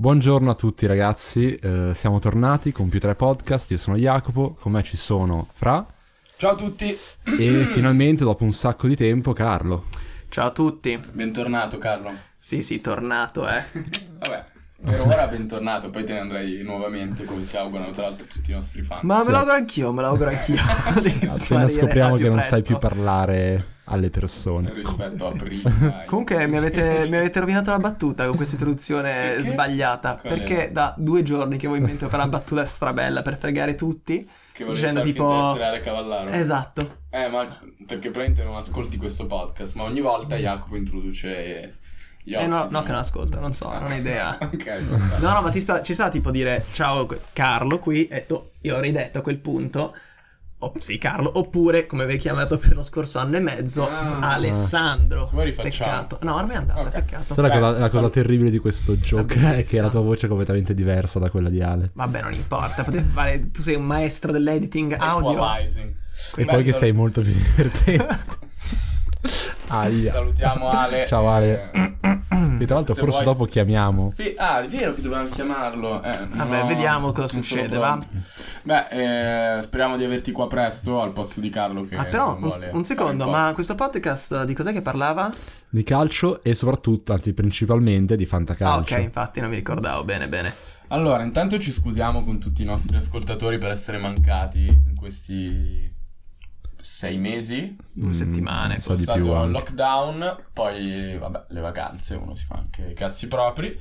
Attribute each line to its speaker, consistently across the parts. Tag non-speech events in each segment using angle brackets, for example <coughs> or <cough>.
Speaker 1: Buongiorno a tutti ragazzi, eh, siamo tornati con più tre podcast, io sono Jacopo, con me ci sono Fra
Speaker 2: Ciao a tutti!
Speaker 3: <clears throat>
Speaker 1: e finalmente dopo un sacco di tempo Carlo.
Speaker 3: Ciao a tutti.
Speaker 2: Bentornato Carlo.
Speaker 3: Sì, sì, tornato,
Speaker 2: <laughs>
Speaker 3: eh.
Speaker 2: Vabbè,
Speaker 3: <laughs>
Speaker 2: per ora bentornato, poi te ne andrai nuovamente come si augurano tra l'altro tutti i nostri fan.
Speaker 3: Ma
Speaker 1: Sì.
Speaker 3: me l'auguro anch'io, me l'auguro anch'io. di
Speaker 1: Appena
Speaker 3: sparire
Speaker 1: scopriamo
Speaker 3: al
Speaker 1: che non sai
Speaker 3: presto.
Speaker 1: più parlare alle persone.
Speaker 2: Rispetto a prima. eh.
Speaker 3: Comunque mi avete,
Speaker 2: <laughs>
Speaker 3: mi avete rovinato la battuta con questa introduzione
Speaker 2: Perché?
Speaker 3: sbagliata.
Speaker 2: Qual era?
Speaker 3: Perché da due giorni che voi in mente fare una battuta strabella per fregare tutti.
Speaker 2: che volevi
Speaker 3: dicendo
Speaker 2: far finta
Speaker 3: tipo-
Speaker 2: di essere Ale Cavallaro.
Speaker 3: Esatto.
Speaker 2: eh, ma perché probabilmente non ascolti questo podcast, ma ogni volta Jacopo introduce gli
Speaker 3: Eh,
Speaker 2: ospiti.
Speaker 3: no, no, che non ascolto, non so, non ho idea.
Speaker 2: ok.
Speaker 3: No, no, ma ti spiace, ci sta tipo dire ciao Carlo qui, e tu, io avrei detto a quel punto, oh, sì Carlo, oppure come avevi chiamato per lo scorso anno e mezzo,
Speaker 2: Ah.
Speaker 3: Alessandro.
Speaker 2: Se vuoi rifacciamo.
Speaker 3: Peccato. No, ormai è andata,
Speaker 2: Ok.
Speaker 3: peccato.
Speaker 1: Sai la
Speaker 2: Beh,
Speaker 1: cosa, la cosa
Speaker 2: sal-
Speaker 1: terribile di questo joke è che
Speaker 3: bellissima.
Speaker 1: la tua voce è completamente diversa da quella di Ale.
Speaker 3: Vabbè, non importa, potete fare- tu sei un maestro dell'editing audio.
Speaker 2: Equalizing.
Speaker 1: E
Speaker 2: Beh,
Speaker 1: poi che
Speaker 2: sal-
Speaker 1: sei molto più
Speaker 3: <laughs>
Speaker 1: divertente. Aia.
Speaker 2: Salutiamo Ale.
Speaker 1: Ciao, Ale.
Speaker 2: Eh,
Speaker 1: E tra l'altro
Speaker 2: se
Speaker 1: forse
Speaker 2: vuoi-
Speaker 1: dopo chiamiamo.
Speaker 2: Sì, ah, è vero che dovevamo chiamarlo. eh,
Speaker 3: Vabbè,
Speaker 2: no,
Speaker 3: vediamo cosa
Speaker 2: non sono
Speaker 3: succede, va?
Speaker 2: pronto. Beh, eh, speriamo di averti qua presto al posto di Carlo che
Speaker 3: Ah, però
Speaker 2: non
Speaker 3: un,
Speaker 2: vuole
Speaker 3: un secondo,
Speaker 2: fare
Speaker 3: ma questo podcast di cos'è che parlava? Ah,
Speaker 1: Di calcio e soprattutto, anzi principalmente, di
Speaker 3: Ah,
Speaker 1: fantacalcio.
Speaker 3: ok, infatti non mi ricordavo bene, bene.
Speaker 2: il po'. Allora, intanto ci scusiamo con tutti i nostri ascoltatori per essere mancati in questi sei mesi.
Speaker 3: Due
Speaker 1: Mm,
Speaker 3: settimane.
Speaker 1: so di
Speaker 2: stato
Speaker 1: più
Speaker 2: il
Speaker 1: anche.
Speaker 2: lockdown, poi vabbè, le vacanze, uno si fa anche i cazzi propri.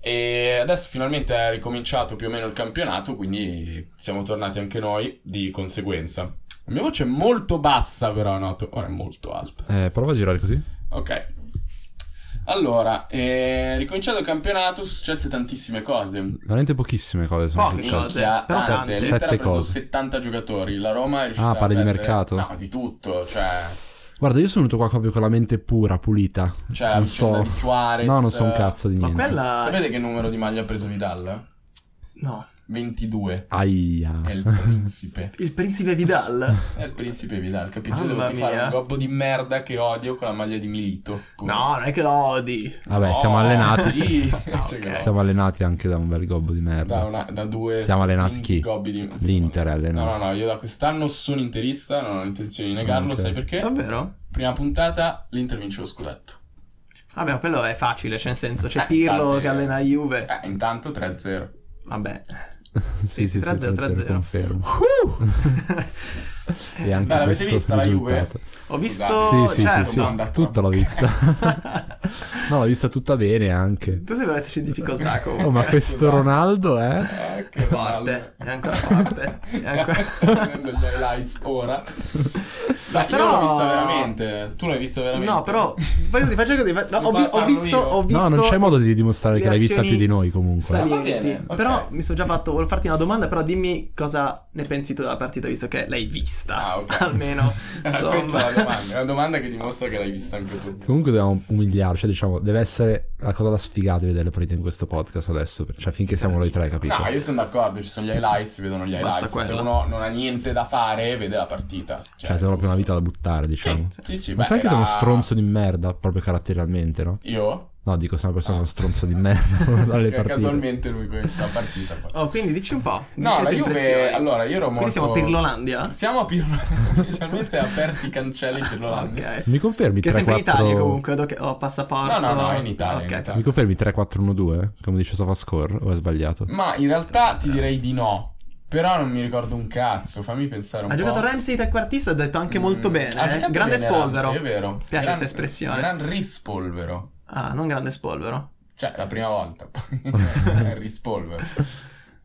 Speaker 2: E adesso finalmente è ricominciato più o meno il campionato, quindi siamo tornati anche noi di conseguenza. La mia voce è molto bassa, però noto. Ora è molto alta.
Speaker 1: Eh, prova a girare così.
Speaker 2: Ok. Allora, eh, ricominciato il campionato, sono successe tantissime cose.
Speaker 1: Veramente pochissime cose sono
Speaker 3: Poche
Speaker 1: successe.
Speaker 3: cose.
Speaker 2: Cioè,
Speaker 3: però
Speaker 2: ah,
Speaker 3: tante.
Speaker 2: l'Inter ha
Speaker 1: Sette
Speaker 2: preso
Speaker 1: cose.
Speaker 2: 70 giocatori. La Roma è riuscita
Speaker 1: Ah,
Speaker 2: a
Speaker 1: parli di
Speaker 2: perdere-
Speaker 1: mercato?
Speaker 2: No, di tutto. Cioè,
Speaker 1: Guarda, io sono venuto qua proprio con la mente pura, pulita.
Speaker 2: cioè la
Speaker 1: non
Speaker 2: vicenda
Speaker 1: so.
Speaker 2: di Suarez.
Speaker 1: No, non so un cazzo di
Speaker 3: Ma
Speaker 1: niente.
Speaker 3: quella...
Speaker 2: Sapete che numero di maglia ha preso Vidal?
Speaker 3: No,
Speaker 2: 22.
Speaker 1: Aia.
Speaker 2: È il principe.
Speaker 3: il principe
Speaker 2: <laughs>
Speaker 3: Vidal.
Speaker 2: È il principe Vidal, capito? Io
Speaker 3: Mamma
Speaker 2: devo fare
Speaker 3: mia.
Speaker 2: un gobbo di merda che odio con la maglia di Milito. Come-
Speaker 3: No, non è che lo odi.
Speaker 1: <laughs> Vabbè,
Speaker 2: No,
Speaker 1: siamo
Speaker 2: <laughs>
Speaker 1: allenati.
Speaker 2: sì.
Speaker 3: <laughs> Ah,
Speaker 2: Cioè,
Speaker 3: ok.
Speaker 2: no.
Speaker 1: Siamo allenati anche da un bel gobbo di
Speaker 2: da,
Speaker 1: merda.
Speaker 2: una- da due
Speaker 1: Siamo allenati
Speaker 2: finti
Speaker 1: chi?
Speaker 2: gobbi di-
Speaker 1: L'Inter è
Speaker 2: No,
Speaker 1: allenato.
Speaker 2: no, no, io da quest'anno sono interista, non ho intenzione di negarlo,
Speaker 1: Ok.
Speaker 2: sai perché?
Speaker 3: Davvero?
Speaker 2: Prima puntata l'Inter vince lo scudetto.
Speaker 3: Vabbè, ma quello è facile, cioè nel senso, c'è
Speaker 2: Eh,
Speaker 3: Pirlo
Speaker 2: infatti-
Speaker 3: che allena la Juve.
Speaker 2: Eh, intanto 3-0.
Speaker 3: Vabbè.
Speaker 1: <laughs> sì, sì, sì, 3-0,
Speaker 3: 3-0, 3-0.
Speaker 1: confermo.
Speaker 2: Uh!
Speaker 1: E anche
Speaker 2: Beh, l'avete
Speaker 1: questo
Speaker 2: vista la Juve?
Speaker 1: risultato.
Speaker 2: Oh,
Speaker 3: <laughs> Ho
Speaker 1: Sì,
Speaker 3: visto...
Speaker 1: sì,
Speaker 3: certo.
Speaker 1: sì,
Speaker 2: non
Speaker 1: sì.
Speaker 2: d'accordo.
Speaker 1: Tutta l'ho vista. no, l'ho vista <laughs> tutta bene
Speaker 2: <laughs>
Speaker 1: anche.
Speaker 3: Tu sei veramente in difficoltà comunque.
Speaker 2: Eh,
Speaker 1: Oh, ma questo
Speaker 2: no.
Speaker 1: Ronaldo, eh?
Speaker 2: Eh, che
Speaker 3: Forte, è ancora forte. È
Speaker 2: <laughs>
Speaker 3: ancora...
Speaker 2: Sto vedendo gli highlights ora. Ma io
Speaker 3: però-
Speaker 2: l'ho vista veramente. Tu l'hai vista veramente?
Speaker 3: No, però... Fai così, faccio così. fa- no, ho, vi- ho
Speaker 2: Parlo
Speaker 3: visto...
Speaker 2: io.
Speaker 3: Ho visto
Speaker 1: No, non c'è modo di dimostrare
Speaker 3: le
Speaker 1: che l'hai vista
Speaker 3: azioni
Speaker 1: più di noi comunque.
Speaker 2: Ah, va
Speaker 3: salienti.
Speaker 2: bene, ok.
Speaker 3: Però mi sono già fatto... Volevo farti una domanda, però dimmi cosa ne pensi tu della partita, visto che l'hai vista.
Speaker 2: Ah, ok.
Speaker 3: <laughs> Almeno.
Speaker 2: <laughs> <laughs> Questa
Speaker 3: insomma.
Speaker 2: è la domanda. È una domanda che dimostra che l'hai vista anche tu.
Speaker 1: Comunque dobbiamo umiliarci, diciamo, deve essere la cosa da sfigata di vedere le partite in questo podcast adesso, per- cioè finché siamo noi tre, capito?
Speaker 2: No, io sono d'accordo, ci sono gli highlights, si vedono gli
Speaker 3: Basta
Speaker 2: highlights. Se
Speaker 3: quello.
Speaker 2: uno non ha niente da fare, vede la partita.
Speaker 1: cioè, se proprio una vita da buttare, diciamo.
Speaker 3: cioè,
Speaker 2: Sì, sì, sì,
Speaker 1: Ma
Speaker 2: beh,
Speaker 1: sai che sono
Speaker 2: la-
Speaker 1: uno stronzo di merda, proprio caratterialmente, no?
Speaker 2: Io?
Speaker 1: No, dico, sono una persona
Speaker 2: Ah.
Speaker 1: uno stronzo di merda <laughs> dalle
Speaker 2: Che
Speaker 1: partite.
Speaker 2: casualmente lui questa partita qua.
Speaker 3: Oh, quindi dici un po'. dici
Speaker 2: No,
Speaker 3: le
Speaker 2: la
Speaker 3: tue impressioni.
Speaker 2: Juve, allora io ero molto...
Speaker 3: Quindi siamo a Pirlolandia?
Speaker 2: Siamo a Pirlo... <laughs> Ufficialmente aperti i cancelli per l'Olanda.
Speaker 3: Ok.
Speaker 1: Mi confermi
Speaker 3: Che è sempre
Speaker 1: 3-4...
Speaker 3: in Italia comunque, vedo che ho passaporto.
Speaker 2: No, no, no, è in Italia,
Speaker 3: Ok,
Speaker 2: in Italia.
Speaker 1: Mi confermi 3-4-1-2, eh? come dice Sofascore, o è sbagliato?
Speaker 2: Ma in realtà ti direi di no. Però non mi ricordo un cazzo, fammi pensare un
Speaker 3: Ha
Speaker 2: po'.
Speaker 3: giocato Ramsey trequartista, ha detto anche molto
Speaker 2: Mm,
Speaker 3: bene.
Speaker 2: ha
Speaker 3: eh.
Speaker 2: giocato
Speaker 3: Grande
Speaker 2: bene Ramsey,
Speaker 3: spolvero.
Speaker 2: è vero.
Speaker 3: Piace questa espressione.
Speaker 2: Gran rispolvero.
Speaker 3: Ah, non grande spolvero.
Speaker 2: Cioè, la prima
Speaker 3: <laughs>
Speaker 2: volta. <laughs> poi è rispolvero.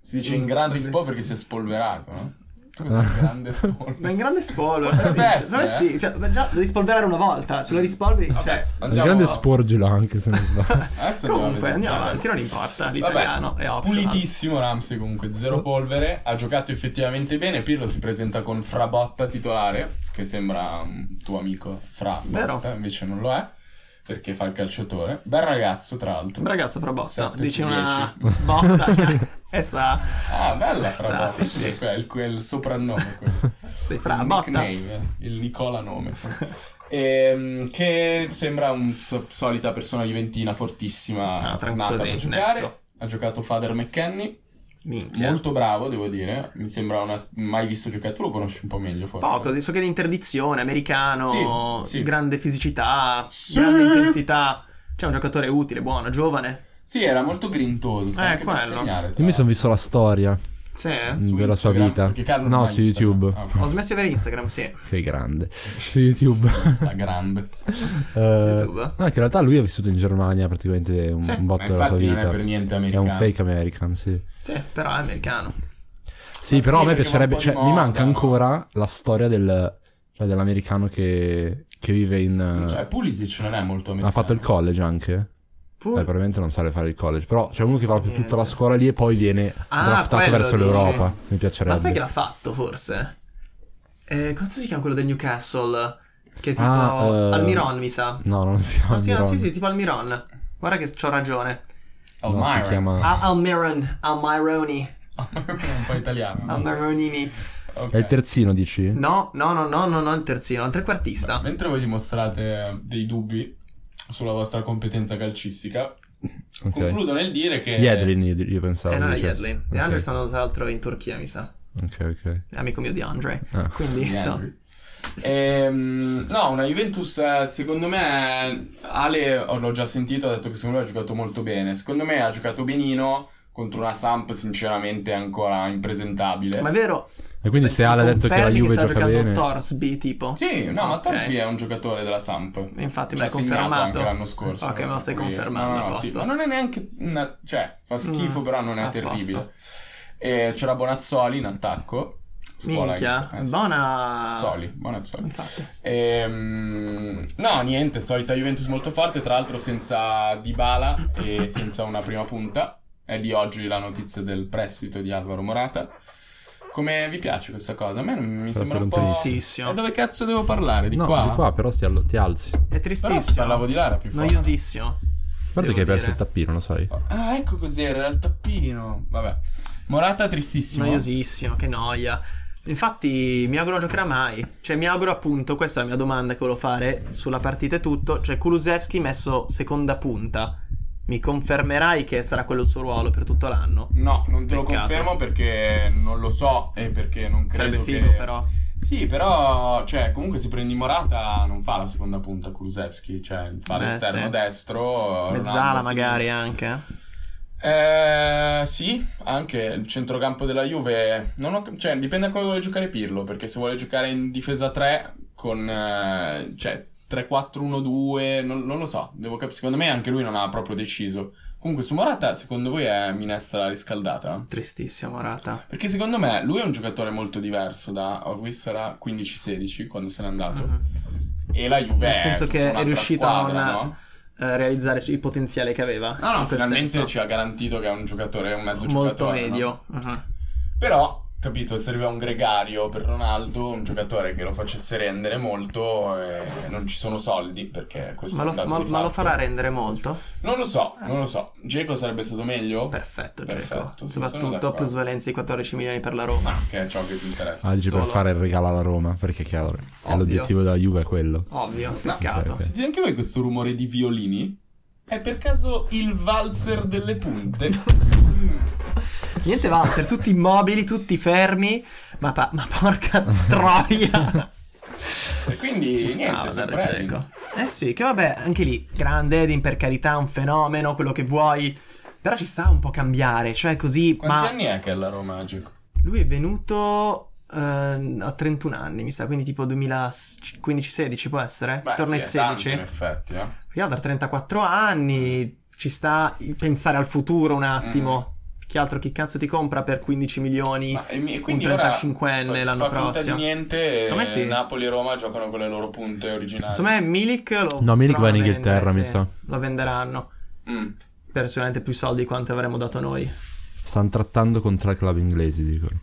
Speaker 2: Si dice in gran rispolvero perché si è spolverato, no? Tu sei un
Speaker 3: <laughs>
Speaker 2: grande
Speaker 3: Ma
Speaker 2: spolvero.
Speaker 3: in grande spolvero.
Speaker 2: Potrebbe
Speaker 3: cioè,
Speaker 2: essere,
Speaker 3: vabbè, sì, cioè, ma già devi spolverare una volta. Se lo rispolveri, cioè.
Speaker 1: È
Speaker 2: Andiamo-
Speaker 1: grande sporgilo anche, se non
Speaker 2: <laughs>
Speaker 1: sbaglio.
Speaker 2: Adesso
Speaker 3: Comunque, andiamo
Speaker 2: a vedere.
Speaker 3: avanti, non importa.
Speaker 2: Vabbè,
Speaker 3: L'italiano è optional.
Speaker 2: Pulitissimo Ramsey comunque, zero polvere, ha giocato effettivamente bene, Pirlo si presenta con Frabotta titolare, che sembra un tuo amico Frabotta,
Speaker 3: Vero.
Speaker 2: invece non lo è, perché fa il calciatore. Bel ragazzo tra l'altro.
Speaker 3: Un Ragazzo, fra botta.
Speaker 2: Sette
Speaker 3: Dici
Speaker 2: su
Speaker 3: una
Speaker 2: <laughs>
Speaker 3: botta. <laughs> e sta.
Speaker 2: ah, bella
Speaker 3: Sta,
Speaker 2: Frabotta,
Speaker 3: sì,
Speaker 2: sì,
Speaker 3: sì.
Speaker 2: è Quel, quel soprannome.
Speaker 3: <laughs>
Speaker 2: quello.
Speaker 3: Sei fra
Speaker 2: il
Speaker 3: botta.
Speaker 2: nickname, il Nicola nome. Ehm, che sembra un so- solita persona juventina fortissima,
Speaker 3: Ah, tranquillo,
Speaker 2: nata per
Speaker 3: netto.
Speaker 2: giocare. Eh, ha giocato Father McKenny,
Speaker 3: Minchia.
Speaker 2: molto bravo devo dire, mi sembra una... mai visto giocare, tu lo conosci un po' meglio forse.
Speaker 3: Poco, so che è di interdizione, americano,
Speaker 2: Sì, sì.
Speaker 3: grande fisicità,
Speaker 2: Sì.
Speaker 3: grande intensità. C'è un giocatore utile, buono, giovane.
Speaker 2: Sì, era molto grintoso, sta
Speaker 3: Eh,
Speaker 2: anche per
Speaker 3: quello.
Speaker 2: segnare. tra
Speaker 1: Io mi sono visto la storia
Speaker 3: Sì. eh.
Speaker 2: Su
Speaker 1: della sua
Speaker 2: Instagram?
Speaker 1: vita.
Speaker 2: Perché Carlo
Speaker 1: No,
Speaker 2: non ha
Speaker 1: su
Speaker 2: Instagram.
Speaker 1: YouTube.
Speaker 2: Ah, ok.
Speaker 3: Ho smesso di avere Instagram, sì.
Speaker 1: Sei grande. Su YouTube.
Speaker 2: Sta grande.
Speaker 1: Eh,
Speaker 3: YouTube?
Speaker 1: no, che in realtà lui ha vissuto in Germania praticamente un,
Speaker 2: Sì,
Speaker 1: un
Speaker 2: ma
Speaker 1: botto della sua
Speaker 2: infatti non
Speaker 1: vita.
Speaker 2: è per niente
Speaker 1: È un
Speaker 2: americano.
Speaker 1: fake American, sì.
Speaker 3: Sì, però è americano.
Speaker 1: Sì,
Speaker 2: Ma
Speaker 1: però
Speaker 2: sì,
Speaker 1: a me
Speaker 2: perché
Speaker 1: piacerebbe.
Speaker 2: va un po'
Speaker 1: Cioè,
Speaker 2: di
Speaker 1: mi
Speaker 2: moda,
Speaker 1: manca
Speaker 2: no?
Speaker 1: ancora la storia del, cioè, dell'americano che, che vive in. eh,
Speaker 2: Cioè, Pulisic non è molto
Speaker 1: ha
Speaker 2: americano.
Speaker 1: fatto il college anche?
Speaker 3: Pur-
Speaker 1: Beh, probabilmente non sa fare il college. Però c'è uno che va per
Speaker 3: Niente.
Speaker 1: tutta la scuola lì e poi viene
Speaker 3: Ah,
Speaker 1: draftato
Speaker 3: quello
Speaker 1: verso
Speaker 3: dici?
Speaker 1: l'Europa. Mi piacerebbe.
Speaker 3: Ma sai che l'ha fatto, forse? Eh, come si chiama quello del Newcastle? Che è tipo...
Speaker 1: Ah, eh,
Speaker 3: Almiron, mi sa.
Speaker 1: No, non si chiama.
Speaker 3: Ah, sì, ah,
Speaker 1: Miron.
Speaker 3: sì, sì, tipo Almiron. Guarda che c'ho ragione.
Speaker 1: No,
Speaker 2: Elmira.
Speaker 1: si chiama.
Speaker 3: Ah, Almiron, Almironi,
Speaker 2: <laughs> un po' italiano.
Speaker 3: Almironini.
Speaker 2: Ok.
Speaker 1: È il terzino, dici?
Speaker 3: No, no, no, no, no, no, il terzino, il trequartista.
Speaker 2: Mentre voi dimostrate dei dubbi sulla vostra competenza calcistica,
Speaker 1: Ok.
Speaker 2: concludo nel dire che...
Speaker 1: Yedlin, io, io pensavo.
Speaker 3: Eh, non è
Speaker 1: dicessi.
Speaker 3: Yedlin.
Speaker 1: Ok,
Speaker 3: De Andre sta andando tra l'altro in Turchia, mi sa.
Speaker 1: Ok, ok.
Speaker 3: È amico mio di Andre.
Speaker 1: Ah.
Speaker 3: Quindi,
Speaker 2: Di
Speaker 3: so.
Speaker 2: Henry. Esatto. Ehm, no, una Juventus eh, secondo me Ale oh, l'ho già sentito, ha detto che secondo me ha giocato molto bene. Secondo me ha giocato benino contro una Samp sinceramente ancora impresentabile.
Speaker 3: Ma è vero?
Speaker 1: E quindi se Ale ha detto che la
Speaker 3: confermi
Speaker 1: Juve
Speaker 3: sta
Speaker 1: gioca
Speaker 3: giocando
Speaker 1: bene.
Speaker 3: Torsby, tipo.
Speaker 2: Sì, no, ma
Speaker 3: Ok.
Speaker 2: Torsby è un giocatore della Samp.
Speaker 3: Infatti
Speaker 2: Ci
Speaker 3: me l'hai
Speaker 2: ha segnato
Speaker 3: confermato.
Speaker 2: Cioè, anche l'anno scorso.
Speaker 3: Ok, me lo stai
Speaker 2: Quindi-
Speaker 3: confermando,
Speaker 2: no, no,
Speaker 3: a
Speaker 2: no, sì,
Speaker 3: posto.
Speaker 2: ma non è neanche una- cioè, fa schifo,
Speaker 3: Mm,
Speaker 2: però non
Speaker 3: a
Speaker 2: è terribile. Eh, c'era Bonazzoli in attacco. Scuola-
Speaker 3: Minchia,
Speaker 2: eh, sì.
Speaker 3: buona...
Speaker 2: Soli, Bonazzoli.
Speaker 3: Infatti.
Speaker 2: Ehm, no, niente, solita Juventus molto forte, tra l'altro senza Dybala e senza una prima punta. È di oggi la notizia del prestito di Alvaro Morata. Come vi piace questa cosa? A me non- mi
Speaker 1: Però
Speaker 2: sembra
Speaker 1: sei
Speaker 2: un po'...
Speaker 1: lontanissimo.
Speaker 3: Tristissimo.
Speaker 2: E dove cazzo devo parlare? Di
Speaker 1: no,
Speaker 2: qua?
Speaker 1: di qua però ti, allo- ti alzi.
Speaker 3: È
Speaker 2: Però se
Speaker 3: tristissimo.
Speaker 2: parlavo di là era più forte.
Speaker 3: Noiosissimo.
Speaker 1: Guarda
Speaker 3: Devo
Speaker 1: che hai perso
Speaker 3: dire.
Speaker 1: il tappino, lo sai.
Speaker 2: Ah, ecco cos'era, era il tappino. Vabbè. Morata tristissimo.
Speaker 3: Noiosissimo, che noia. Infatti mi auguro non giocherà mai. Cioè mi auguro appunto, questa è la mia domanda che volevo fare sulla partita e tutto, cioè Kulusevski messo seconda punta. Mi confermerai che sarà quello il suo ruolo per tutto l'anno?
Speaker 2: No, non te lo
Speaker 3: Peccato.
Speaker 2: confermo perché non lo so e perché non credo
Speaker 3: Sarebbe
Speaker 2: che...
Speaker 3: figo però.
Speaker 2: Sì, però, cioè, comunque se prendi Morata non fa la seconda punta Kulusevski, cioè fa
Speaker 3: Eh,
Speaker 2: l'esterno
Speaker 3: sì.
Speaker 2: destro.
Speaker 3: Mezzala
Speaker 2: Ronaldo a sinistra.
Speaker 3: magari eh. anche.
Speaker 2: Eh, sì, anche il centrocampo della Juve. Non ho- cioè, dipende da come vuole giocare Pirlo. Perché se vuole giocare in difesa 3 con eh, cioè, 3-4-1-2, non, non lo so. Devo cap- secondo me anche lui non ha proprio deciso. Comunque, su Morata, secondo voi è minestra riscaldata?
Speaker 3: Tristissimo Morata.
Speaker 2: Perché secondo me lui è un giocatore molto diverso da. Ho visto era 15-16 quando se n'è andato.
Speaker 3: Mhm. Mm-hmm.
Speaker 2: E la Juve.
Speaker 3: Nel
Speaker 2: è
Speaker 3: senso
Speaker 2: tutta
Speaker 3: che è
Speaker 2: un'altra
Speaker 3: riuscita
Speaker 2: squadra,
Speaker 3: a non-
Speaker 2: no?
Speaker 3: eh, realizzare il potenziale che aveva.
Speaker 2: No, no,
Speaker 3: in quel
Speaker 2: finalmente
Speaker 3: senso.
Speaker 2: ci ha garantito che è un giocatore, un mezzo
Speaker 3: molto
Speaker 2: giocatore. eh, no?
Speaker 3: medio. Mhm.
Speaker 2: Però, capito, serviva un gregario per Ronaldo, un giocatore che lo facesse rendere molto e non ci sono soldi perché questo
Speaker 3: Ma,
Speaker 2: è
Speaker 3: lo,
Speaker 2: un dato
Speaker 3: ma-
Speaker 2: di
Speaker 3: ma lo
Speaker 2: fatto.
Speaker 3: farà Ah. rendere molto?
Speaker 2: Non lo so, non lo so. Geco sarebbe stato meglio?
Speaker 3: Perfetto, Geco.
Speaker 2: Perfetto, sì, sono
Speaker 3: Soprattutto
Speaker 2: d'accordo.
Speaker 3: plusvalenza di 14 milioni per la Roma.
Speaker 2: Ma che è ciò che ti interessa.
Speaker 1: Ah, dici per
Speaker 3: Solo-
Speaker 1: fare il regalo alla Roma, perché è chiaro. È
Speaker 3: Ovvio.
Speaker 1: l'obiettivo della Juve è quello.
Speaker 3: Ovvio, peccato.
Speaker 1: ok, ok.
Speaker 2: Sentite anche voi questo rumore di violini? È per caso il valzer delle
Speaker 3: <laughs>
Speaker 2: punte?
Speaker 3: Niente valzer, tutti immobili, tutti fermi. Ma, pa- ma porca troia.
Speaker 2: e quindi
Speaker 3: Ci stava
Speaker 2: niente,
Speaker 3: dare
Speaker 2: sempre Elin.
Speaker 3: Dzeko. Eh sì, che vabbè, anche lì, grande Edin, per carità, un fenomeno, quello che vuoi. Però ci sta un po' cambiare, cioè così,
Speaker 2: Quanti
Speaker 3: ma...
Speaker 2: anni è che è la Roma, Geco?
Speaker 3: Lui è venuto eh, a 31 anni, mi sa, quindi tipo 2015-16 può essere?
Speaker 2: Beh,
Speaker 3: Torna ai
Speaker 2: sì, è tanto,
Speaker 3: 16.
Speaker 2: in effetti, eh.
Speaker 3: Io ho 34 anni, ci sta il pensare al futuro un attimo. Che altro chi cazzo ti compra per 15 milioni?
Speaker 2: Mm. Ma, e mi- e
Speaker 3: un
Speaker 2: quindi ora
Speaker 3: 35enne
Speaker 2: fa- si
Speaker 3: l'anno
Speaker 2: fa finta
Speaker 3: prossimo.
Speaker 2: di niente
Speaker 3: Secondo me
Speaker 2: e
Speaker 3: sì.
Speaker 2: Napoli e Roma giocano con le loro punte originali.
Speaker 3: Secondo me Milik lo
Speaker 1: No, Milik va in
Speaker 3: provano a
Speaker 1: Inghilterra,
Speaker 3: vendere,
Speaker 1: mi
Speaker 3: sì.
Speaker 1: sa.
Speaker 3: Lo venderanno
Speaker 2: Mm.
Speaker 3: per sicuramente più soldi di quanto avremmo dato noi.
Speaker 1: Stanno trattando con tre club inglesi, dicono.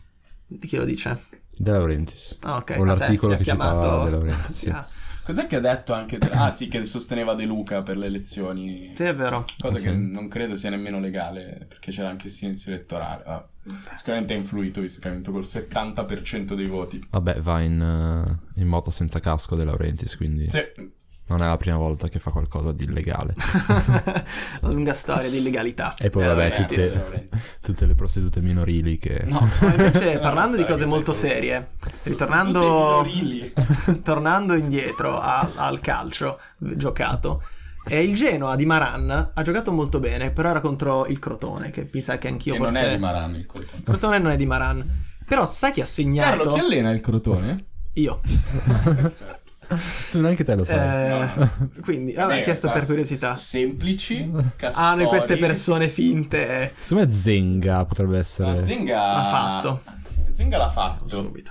Speaker 3: Di chi lo dice?
Speaker 1: De Laurentiis.
Speaker 3: Ah, ok.
Speaker 1: Con
Speaker 3: a te,
Speaker 1: l'articolo
Speaker 3: ti ha
Speaker 1: che citava
Speaker 3: chiamato-
Speaker 1: De
Speaker 3: <laughs>
Speaker 1: Laurentiis, sì.
Speaker 3: Ah,
Speaker 2: Cos'è che ha detto anche... Ah sì, che sosteneva De Luca per le elezioni.
Speaker 3: sì, è vero. <laughs>
Speaker 2: Cosa
Speaker 1: Sì.
Speaker 2: che non credo sia nemmeno legale, perché c'era anche il silenzio elettorale. va. Sicuramente ha influito, visto che ha vinto col 70% dei voti.
Speaker 1: Vabbè, va in, eh, in moto senza casco De Laurentiis, quindi...
Speaker 2: Sì,
Speaker 1: non è la prima volta che fa qualcosa di illegale. <laughs>
Speaker 3: Una lunga storia di illegalità.
Speaker 1: E poi
Speaker 3: Eh,
Speaker 1: vabbè,
Speaker 2: vabbè,
Speaker 1: tutte,
Speaker 2: adesso-
Speaker 1: tutte le prostitute minorili che...
Speaker 2: <laughs> No,
Speaker 3: Ma invece parlando di
Speaker 2: Sai
Speaker 3: cose
Speaker 2: che
Speaker 3: molto
Speaker 2: sei
Speaker 3: serie,
Speaker 2: Prostitute
Speaker 3: ritornando,
Speaker 2: minorili.
Speaker 3: <laughs> tornando indietro a- al calcio giocato, eh, il Genoa di Maran ha giocato molto bene, però era contro il Crotone, che mi sa che anch'io
Speaker 2: Che non
Speaker 3: forse...
Speaker 2: è di Marano il colpo.
Speaker 3: Il Crotone non è di Maran. Però sai chi ha segnato?
Speaker 4: Carlo, chi allena il crotone?
Speaker 3: Io.
Speaker 1: <laughs> Tu neanche te lo sai.
Speaker 3: Eh,
Speaker 2: No, no,
Speaker 3: Quindi, <laughs> vabbè,
Speaker 2: Eh,
Speaker 3: chiesto per
Speaker 2: s-
Speaker 3: curiosità.
Speaker 2: Semplici,
Speaker 3: Ah,
Speaker 2: castori.
Speaker 3: noi queste persone finte.
Speaker 1: Secondo me Zenga potrebbe essere...
Speaker 2: No, Zinga
Speaker 3: L'ha fatto.
Speaker 2: Anzi, Zinga l'ha fatto.
Speaker 3: Subito.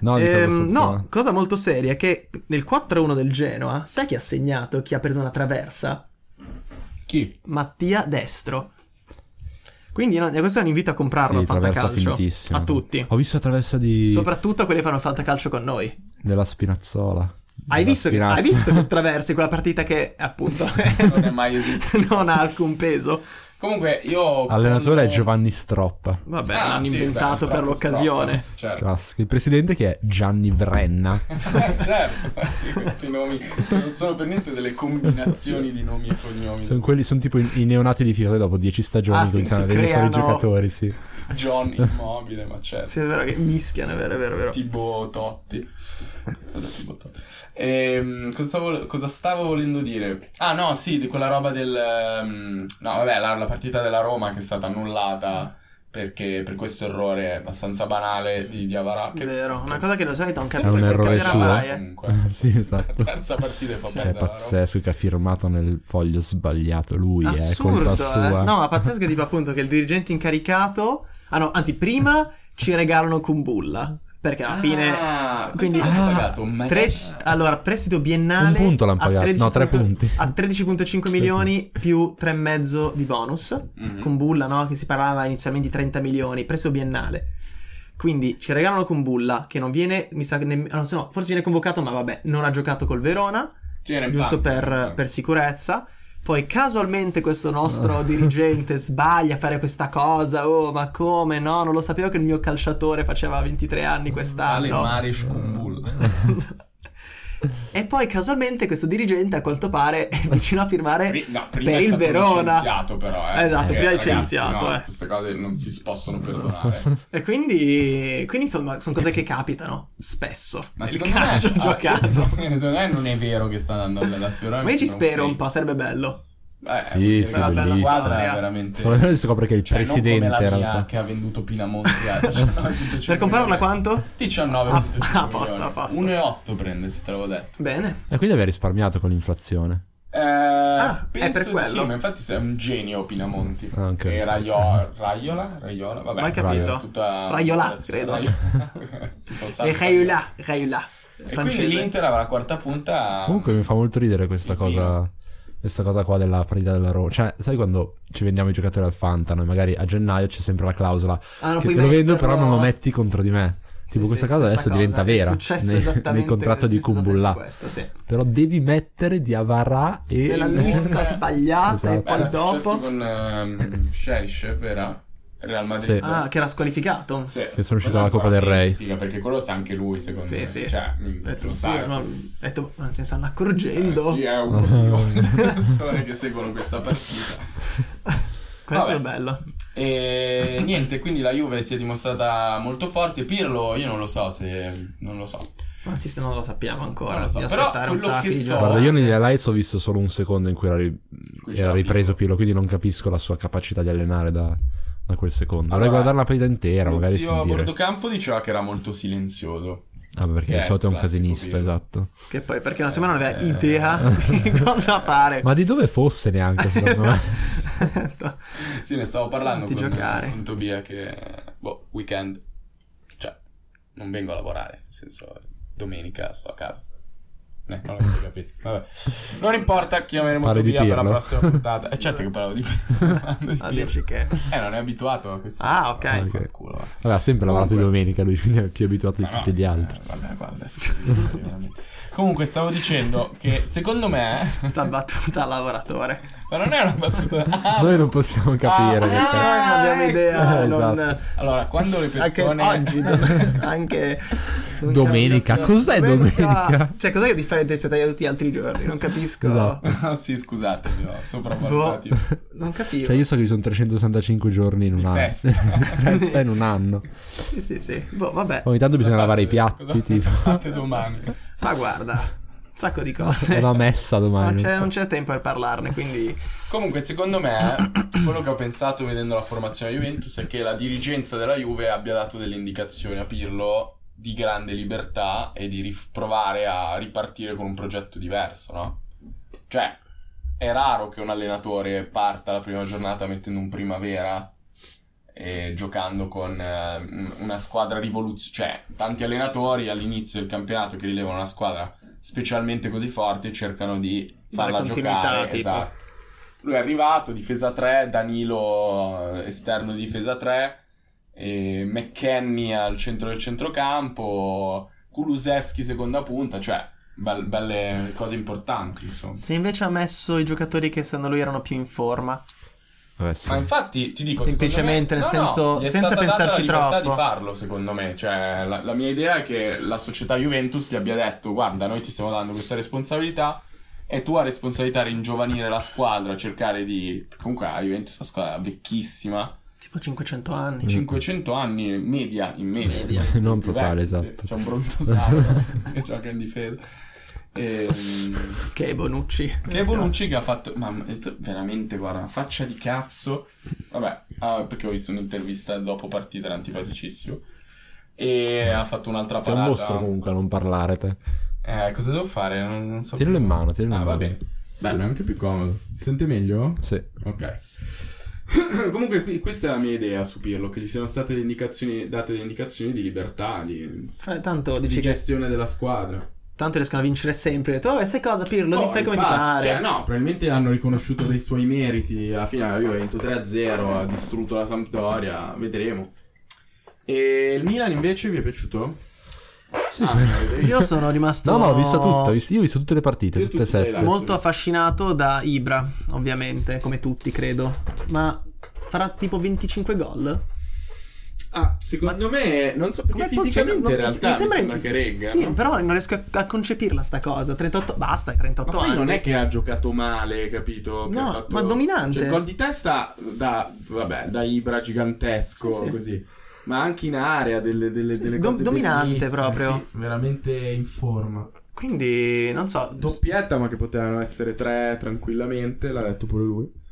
Speaker 1: No, dico
Speaker 3: Ehm,
Speaker 1: abbastanza-
Speaker 3: no, cosa molto seria è che nel 4-1 del Genoa, sai chi ha segnato? Chi ha preso una traversa?
Speaker 2: Chi?
Speaker 3: Mattia Destro. Quindi no, questo è un invito a comprarlo
Speaker 1: Sì,
Speaker 3: al
Speaker 1: traversa
Speaker 3: fantacalcio.
Speaker 1: finitissima.
Speaker 3: A tutti.
Speaker 1: Ho visto la traversa di...
Speaker 3: Soprattutto quelli che fanno il fantacalcio con noi.
Speaker 1: della Spinazzola.
Speaker 3: Hai
Speaker 1: Della
Speaker 3: visto, che,
Speaker 1: Spinazza.
Speaker 3: hai visto che traversi quella parttita che
Speaker 1: <laughs>
Speaker 3: appunto <laughs>
Speaker 2: Non è mai esistito.
Speaker 3: non ha alcun peso?
Speaker 2: Comunque, io.
Speaker 1: Allenatore è
Speaker 2: quando-
Speaker 1: Giovanni Stroppa.
Speaker 3: Vabbè,
Speaker 2: Ah,
Speaker 3: l'hanno
Speaker 2: sì,
Speaker 3: inventato
Speaker 2: beh,
Speaker 3: per
Speaker 2: troppo
Speaker 3: l'occasione.
Speaker 2: stroppo, Certo.
Speaker 1: Classico. Il presidente che è Gianni
Speaker 3: <laughs>
Speaker 1: Vrenna.
Speaker 2: <laughs> certo, sì, questi nomi non sono per niente delle combinazioni di nomi e cognomi.
Speaker 1: sono quelli, sono tipo i, i neonati di FIFA dopo 10 stagioni
Speaker 3: Ah, sì,
Speaker 1: che iniziano a
Speaker 3: si
Speaker 1: venire fuori i
Speaker 3: creano-
Speaker 1: giocatori, sì.
Speaker 2: John Immobile, ma certo.
Speaker 3: Sì, è vero che mischiano, è vero, è vero, è vero.
Speaker 2: Tipo Totti. Cosa Tibo Totti? Ehm, cosa, stavo, cosa stavo volendo dire? Ah no, sì, di quella roba del... ehm, no, vabbè, la, la partita della Roma che è stata annullata perché per questo errore abbastanza banale di Diavara. Che,
Speaker 3: Vero, una cosa che lo solito non
Speaker 1: È
Speaker 3: capirà
Speaker 1: un errore
Speaker 3: capirà
Speaker 1: suo.
Speaker 3: mai, eh.
Speaker 2: Comunque,
Speaker 1: <laughs> Sì, esatto.
Speaker 2: La terza partita e fa
Speaker 1: È
Speaker 2: perdere la Roma.
Speaker 1: pazzesco che ha firmato nel foglio sbagliato lui, è
Speaker 3: Assurdo,
Speaker 1: colpa
Speaker 3: eh.
Speaker 1: sua.
Speaker 3: no, ma pazzesco è tipo appunto che il dirigente incaricato, ah no, anzi prima ci regalano Kumbulla, perché alla fine
Speaker 2: Ah,
Speaker 3: quindi-
Speaker 2: quindi hanno
Speaker 1: Ah,
Speaker 2: pagato un mega-
Speaker 3: tre- allora prestito biennale
Speaker 1: Un punto l'hanno
Speaker 3: a
Speaker 1: pagato,
Speaker 3: 13
Speaker 1: no, tre
Speaker 3: punto-
Speaker 1: punti.
Speaker 3: a 13.5 milioni più 3,5 di bonus,
Speaker 2: Mhm.
Speaker 3: Kumbulla, no, che si parlava inizialmente di 30 milioni, prestito biennale. Quindi ci regalano Kumbulla che non viene, mi sa che nemm- no, se no, forse viene convocato, ma vabbè, non ha giocato col Verona.
Speaker 2: Sì, era in
Speaker 3: giusto
Speaker 2: panca,
Speaker 3: per,
Speaker 2: comunque.
Speaker 3: per sicurezza. Poi casualmente questo nostro dirigente <laughs> sbaglia a fare questa cosa. Oh, ma come? No, non lo sapevo che il mio calciatore faceva 23 anni
Speaker 2: Ale
Speaker 3: quest'anno.
Speaker 2: Maris Kumbul.
Speaker 3: <laughs> E poi casualmente questo dirigente a quanto pare <laughs> è vicino a firmare.
Speaker 2: No, prima
Speaker 3: Eh, Per
Speaker 2: è
Speaker 3: il
Speaker 2: stato
Speaker 3: Verona.
Speaker 2: licenziato però, eh.
Speaker 3: Esatto,
Speaker 2: Perché,
Speaker 3: prima è
Speaker 2: ragazzi,
Speaker 3: licenziato,
Speaker 2: no,
Speaker 3: eh.
Speaker 2: Queste cose non si
Speaker 3: <laughs>
Speaker 2: possono perdonare.
Speaker 3: E quindi, quindi insomma, sono cose che capitano spesso.
Speaker 2: Ma
Speaker 3: nel
Speaker 2: secondo
Speaker 3: calcio
Speaker 2: me,
Speaker 3: giocato.
Speaker 2: <laughs> Ah, secondo me non è vero che sta andando alla sfera.
Speaker 3: Ma io ci spero un po', sarebbe bello.
Speaker 2: Eh,
Speaker 1: Sì,
Speaker 2: perché
Speaker 1: sì,
Speaker 2: la
Speaker 1: bellissimo.
Speaker 2: squadra è
Speaker 3: Ah,
Speaker 1: <laughs>
Speaker 2: veramente
Speaker 1: Solo che si scopre che è il
Speaker 2: Cioè,
Speaker 1: presidente
Speaker 2: non come
Speaker 1: in
Speaker 2: la mia
Speaker 1: realtà.
Speaker 2: che ha venduto Pinamonti
Speaker 3: <laughs>
Speaker 2: a 19,5
Speaker 3: Per comprarla
Speaker 2: milioni.
Speaker 3: quanto?
Speaker 2: 19
Speaker 3: Ah, <laughs> a posto, a posto.
Speaker 2: 1,8 prende se te l'avevo detto
Speaker 3: Bene.
Speaker 1: E quindi aveva risparmiato con l'inflazione.
Speaker 2: eh,
Speaker 3: è
Speaker 2: penso
Speaker 3: per
Speaker 2: di
Speaker 3: quello?
Speaker 2: sì ma infatti sei un genio Pinamonti
Speaker 1: Ah, ok.
Speaker 2: e Raio- Raiola Raiola vabbè
Speaker 3: Mai capito.
Speaker 2: Raiola, tutta
Speaker 3: Raiola, credo. <laughs>
Speaker 2: Tipo
Speaker 3: E
Speaker 2: Santa-
Speaker 3: Raiula, Raiula.
Speaker 2: e quindi l'Inter aveva la quarta punta
Speaker 3: Ah.
Speaker 1: Comunque mi fa molto ridere questa
Speaker 2: Il
Speaker 1: cosa. Questa cosa qua della parità della Roma. Cioè, sai quando ci vendiamo i giocatori al Fantano e magari a gennaio c'è sempre la clausola
Speaker 3: Ah, non
Speaker 1: che
Speaker 3: puoi
Speaker 1: te lo vendo
Speaker 3: metterlo.
Speaker 1: però non lo metti contro di me. Tipo
Speaker 3: Sì,
Speaker 1: questa
Speaker 3: sì,
Speaker 1: cosa
Speaker 3: stessa
Speaker 1: adesso diventa
Speaker 3: cosa. È
Speaker 1: vera
Speaker 3: successo
Speaker 1: nel,
Speaker 3: esattamente
Speaker 1: nel contratto di
Speaker 3: questo, mi è stato detto
Speaker 1: Kumbulla.
Speaker 3: questo, sì.
Speaker 1: Però devi mettere di Avarà e...
Speaker 3: Nella lista
Speaker 2: Eh.
Speaker 3: sbagliata e
Speaker 1: Esatto.
Speaker 2: Beh, era
Speaker 3: poi
Speaker 2: successo
Speaker 3: dopo...
Speaker 2: con ehm, Sherishev era Real Madrid
Speaker 1: Sì.
Speaker 3: Ah, che era squalificato.
Speaker 2: Sì.
Speaker 1: Che sono uscito
Speaker 2: Quello
Speaker 1: dalla Coppa del
Speaker 2: ancora
Speaker 1: Re.
Speaker 2: Figa, perché quello sa anche lui, secondo
Speaker 3: Sì,
Speaker 2: me.
Speaker 3: sì.
Speaker 2: Cioè,
Speaker 3: Ho
Speaker 2: mh,
Speaker 3: detto,
Speaker 2: lo
Speaker 3: sì,
Speaker 2: sa.
Speaker 3: ma- ho
Speaker 2: sì.
Speaker 3: detto, ma se ne stanno
Speaker 2: Eh,
Speaker 3: accorgendo.
Speaker 2: sì, è
Speaker 1: <laughs>
Speaker 2: un milione di persone che seguono questa partita.
Speaker 3: Questo
Speaker 2: Vabbè.
Speaker 3: è bello.
Speaker 2: E niente, quindi la Juve si è dimostrata molto forte. Pirlo, io non lo so se... non lo so.
Speaker 3: Anzi, se non lo sappiamo ancora.
Speaker 2: Non lo so,
Speaker 3: Bisogna
Speaker 2: però
Speaker 3: aspettare un
Speaker 2: quello
Speaker 3: sacco
Speaker 2: che
Speaker 3: di
Speaker 2: so-
Speaker 3: giorni.
Speaker 1: Guarda, io negli highlights ho visto solo un secondo in cui era, ri-
Speaker 2: c'era
Speaker 1: era ripreso
Speaker 2: Pirlo.
Speaker 1: Pirlo, quindi non capisco la sua capacità di allenare da, da quel secondo. Dovrei
Speaker 2: Allora,
Speaker 1: guardare la partita intera,
Speaker 2: Lo
Speaker 1: magari
Speaker 2: zio a
Speaker 1: sentire.
Speaker 2: bordo campo diceva che era molto silenzioso.
Speaker 1: Ah, perché
Speaker 2: Eh,
Speaker 1: di solito è un
Speaker 2: classico
Speaker 1: casinista,
Speaker 2: Pirlo.
Speaker 1: esatto.
Speaker 3: Che poi, perché una settimana non aveva
Speaker 2: Eh.
Speaker 3: idea
Speaker 1: <laughs>
Speaker 3: di cosa fare.
Speaker 1: Ma di dove fosse
Speaker 3: <laughs>
Speaker 1: neanche, secondo me.
Speaker 2: Sì, ne stavo parlando
Speaker 3: Di
Speaker 2: con,
Speaker 3: giocare.
Speaker 2: con Tobia che... Boh, weekend. Cioè, non vengo a lavorare, nel senso, domenica sto a casa. Eh, non l'avete capito. Vabbè. Non importa, chiameremo
Speaker 1: Parli di
Speaker 2: Tobia per la
Speaker 1: Pirlo? Ah, <laughs>
Speaker 2: prossima puntata. È certo che parlavo di, parlando di
Speaker 3: A
Speaker 2: Pirlo.
Speaker 3: dirci che...
Speaker 2: Eh, non è abituato a questa
Speaker 3: Ah, ok.
Speaker 2: Ah, fa
Speaker 1: Ok.
Speaker 2: il culo. allora.
Speaker 1: Vabbè, ha sempre lavorato di
Speaker 2: Comunque-
Speaker 1: domenica lui, quindi è più abituato di
Speaker 2: Ma no,
Speaker 1: tutti gli altri.
Speaker 2: eh, vabbè, guarda, sì, sì, sì, veramente. Comunque stavo dicendo che secondo me... <laughs>
Speaker 3: Sta battuta al lavoratore.
Speaker 2: Ma non è una battuta... Ah,
Speaker 1: Noi non possiamo capire.
Speaker 2: Ah,
Speaker 1: perché-
Speaker 3: Noi non abbiamo
Speaker 2: ecco.
Speaker 3: idea.
Speaker 1: Eh,
Speaker 3: non-
Speaker 1: esatto.
Speaker 2: Allora, quando le
Speaker 3: Anche
Speaker 2: persone...
Speaker 3: oggi, non- <laughs> anche non
Speaker 1: Domenica,
Speaker 3: capisco.
Speaker 1: cos'è domenica?
Speaker 3: Cioè, cos'è che è differente rispetto agli tutti gli altri giorni? Non capisco.
Speaker 1: Esatto.
Speaker 2: <laughs> Ah, sì, scusatemi, ho
Speaker 3: Boh,
Speaker 2: sopravvalutati.
Speaker 3: non capivo.
Speaker 1: Cioè, io so che ci sono 365 giorni in un anno.
Speaker 2: festa.
Speaker 1: <laughs> Festa in un anno.
Speaker 3: Sì, sì, sì. Boh, vabbè.
Speaker 1: Ogni tanto bisogna lavare i
Speaker 2: Cosa fate-
Speaker 1: piatti.
Speaker 2: Cosa
Speaker 1: Tipo.
Speaker 2: fate domani?
Speaker 3: Ma guarda, un sacco di cose.
Speaker 1: È la messa
Speaker 3: Non
Speaker 1: domani.
Speaker 3: Ah, c'è,
Speaker 1: non
Speaker 3: non c'è tempo per parlarne, quindi
Speaker 2: Comunque, secondo me, quello che ho pensato vedendo la formazione Juventus è che la dirigenza della Juve abbia dato delle indicazioni a Pirlo di grande libertà e di rif- provare a ripartire con un progetto diverso, no? Cioè, è raro che un allenatore parta la prima giornata mettendo un primavera e giocando con eh, un- una squadra rivoluzionaria. Cioè, tanti allenatori all'inizio del campionato che rilevano una squadra specialmente così forte cercano di
Speaker 3: Dare
Speaker 2: farla
Speaker 3: continuità,
Speaker 2: giocare.
Speaker 3: tipo.
Speaker 2: Esatto. Lui è arrivato, difesa 3, Danilo eh, esterno di difesa 3, e McKenny al centro del centrocampo, Kulusevski seconda punta, cioè bel- belle cose importanti insomma.
Speaker 3: se invece ha messo i giocatori che secondo lui erano più in forma,
Speaker 1: Vabbè, sì.
Speaker 2: Ma infatti ti dico
Speaker 3: Semplicemente,
Speaker 2: secondo me-
Speaker 3: nel
Speaker 2: no,
Speaker 3: senso,
Speaker 2: no, gli è
Speaker 3: senza
Speaker 2: stata data
Speaker 3: pensarci
Speaker 2: la libertà
Speaker 3: troppo.
Speaker 2: di farlo, secondo me. Cioè, la, la mia idea è che la società Juventus gli abbia detto: guarda, noi ti stiamo dando questa responsabilità. È tua responsabilità ringiovanire la squadra, cercare di. Comunque, la Juventus è una squadra vecchissima,
Speaker 3: tipo 500 anni.
Speaker 2: 500 anni media, in media.
Speaker 1: Non
Speaker 2: Più
Speaker 1: totale,
Speaker 2: vecchi, sì.
Speaker 1: esatto.
Speaker 2: C'è un brontosaurio
Speaker 1: <laughs>
Speaker 2: che gioca in difesa. Ehm
Speaker 3: Che Bonucci. Esatto.
Speaker 2: che Bonucci che ha fatto. Ma veramente, guarda, una faccia di cazzo. Vabbè, ah, perché ho visto un'intervista dopo partita, era antipaticissimo. E ha fatto un'altra
Speaker 1: Sei un
Speaker 2: parata.
Speaker 1: mostro comunque a non parlare te.
Speaker 2: Eh, cosa devo fare? Non, non so.
Speaker 1: Tienilo
Speaker 2: più.
Speaker 1: in mano, tienilo in
Speaker 2: Ah, va
Speaker 1: mano.
Speaker 2: bene. Bello, è anche più comodo. Si sente meglio?
Speaker 1: Sì.
Speaker 2: Ok. <coughs> Comunque, qui- questa è la mia idea su Pirlo: che ci siano state le indicazioni, date le indicazioni di libertà, di,
Speaker 3: Fra- Tanto
Speaker 2: di
Speaker 3: dici che
Speaker 2: gestione della squadra.
Speaker 3: tanto riescono a vincere sempre. Ho detto, vabbè, sai cosa, Pirlo,
Speaker 2: Oh,
Speaker 3: li fai come ti
Speaker 2: infatti,
Speaker 3: pare.
Speaker 2: Cioè, no, probabilmente hanno riconosciuto dei suoi meriti. Alla fine la Juve ha vinto 3-0, ha distrutto la Sampdoria. Vedremo. E il Milan invece vi è piaciuto?
Speaker 1: Sì.
Speaker 2: Ah, vedete.
Speaker 3: Io sono rimasto
Speaker 1: No, no, ho visto tutto. ho visto- Io ho visto tutte le partite,
Speaker 2: Io
Speaker 1: tutte e
Speaker 2: tutte le
Speaker 1: sette.
Speaker 2: live.
Speaker 3: molto affascinato da Ibra, ovviamente, come tutti, credo. Ma farà tipo 25 gol?
Speaker 2: Ah, secondo me, non so perché
Speaker 3: Come
Speaker 2: fisicamente
Speaker 3: Poggio-
Speaker 2: in
Speaker 3: no,
Speaker 2: realtà mi sembra, che regga.
Speaker 3: Sì,
Speaker 2: no?
Speaker 3: però non riesco a, a concepirla sta cosa. 38 basta, è
Speaker 2: Ma
Speaker 3: 38
Speaker 2: poi
Speaker 3: anni.
Speaker 2: non è che ha giocato male, capito? Che
Speaker 3: No,
Speaker 2: ha fatto-
Speaker 3: ma dominante.
Speaker 2: Cioè, il gol di testa da, vabbè, da Ibra gigantesco,
Speaker 3: Sì, sì.
Speaker 2: così. Ma anche in area delle, delle,
Speaker 3: Sì,
Speaker 2: delle
Speaker 3: dom-
Speaker 2: cose
Speaker 3: dominante
Speaker 2: bellissime,
Speaker 3: proprio.
Speaker 2: sì, veramente in forma.
Speaker 3: Quindi non so,
Speaker 2: Doppietta, ma che potevano essere tre tranquillamente, l'ha detto pure lui.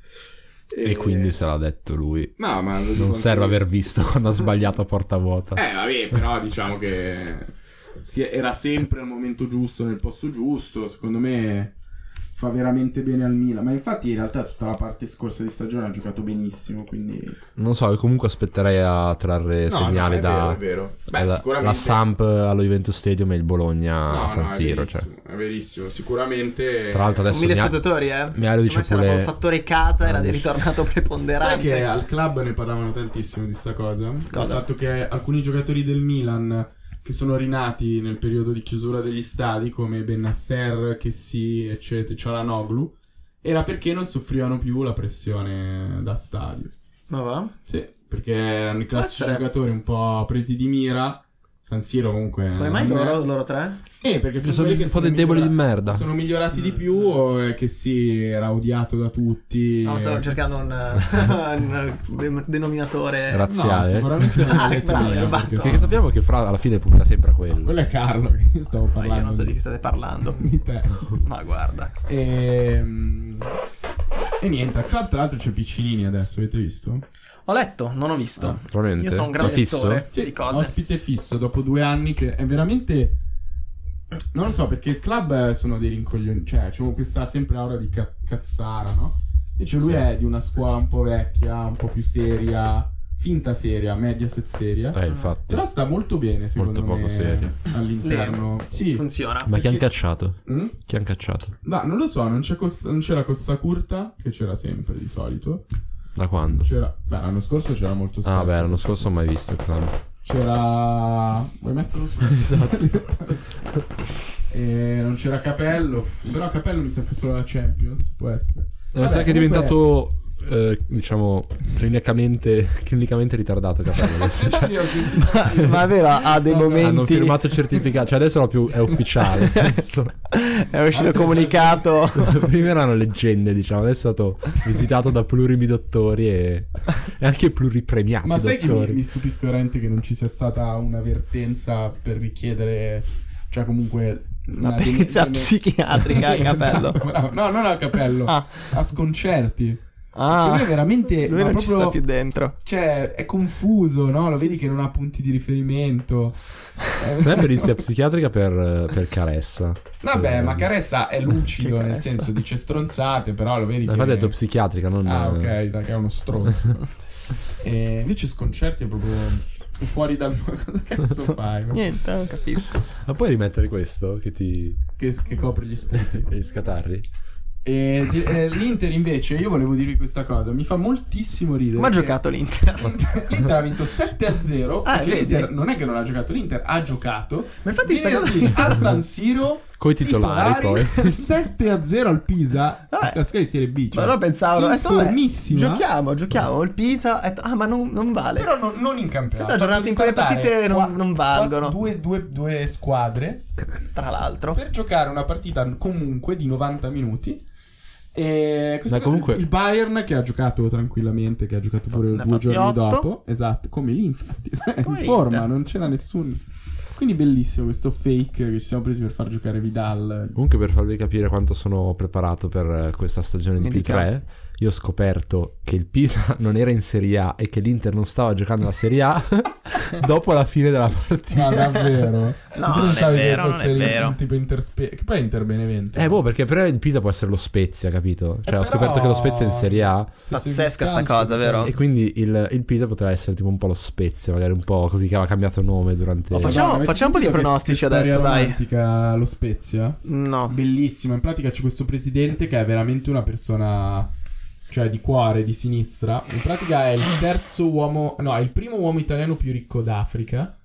Speaker 1: E quindi se l'ha detto lui.
Speaker 2: No, ma...
Speaker 1: Non serve aver visto <laughs> quando ha sbagliato a porta vuota.
Speaker 2: Eh, vabbè, però diciamo che si- era sempre al momento giusto, nel posto giusto. Secondo me fa veramente bene al Milan. Ma infatti, in realtà, tutta la parte scorsa di stagione ha giocato benissimo. Quindi,
Speaker 1: Non so, io comunque aspetterei a trarre Eh, segnali da.
Speaker 2: vero.
Speaker 1: la, la Samp allo Juventus Stadium e il Bologna
Speaker 2: no,
Speaker 1: a San
Speaker 2: no, è
Speaker 1: Siro. Cioè.
Speaker 2: verissimo, È verissimo. Sicuramente.
Speaker 1: Tra l'altro
Speaker 3: con
Speaker 1: adesso
Speaker 3: mille
Speaker 1: mi ha-
Speaker 3: spettatori, eh.
Speaker 1: mi ha- lo dice
Speaker 3: Secondo me c'era
Speaker 1: pure-
Speaker 3: un fattore casa era
Speaker 1: Ah, dice-
Speaker 3: ritornato
Speaker 2: Sai
Speaker 3: preponderante.
Speaker 2: che al club ne parlavano tantissimo di sta cosa? Il
Speaker 3: Cosa?
Speaker 2: fatto che alcuni giocatori del Milan che sono rinati nel periodo di chiusura degli stadi, come Benasser, Chessi, eccetera, Cialanoglu, era perché non soffrivano più la pressione da stadio.
Speaker 3: Ma va?
Speaker 2: Sì, perché erano i classici
Speaker 3: Può essere.
Speaker 2: giocatori un po' presi di mira. San Siro comunque...
Speaker 3: Come mai
Speaker 2: non è-
Speaker 3: loro, loro tre?
Speaker 2: Eh, perché sono,
Speaker 1: Sono
Speaker 2: quelli
Speaker 1: un
Speaker 2: che
Speaker 1: po' dei deboli di merda.
Speaker 2: Sono migliorati
Speaker 3: Mm.
Speaker 2: di più o è che sì, era odiato da tutti.
Speaker 3: No, stavo
Speaker 2: Eh,
Speaker 3: cercando un, un de- denominatore.
Speaker 1: razziale.
Speaker 2: No, sicuramente non
Speaker 3: Ah,
Speaker 2: l'ho detto
Speaker 3: bravo,
Speaker 2: io,
Speaker 3: bravo.
Speaker 2: perché-
Speaker 1: Sì, che sappiamo che Fra alla fine punta sempre a quello.
Speaker 2: Quello è Carlo, che io stavo
Speaker 3: Ma
Speaker 2: parlando.
Speaker 3: io non so di chi state parlando.
Speaker 2: di te.
Speaker 3: Ma guarda.
Speaker 2: Ehm, E, niente, al club tra l'altro c'è Piccinini adesso, avete visto?
Speaker 3: Ho letto, non ho visto.
Speaker 2: Ah,
Speaker 1: Veramente?
Speaker 3: Io sono un grande
Speaker 1: Sei fisso?
Speaker 3: lettore. Di cose.
Speaker 2: ospite fisso dopo due anni che è veramente... Non lo so, perché il club eh, sono dei rincoglioni, cioè c'è questa sempre aura di ca- cazzara, no? Invece lui è di una scuola un po' vecchia, un po' più seria, finta seria, media set seria.
Speaker 1: Eh, infatti.
Speaker 2: Però sta molto bene, secondo
Speaker 1: Molto poco
Speaker 2: me.
Speaker 1: serio.
Speaker 2: All'interno. Sì.
Speaker 3: Funziona.
Speaker 1: Ma chi hanno cacciato?
Speaker 2: Mm?
Speaker 1: Chi hanno cacciato?
Speaker 2: Ma non lo so, non, c'è Costa- non c'era Costa Curta, che c'era sempre di solito.
Speaker 1: Da quando?
Speaker 2: C'era. Beh, l'anno scorso c'era molto spesso.
Speaker 1: Ah, beh, l'anno scorso non ho mai visto il <laughs> clan.
Speaker 2: C'era. Vuoi metterlo su?
Speaker 1: Esatto. Eh,
Speaker 2: e non c'era Capello. Però Capello mi sa fosse solo la Champions. Può essere.
Speaker 1: Mi sa
Speaker 2: Vabbè,
Speaker 1: che è
Speaker 2: comunque-
Speaker 1: diventato, eh, diciamo, clinicamente, <laughs> clinicamente ritardato Capello. adesso, cioè,
Speaker 2: Sì, ho sentito dire.
Speaker 3: Ma è vero, <laughs> ha dei
Speaker 2: Sta-
Speaker 3: momenti-
Speaker 1: hanno <laughs> firmato il certificato, cioè adesso è più, è <laughs> ufficiale. Esatto.
Speaker 3: È uscito comunicato. <laughs>
Speaker 1: Prima erano leggende, diciamo, adesso è stato visitato da plurimidottori e, e anche pluripremiati
Speaker 2: Ma sai che mi,
Speaker 1: dottori.
Speaker 2: mi stupisco veramente che non ci sia stata un'avvertenza per richiedere. Cioè, comunque.
Speaker 3: Ma
Speaker 2: una
Speaker 3: perché c'è la
Speaker 2: diminuzione-
Speaker 3: psichiatrica a capello?
Speaker 2: <laughs> Esatto, bravo. no, non a capello,
Speaker 3: Ah.
Speaker 2: a sconcerti.
Speaker 3: Ah,
Speaker 2: Lui è veramente.
Speaker 3: lui
Speaker 2: ma
Speaker 3: non ci
Speaker 2: proprio,
Speaker 3: sta più dentro.
Speaker 2: Cioè, è confuso, no? Lo vedi che non ha punti di riferimento.
Speaker 1: Se non è perizia psichiatrica per, per caressa.
Speaker 2: Vabbè,
Speaker 1: Eh,
Speaker 2: ma Caressa
Speaker 3: <laughs>
Speaker 2: è lucido,
Speaker 3: Che
Speaker 2: nel
Speaker 3: Caressa?
Speaker 2: senso dice stronzate, però lo
Speaker 1: Ma
Speaker 2: vedi che...
Speaker 1: infatti ha detto psichiatrica, non... eh,
Speaker 2: Ah, ok, dai, che è uno stronzo. e invece sconcerti è proprio fuori dal... <laughs> Cosa cazzo fai? no?
Speaker 3: Niente, non capisco.
Speaker 1: Ma puoi rimettere questo che ti...
Speaker 2: Che, che copre
Speaker 1: <laughs>
Speaker 2: gli spunti.
Speaker 1: che gli scatarri?
Speaker 2: E di- eh, l'Inter invece, io volevo dirvi questa cosa, mi fa moltissimo ridere.
Speaker 3: Ma ha
Speaker 2: che
Speaker 3: giocato l'Inter.
Speaker 2: L'Inter ha vinto 7-0.
Speaker 3: Ah,
Speaker 2: perché
Speaker 3: vedi?
Speaker 2: l'Inter non è che non ha giocato, l'Inter ha giocato.
Speaker 3: Ma infatti sta
Speaker 2: Venerdì
Speaker 3: cosa-
Speaker 2: a San Siro
Speaker 1: Coi titolari, poi.
Speaker 2: <laughs> 7-0 al Pisa.
Speaker 3: Eh.
Speaker 2: La scheda di Serie B.
Speaker 3: Ma
Speaker 2: cioè.
Speaker 3: <laughs> allora pensavo, eh, vabbè,
Speaker 2: Informissima.
Speaker 3: giochiamo, giochiamo. Il Pisa, eh, ah, ma non, non vale.
Speaker 2: Però non, non in campionato.
Speaker 3: Questa giornata Esatto, in cui le partite non- non valgono.
Speaker 2: Due, due- due squadre
Speaker 3: Tra l'altro,
Speaker 2: per giocare una partita comunque di 90 minuti. E questo
Speaker 1: Ma comunque-
Speaker 2: il Bayern che ha giocato tranquillamente, che ha giocato pure
Speaker 3: Ne ha
Speaker 2: due
Speaker 3: fatti
Speaker 2: giorni
Speaker 3: otto.
Speaker 2: dopo. Esatto, come lì infatti. <laughs> in
Speaker 3: Come
Speaker 2: forma,
Speaker 3: Inter.
Speaker 2: non c'era nessuno. Quindi bellissimo questo fake che ci siamo presi per far giocare Vidal.
Speaker 1: Comunque per farvi capire quanto sono preparato per eh, questa stagione di
Speaker 3: Indica.
Speaker 1: P3, io ho scoperto che il Pisa <laughs> non era in Serie A e che l'Inter non stava giocando la Serie <laughs> A dopo la fine della partita.
Speaker 2: Ma davvero?
Speaker 1: <laughs>
Speaker 3: No, non è
Speaker 2: pensavi che
Speaker 3: vero, non è
Speaker 2: fosse il-
Speaker 3: vero.
Speaker 2: Tipo Interspe- che poi è Inter Benevento.
Speaker 1: Eh, boh, perché per me il Pisa può essere lo Spezia, capito? Cioè,
Speaker 2: Eh,
Speaker 1: ho scoperto
Speaker 2: però-
Speaker 1: che lo Spezia è in Serie A
Speaker 2: Se segui il
Speaker 3: Pazzesca sta
Speaker 2: calcio, cioè,
Speaker 3: cosa,
Speaker 2: sai-
Speaker 3: vero?
Speaker 1: e quindi il, il Pisa poteva essere tipo un po' lo Spezia, magari un po' così che aveva cambiato nome durante...
Speaker 3: Ho fatto- Facciamo-
Speaker 2: Madonna, avete
Speaker 3: facciamo un po' di
Speaker 2: sentito che-
Speaker 3: pronostici
Speaker 2: che storia
Speaker 3: adesso, dai.
Speaker 2: romantica lo Spezia?
Speaker 3: no.
Speaker 2: Bellissima, in pratica c'è questo presidente che è veramente una persona cioè di cuore, di sinistra. In pratica è il terzo uomo, no, è il primo uomo italiano più ricco d'Africa,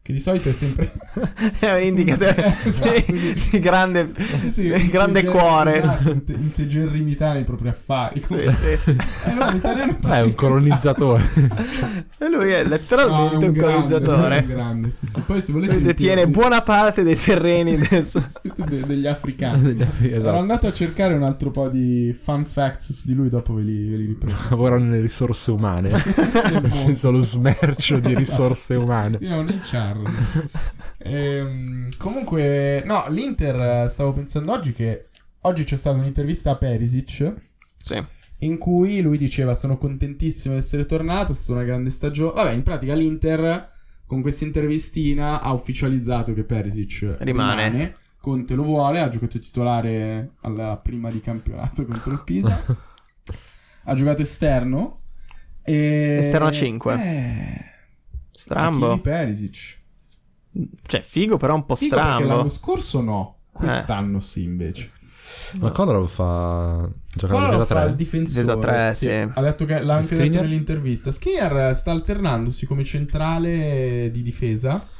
Speaker 2: che di solito è sempre
Speaker 3: <laughs> È un
Speaker 2: <laughs>
Speaker 3: indicatore
Speaker 2: Esatto.
Speaker 3: di, di grande,
Speaker 2: Sì, sì,
Speaker 3: di grande
Speaker 2: integer-
Speaker 3: cuore.
Speaker 2: esatto, inte- integerrimità nei propri affari.
Speaker 3: Sì, sì.
Speaker 2: È un italiano più
Speaker 1: Eh, <laughs> è un
Speaker 2: ricco.
Speaker 1: colonizzatore.
Speaker 3: E lui è
Speaker 2: <laughs> No, è
Speaker 3: letteralmente
Speaker 2: grande,
Speaker 3: un,
Speaker 2: è un
Speaker 3: colonizzatore.
Speaker 2: grande, sì, sì. Poi se volete
Speaker 3: Lui detiene
Speaker 2: sentire-
Speaker 3: buona parte dei terreni del suo-
Speaker 2: <laughs> de- degli africani. Sono
Speaker 1: <laughs> esatto.
Speaker 2: andato a cercare un altro po' di fun facts su di lui, dopo ve li, ve li
Speaker 1: <laughs>
Speaker 2: riprendo.
Speaker 1: Lavorano nelle risorse umane, nel senso lo smercio di <laughs> risorse umane.
Speaker 2: Sì, è un Charles. Ehm, comunque, no, l'Inter, eh, stavo pensando oggi che oggi c'è stata un'intervista a Perisic
Speaker 3: Sì.
Speaker 2: in cui lui diceva sono contentissimo di essere tornato, è stata una grande stagione. Vabbè, in pratica l'Inter con questa intervistina ha ufficializzato che Perisic
Speaker 3: Rimane.
Speaker 2: Conte lo vuole, ha giocato titolare alla prima di campionato contro il
Speaker 3: <laughs>
Speaker 2: Pisa. ha giocato esterno. E...
Speaker 3: Esterno a cinque.
Speaker 2: Eh, Achille
Speaker 3: Strambo.
Speaker 2: Perisic.
Speaker 3: Cioè, figo, però un po'
Speaker 2: Dico perché l'anno
Speaker 3: strambo. Eh.
Speaker 2: scorso no, quest'anno sì invece.
Speaker 1: Ma Kolarov fa giocare
Speaker 2: Allora
Speaker 1: in difesa
Speaker 2: lo fa il
Speaker 1: 3.
Speaker 2: difensore.
Speaker 3: Difesa tre, sì.
Speaker 2: Ha detto che l'ha anche detto
Speaker 1: Skriniar?
Speaker 2: nell'intervista. Skinner sta alternandosi come centrale di difesa,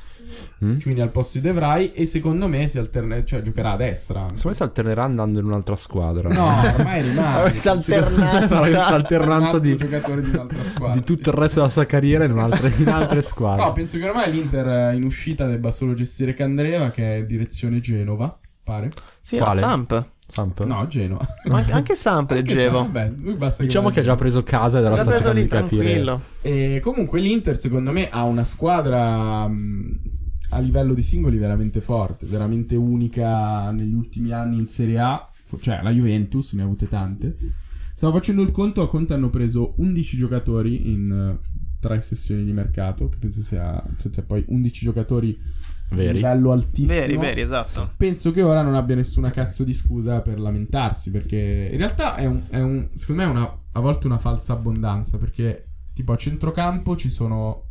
Speaker 1: Mm?
Speaker 2: quindi al posto di De Vrij e secondo me si alterne- cioè giocherà a destra. anche.
Speaker 1: Secondo me si alternerà andando in un'altra squadra. <laughs>
Speaker 2: No, ormai
Speaker 1: Ah,
Speaker 3: Ha
Speaker 2: rimane
Speaker 3: <laughs> questa
Speaker 1: Secondo me <laughs> farà questa
Speaker 3: alternanza.
Speaker 1: alternanza
Speaker 2: un
Speaker 1: di,
Speaker 2: giocatore di
Speaker 3: <laughs>
Speaker 2: un'altra squadra.
Speaker 1: di tutto il resto della sua carriera in, un'altra- in altre squadre.
Speaker 2: No, penso che ormai l'Inter eh, in uscita debba solo gestire Candreva che è direzione Genova, pare.
Speaker 3: Sì, era
Speaker 1: Quale? <laughs>
Speaker 3: Samp.
Speaker 1: Samp?
Speaker 2: No, Genova. <laughs>
Speaker 3: Ma Anche, anche Samp leggevo.
Speaker 2: Vabbè, lui basta
Speaker 1: Diciamo che ha già preso casa ed era
Speaker 3: L'ha
Speaker 1: sta
Speaker 3: preso
Speaker 1: cercando
Speaker 3: lì
Speaker 1: di capire.
Speaker 3: tranquillo.
Speaker 2: E comunque l'Inter, secondo me, ha una squadra mh, a livello di singoli veramente forte, veramente unica negli ultimi anni in Serie A, Fo- cioè la Juventus ne ha avute tante. Stavo facendo il conto, a Conte hanno preso 11 giocatori in eh, tre sessioni di mercato, che penso sia, cioè, cioè, poi 11 giocatori di
Speaker 1: Veri.
Speaker 2: livello altissimo.
Speaker 3: Veri, veri, esatto.
Speaker 2: Penso che ora non abbia nessuna cazzo di scusa per lamentarsi, perché in realtà è un, è un- secondo me è una, a volte una falsa abbondanza, perché tipo a centrocampo ci sono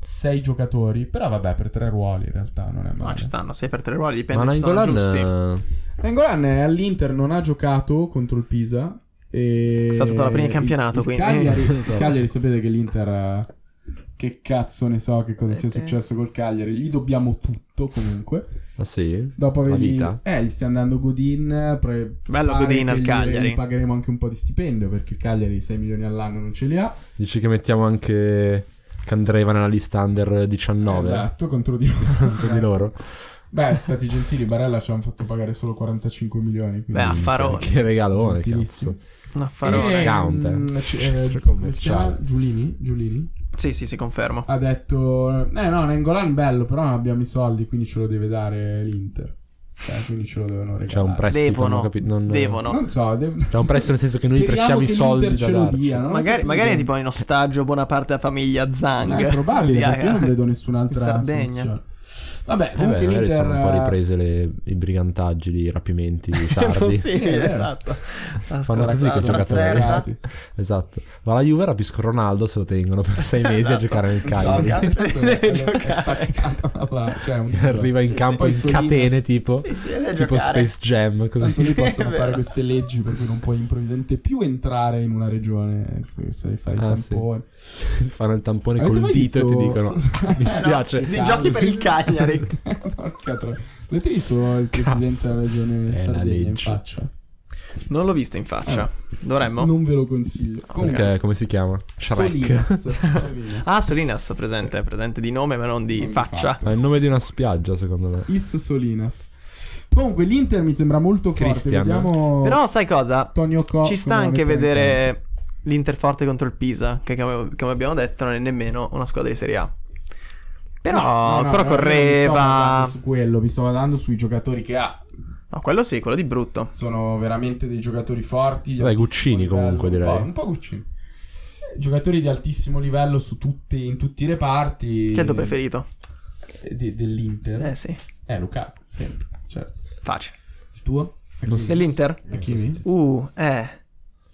Speaker 2: sei giocatori, però vabbè per tre ruoli in realtà non è male.
Speaker 3: No, ci stanno 6 per 3 ruoli,
Speaker 1: Ma
Speaker 3: dipende se sono giusti.
Speaker 1: Nangolan...
Speaker 2: Nangolan eh, all'Inter non ha giocato contro il Pisa E...
Speaker 3: È stato tra la prima in
Speaker 2: il-
Speaker 3: campionato,
Speaker 2: il
Speaker 3: quindi. <laughs>
Speaker 2: Cagliari, il Cagliari, sapete che l'Inter... eh, Che cazzo ne so che cosa sia
Speaker 3: Sette.
Speaker 2: successo col Cagliari. Gli dobbiamo tutto comunque.
Speaker 1: Ah sì?
Speaker 2: Dopo
Speaker 1: La
Speaker 2: avergli...
Speaker 1: vita?
Speaker 2: Eh, gli sta andando Godin. Pre...
Speaker 3: Bello
Speaker 2: pare
Speaker 3: Godin
Speaker 2: che
Speaker 3: al
Speaker 2: gli-
Speaker 3: Cagliari.
Speaker 2: gli pagheremo anche un po' di stipendio perché il Cagliari 6 milioni all'anno non ce li ha.
Speaker 1: Dici che mettiamo anche Candreva nella lista under 19
Speaker 2: Esatto, contro di
Speaker 1: di loro.
Speaker 2: Beh, stati gentili, Barella ci hanno fatto pagare solo 45 milioni. Quindi...
Speaker 3: Beh, a Farone.
Speaker 1: Che regalone,
Speaker 2: Gentilissimo.
Speaker 1: cazzo.
Speaker 3: Una
Speaker 1: Farone.
Speaker 2: E,
Speaker 1: Discount, eh.
Speaker 2: mm, c- eh,
Speaker 1: Cioè,
Speaker 2: come si
Speaker 1: commerciale.
Speaker 2: chiama? Giulini, Giulini
Speaker 3: Sì, sì, sì, confermo.
Speaker 2: ha detto: Eh no, Nengolan bello, però non abbiamo i soldi, quindi ce lo deve dare l'Inter. Cioè, quindi ce lo devono regalare.
Speaker 1: C'è un prestito,
Speaker 3: Devono.
Speaker 1: non ho capi- non-
Speaker 3: Devono.
Speaker 2: Non so, de-
Speaker 1: C'è un prestito nel senso che noi
Speaker 2: speriamo
Speaker 1: prestiamo i
Speaker 2: che
Speaker 1: soldi
Speaker 2: l'Inter
Speaker 1: già
Speaker 2: ce lo
Speaker 1: darci.
Speaker 2: dia, non ho
Speaker 3: Magari,
Speaker 2: capito.
Speaker 3: magari è tipo in ostaggio buona parte della famiglia Zang.
Speaker 2: Ma
Speaker 3: <laughs>
Speaker 2: è probabile,
Speaker 3: Di
Speaker 2: perché io non
Speaker 3: Aga.
Speaker 2: vedo nessun'altra
Speaker 3: In Sardegna.
Speaker 2: soluzione. Vabbè,
Speaker 1: Eh beh,
Speaker 2: comunque
Speaker 1: magari
Speaker 2: l'Inter
Speaker 1: sono un po'
Speaker 2: eh, <laughs>
Speaker 1: riprese le- i brigantaggi, i rapimenti, i
Speaker 3: È
Speaker 1: sardi.
Speaker 2: Sì, è
Speaker 3: possibile,
Speaker 2: vero.
Speaker 3: esatto. La
Speaker 1: Fanno eh. così
Speaker 3: scorsa
Speaker 1: con i giocatori.
Speaker 3: trasferta.
Speaker 2: Sì.
Speaker 1: Esatto. Ma la Juve rapiscono Ronaldo se lo tengono per sei
Speaker 2: <laughs>
Speaker 1: mesi a
Speaker 2: Esatto.
Speaker 1: giocare nel Cagliari.
Speaker 3: Gioca.
Speaker 1: <laughs>
Speaker 3: <laughs> Deve
Speaker 2: eh, È
Speaker 3: giocare.
Speaker 2: staccata dalla- cioè, un-
Speaker 1: Arriva in campo
Speaker 2: Poi
Speaker 1: in
Speaker 2: Solinas-
Speaker 1: catene tipo,
Speaker 3: Sì, sì, deve
Speaker 1: tipo
Speaker 3: giocare.
Speaker 1: Space Jam. Così.
Speaker 2: Tanto lì possono
Speaker 3: Sì, <laughs> è
Speaker 2: fare
Speaker 3: vero.
Speaker 2: queste leggi per cui non puoi improvvisamente più entrare in una regione, eh, sai fare il
Speaker 1: Ah, sì.
Speaker 2: tampone.
Speaker 1: <laughs> Fanno il tampone
Speaker 2: Avete
Speaker 1: col
Speaker 2: mai
Speaker 1: dito e ti
Speaker 2: visto-
Speaker 1: dicono: Mi spiace.
Speaker 3: Di giochi per il Cagliari.
Speaker 2: <laughs> Porca troia. Avete visto il
Speaker 1: Cazzo.
Speaker 2: presidente della regione
Speaker 1: È la
Speaker 2: Sardegna in
Speaker 1: legge.
Speaker 2: faccia?
Speaker 3: Non l'ho visto in
Speaker 1: Ah.
Speaker 3: faccia. Dovremmo.
Speaker 2: Non ve lo consiglio. Comunque,
Speaker 1: Perché, come si chiama? Shrek. <laughs>
Speaker 2: Solinas. Solinas.
Speaker 3: Ah, Solinas presente, presente di nome ma non di
Speaker 2: Non di
Speaker 3: faccia.
Speaker 2: faccia.
Speaker 1: Ha il nome di una spiaggia, secondo me.
Speaker 2: Is Solinas. Comunque l'Inter mi sembra molto forte.
Speaker 1: Christian.
Speaker 2: Vediamo
Speaker 3: Però sai cosa?
Speaker 2: Antonio Co
Speaker 3: Ci sta
Speaker 2: come la
Speaker 3: anche
Speaker 2: mette in campo.
Speaker 3: vedere l'Interforte contro il Pisa, che come, come abbiamo detto non è nemmeno una squadra di Serie A. Però,
Speaker 2: No, no, no,
Speaker 3: però
Speaker 2: no, io Mi sto
Speaker 3: correva...
Speaker 2: basando su quello, mi sto basando sui giocatori che ha.
Speaker 3: No, quello sì, quello di brutto.
Speaker 2: Sono veramente dei giocatori forti. di
Speaker 1: Beh,
Speaker 2: altissimo
Speaker 1: Guccini comunque,
Speaker 2: un po'-
Speaker 1: direi.
Speaker 2: Un po' Guccini. Giocatori di altissimo livello su tutti, in tutti i reparti.
Speaker 3: Chi è il tuo preferito?
Speaker 2: De- dell'Inter.
Speaker 3: Eh sì,
Speaker 2: Eh, Luca, sempre. Certo.
Speaker 3: facile.
Speaker 2: Il tuo?
Speaker 3: Dell'Inter?
Speaker 2: Hakimi?
Speaker 3: Uh, eh.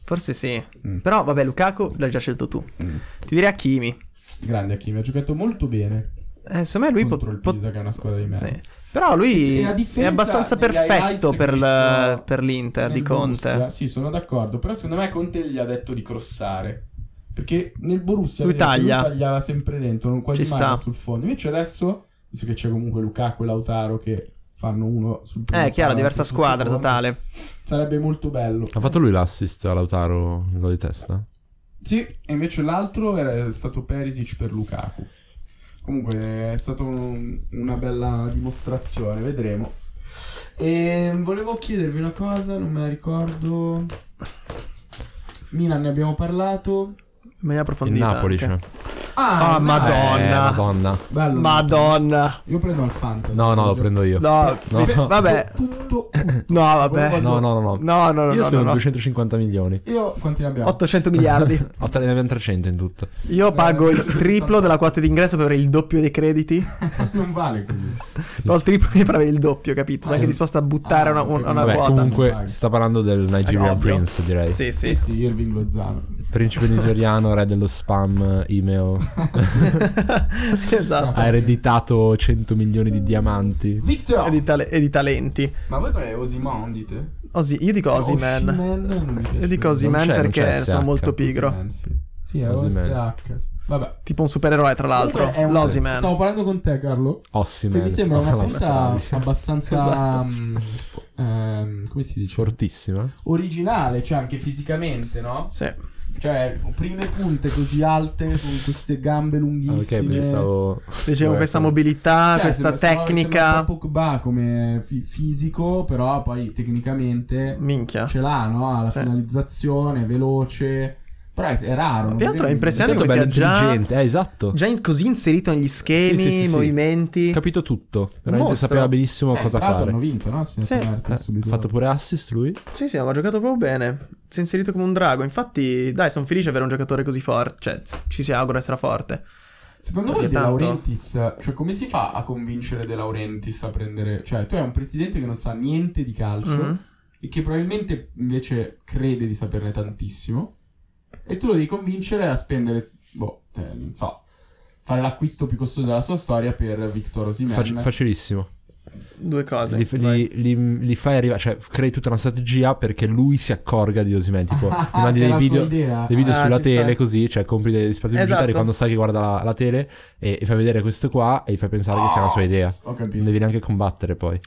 Speaker 3: Forse sì.
Speaker 2: Mm.
Speaker 3: Però vabbè, Lukaku l'hai già scelto tu. Ti direi Hakimi.
Speaker 2: Grande Hakimi, ha giocato molto bene
Speaker 3: Eh, secondo me lui pot-
Speaker 2: contro il
Speaker 3: pot-
Speaker 2: Pisa, che è una squadra di merda.
Speaker 3: Sì. Però lui
Speaker 2: Sì, la
Speaker 3: è
Speaker 2: differenza
Speaker 3: abbastanza
Speaker 2: degli highlights
Speaker 3: perfetto
Speaker 2: che
Speaker 3: per,
Speaker 2: mi
Speaker 3: l-
Speaker 2: sono
Speaker 3: per l'Inter di
Speaker 2: Nel
Speaker 3: Conte.
Speaker 2: Borussia, sì, sono d'accordo. Però secondo me Conte gli ha detto di crossare. Perché nel Borussia
Speaker 3: Lui
Speaker 2: vedevo che
Speaker 3: taglia.
Speaker 2: lui tagliava sempre dentro, non quasi
Speaker 3: Ci
Speaker 2: mai
Speaker 3: sta.
Speaker 2: sul fondo. Invece adesso, visto che c'è comunque Lukaku e Lautaro che fanno uno sul primo
Speaker 3: Eh, è chiaro,
Speaker 2: palo,
Speaker 3: diversa
Speaker 2: sul
Speaker 3: squadra
Speaker 2: secondo,
Speaker 3: totale.
Speaker 2: Sarebbe molto bello.
Speaker 1: Ha fatto lui l'assist a Lautaro in gol di testa?
Speaker 2: Sì, e invece l'altro era stato Perisic per Lukaku. Comunque è stata un- una bella dimostrazione, vedremo. E volevo chiedervi una cosa, non me la ricordo. Milan ne abbiamo parlato.
Speaker 3: Me ne
Speaker 1: Il
Speaker 3: approfondita
Speaker 1: Napoli,
Speaker 3: anche.
Speaker 1: cioè.
Speaker 2: Ah,
Speaker 3: Ah,
Speaker 2: il
Speaker 3: ma-
Speaker 2: Napoli.
Speaker 1: Eh,
Speaker 3: Madonna.
Speaker 1: Madonna.
Speaker 2: Bello.
Speaker 3: Madonna.
Speaker 2: Io prendo al Fanta.
Speaker 1: No, no, lo prendo io. No,
Speaker 3: No,
Speaker 1: No.
Speaker 3: vi- vabbè.
Speaker 2: Tutto.
Speaker 3: No, vabbè.
Speaker 1: no, no, no.
Speaker 3: No, no, no,
Speaker 1: Io
Speaker 3: no,
Speaker 1: spendo
Speaker 3: no, no.
Speaker 1: 250 milioni.
Speaker 2: Io quanti ne abbiamo?
Speaker 1: <laughs>
Speaker 3: 800 miliardi.
Speaker 1: Ho tre- ne abbiamo 300 in tutto.
Speaker 3: Io pago il triplo della quota d'ingresso per avere il doppio dei crediti.
Speaker 2: <laughs> Non vale quindi.
Speaker 3: Però il triplo per avere il doppio, capito? Sono
Speaker 2: Ah,
Speaker 3: anche
Speaker 2: sì.
Speaker 3: disposto a buttare una, una- una
Speaker 1: Vabbè,
Speaker 3: quota.
Speaker 1: comunque si sta parlando del Nigerian
Speaker 3: ovvio.
Speaker 1: Prince, direi.
Speaker 3: Sì,
Speaker 1: <laughs>
Speaker 2: Sì,
Speaker 3: sì.
Speaker 2: sì, Irving Lozano.
Speaker 1: Principe nigeriano, re dello spam, Imeo.
Speaker 3: esatto.
Speaker 1: Ha ereditato 100 milioni di diamanti.
Speaker 3: E
Speaker 2: Victor!
Speaker 3: di, tale- e di talenti.
Speaker 2: Ma voi con Osimon dite?
Speaker 3: Osi- io dico Osiman.
Speaker 2: Osimhen non mi piace
Speaker 3: Io
Speaker 2: proprio.
Speaker 3: dico
Speaker 1: c'è- esatto.
Speaker 3: Osiman
Speaker 1: non
Speaker 3: perché
Speaker 1: c'è
Speaker 3: sono
Speaker 1: SH.
Speaker 3: molto pigro.
Speaker 2: Osimhen, sì. Sì, è
Speaker 1: Osimhen.
Speaker 2: OSH. sì. Vabbè.
Speaker 3: Tipo un supereroe, tra l'altro.
Speaker 2: Comunque è un-
Speaker 3: L'Osiman.
Speaker 2: Stavo parlando con te, Carlo.
Speaker 1: Ossiman.
Speaker 2: Che mi sembra una
Speaker 1: Alla
Speaker 2: scelta
Speaker 1: strada.
Speaker 2: abbastanza.
Speaker 3: Esatto.
Speaker 2: mm, ehm, come si dice?
Speaker 1: Fortissima.
Speaker 2: Originale, cioè anche fisicamente, no?
Speaker 3: Sì.
Speaker 2: Cioè, prime punte così alte, con queste gambe
Speaker 1: Ah,
Speaker 2: lunghissime.
Speaker 1: Ok, pensavo.
Speaker 3: Dicevo
Speaker 1: Vabbè,
Speaker 3: questa
Speaker 1: sì.
Speaker 3: mobilità,
Speaker 2: Cioè,
Speaker 3: Ah, questa
Speaker 2: sembra- sembra- sembra
Speaker 3: tecnica.
Speaker 2: un po' Pogba come fi- fisico, però poi tecnicamente
Speaker 3: Minchia.
Speaker 2: ce l'ha, no? Ha La
Speaker 3: Sì.
Speaker 2: finalizzazione, veloce. Però è, è raro. non
Speaker 3: Più che altro è
Speaker 2: vedi-
Speaker 3: impressionante
Speaker 1: Tanto
Speaker 3: come
Speaker 1: bello
Speaker 3: sia già,
Speaker 1: intelligente. Eh, esatto.
Speaker 3: già in- così inserito negli schemi,
Speaker 1: Sì, sì, sì, sì.
Speaker 3: movimenti.
Speaker 1: Capito tutto. Veramente
Speaker 3: mostro.
Speaker 1: sapeva benissimo
Speaker 2: Eh,
Speaker 1: Boh, cosa
Speaker 2: tra l'altro
Speaker 1: fare.
Speaker 2: hanno vinto, no? Sì,
Speaker 3: Sì.
Speaker 1: Eh,
Speaker 2: subito.
Speaker 1: ha fatto pure assist lui.
Speaker 3: Sì, sì, ma ha giocato proprio bene. Si è inserito come un drago. Infatti, dai, sono felice di avere un giocatore così forte. Cioè, s- ci si augura essere forte.
Speaker 2: Secondo voi
Speaker 3: Perché
Speaker 2: De
Speaker 3: tanto-
Speaker 2: Laurentiis, cioè come si fa a convincere De Laurentiis a prendere... Cioè tu hai un presidente che non sa niente di calcio
Speaker 3: Mhm.
Speaker 2: e che probabilmente invece crede di saperne tantissimo e tu lo devi convincere a spendere, boh, eh, non so, fare l'acquisto più costoso della sua storia per Victor Osimhen.
Speaker 1: Fac- facilissimo.
Speaker 3: Due cose.
Speaker 1: Li,
Speaker 3: vai.
Speaker 1: li- li- li fai arrivare, cioè crei tutta una strategia perché lui si accorga di Osimen. Tipo,
Speaker 2: Ah,
Speaker 1: gli mandi dei video, dei video
Speaker 3: Ah,
Speaker 1: sulla
Speaker 3: ci sta.
Speaker 1: tele così, cioè compri degli spazi
Speaker 3: Esatto.
Speaker 1: pubblicitari quando sai che guarda la, la tele e, e fai vedere questo qua e gli fai pensare che sia
Speaker 2: Oh,
Speaker 1: una sua idea.
Speaker 2: Ho
Speaker 1: Non
Speaker 2: capito.
Speaker 1: devi neanche combattere poi.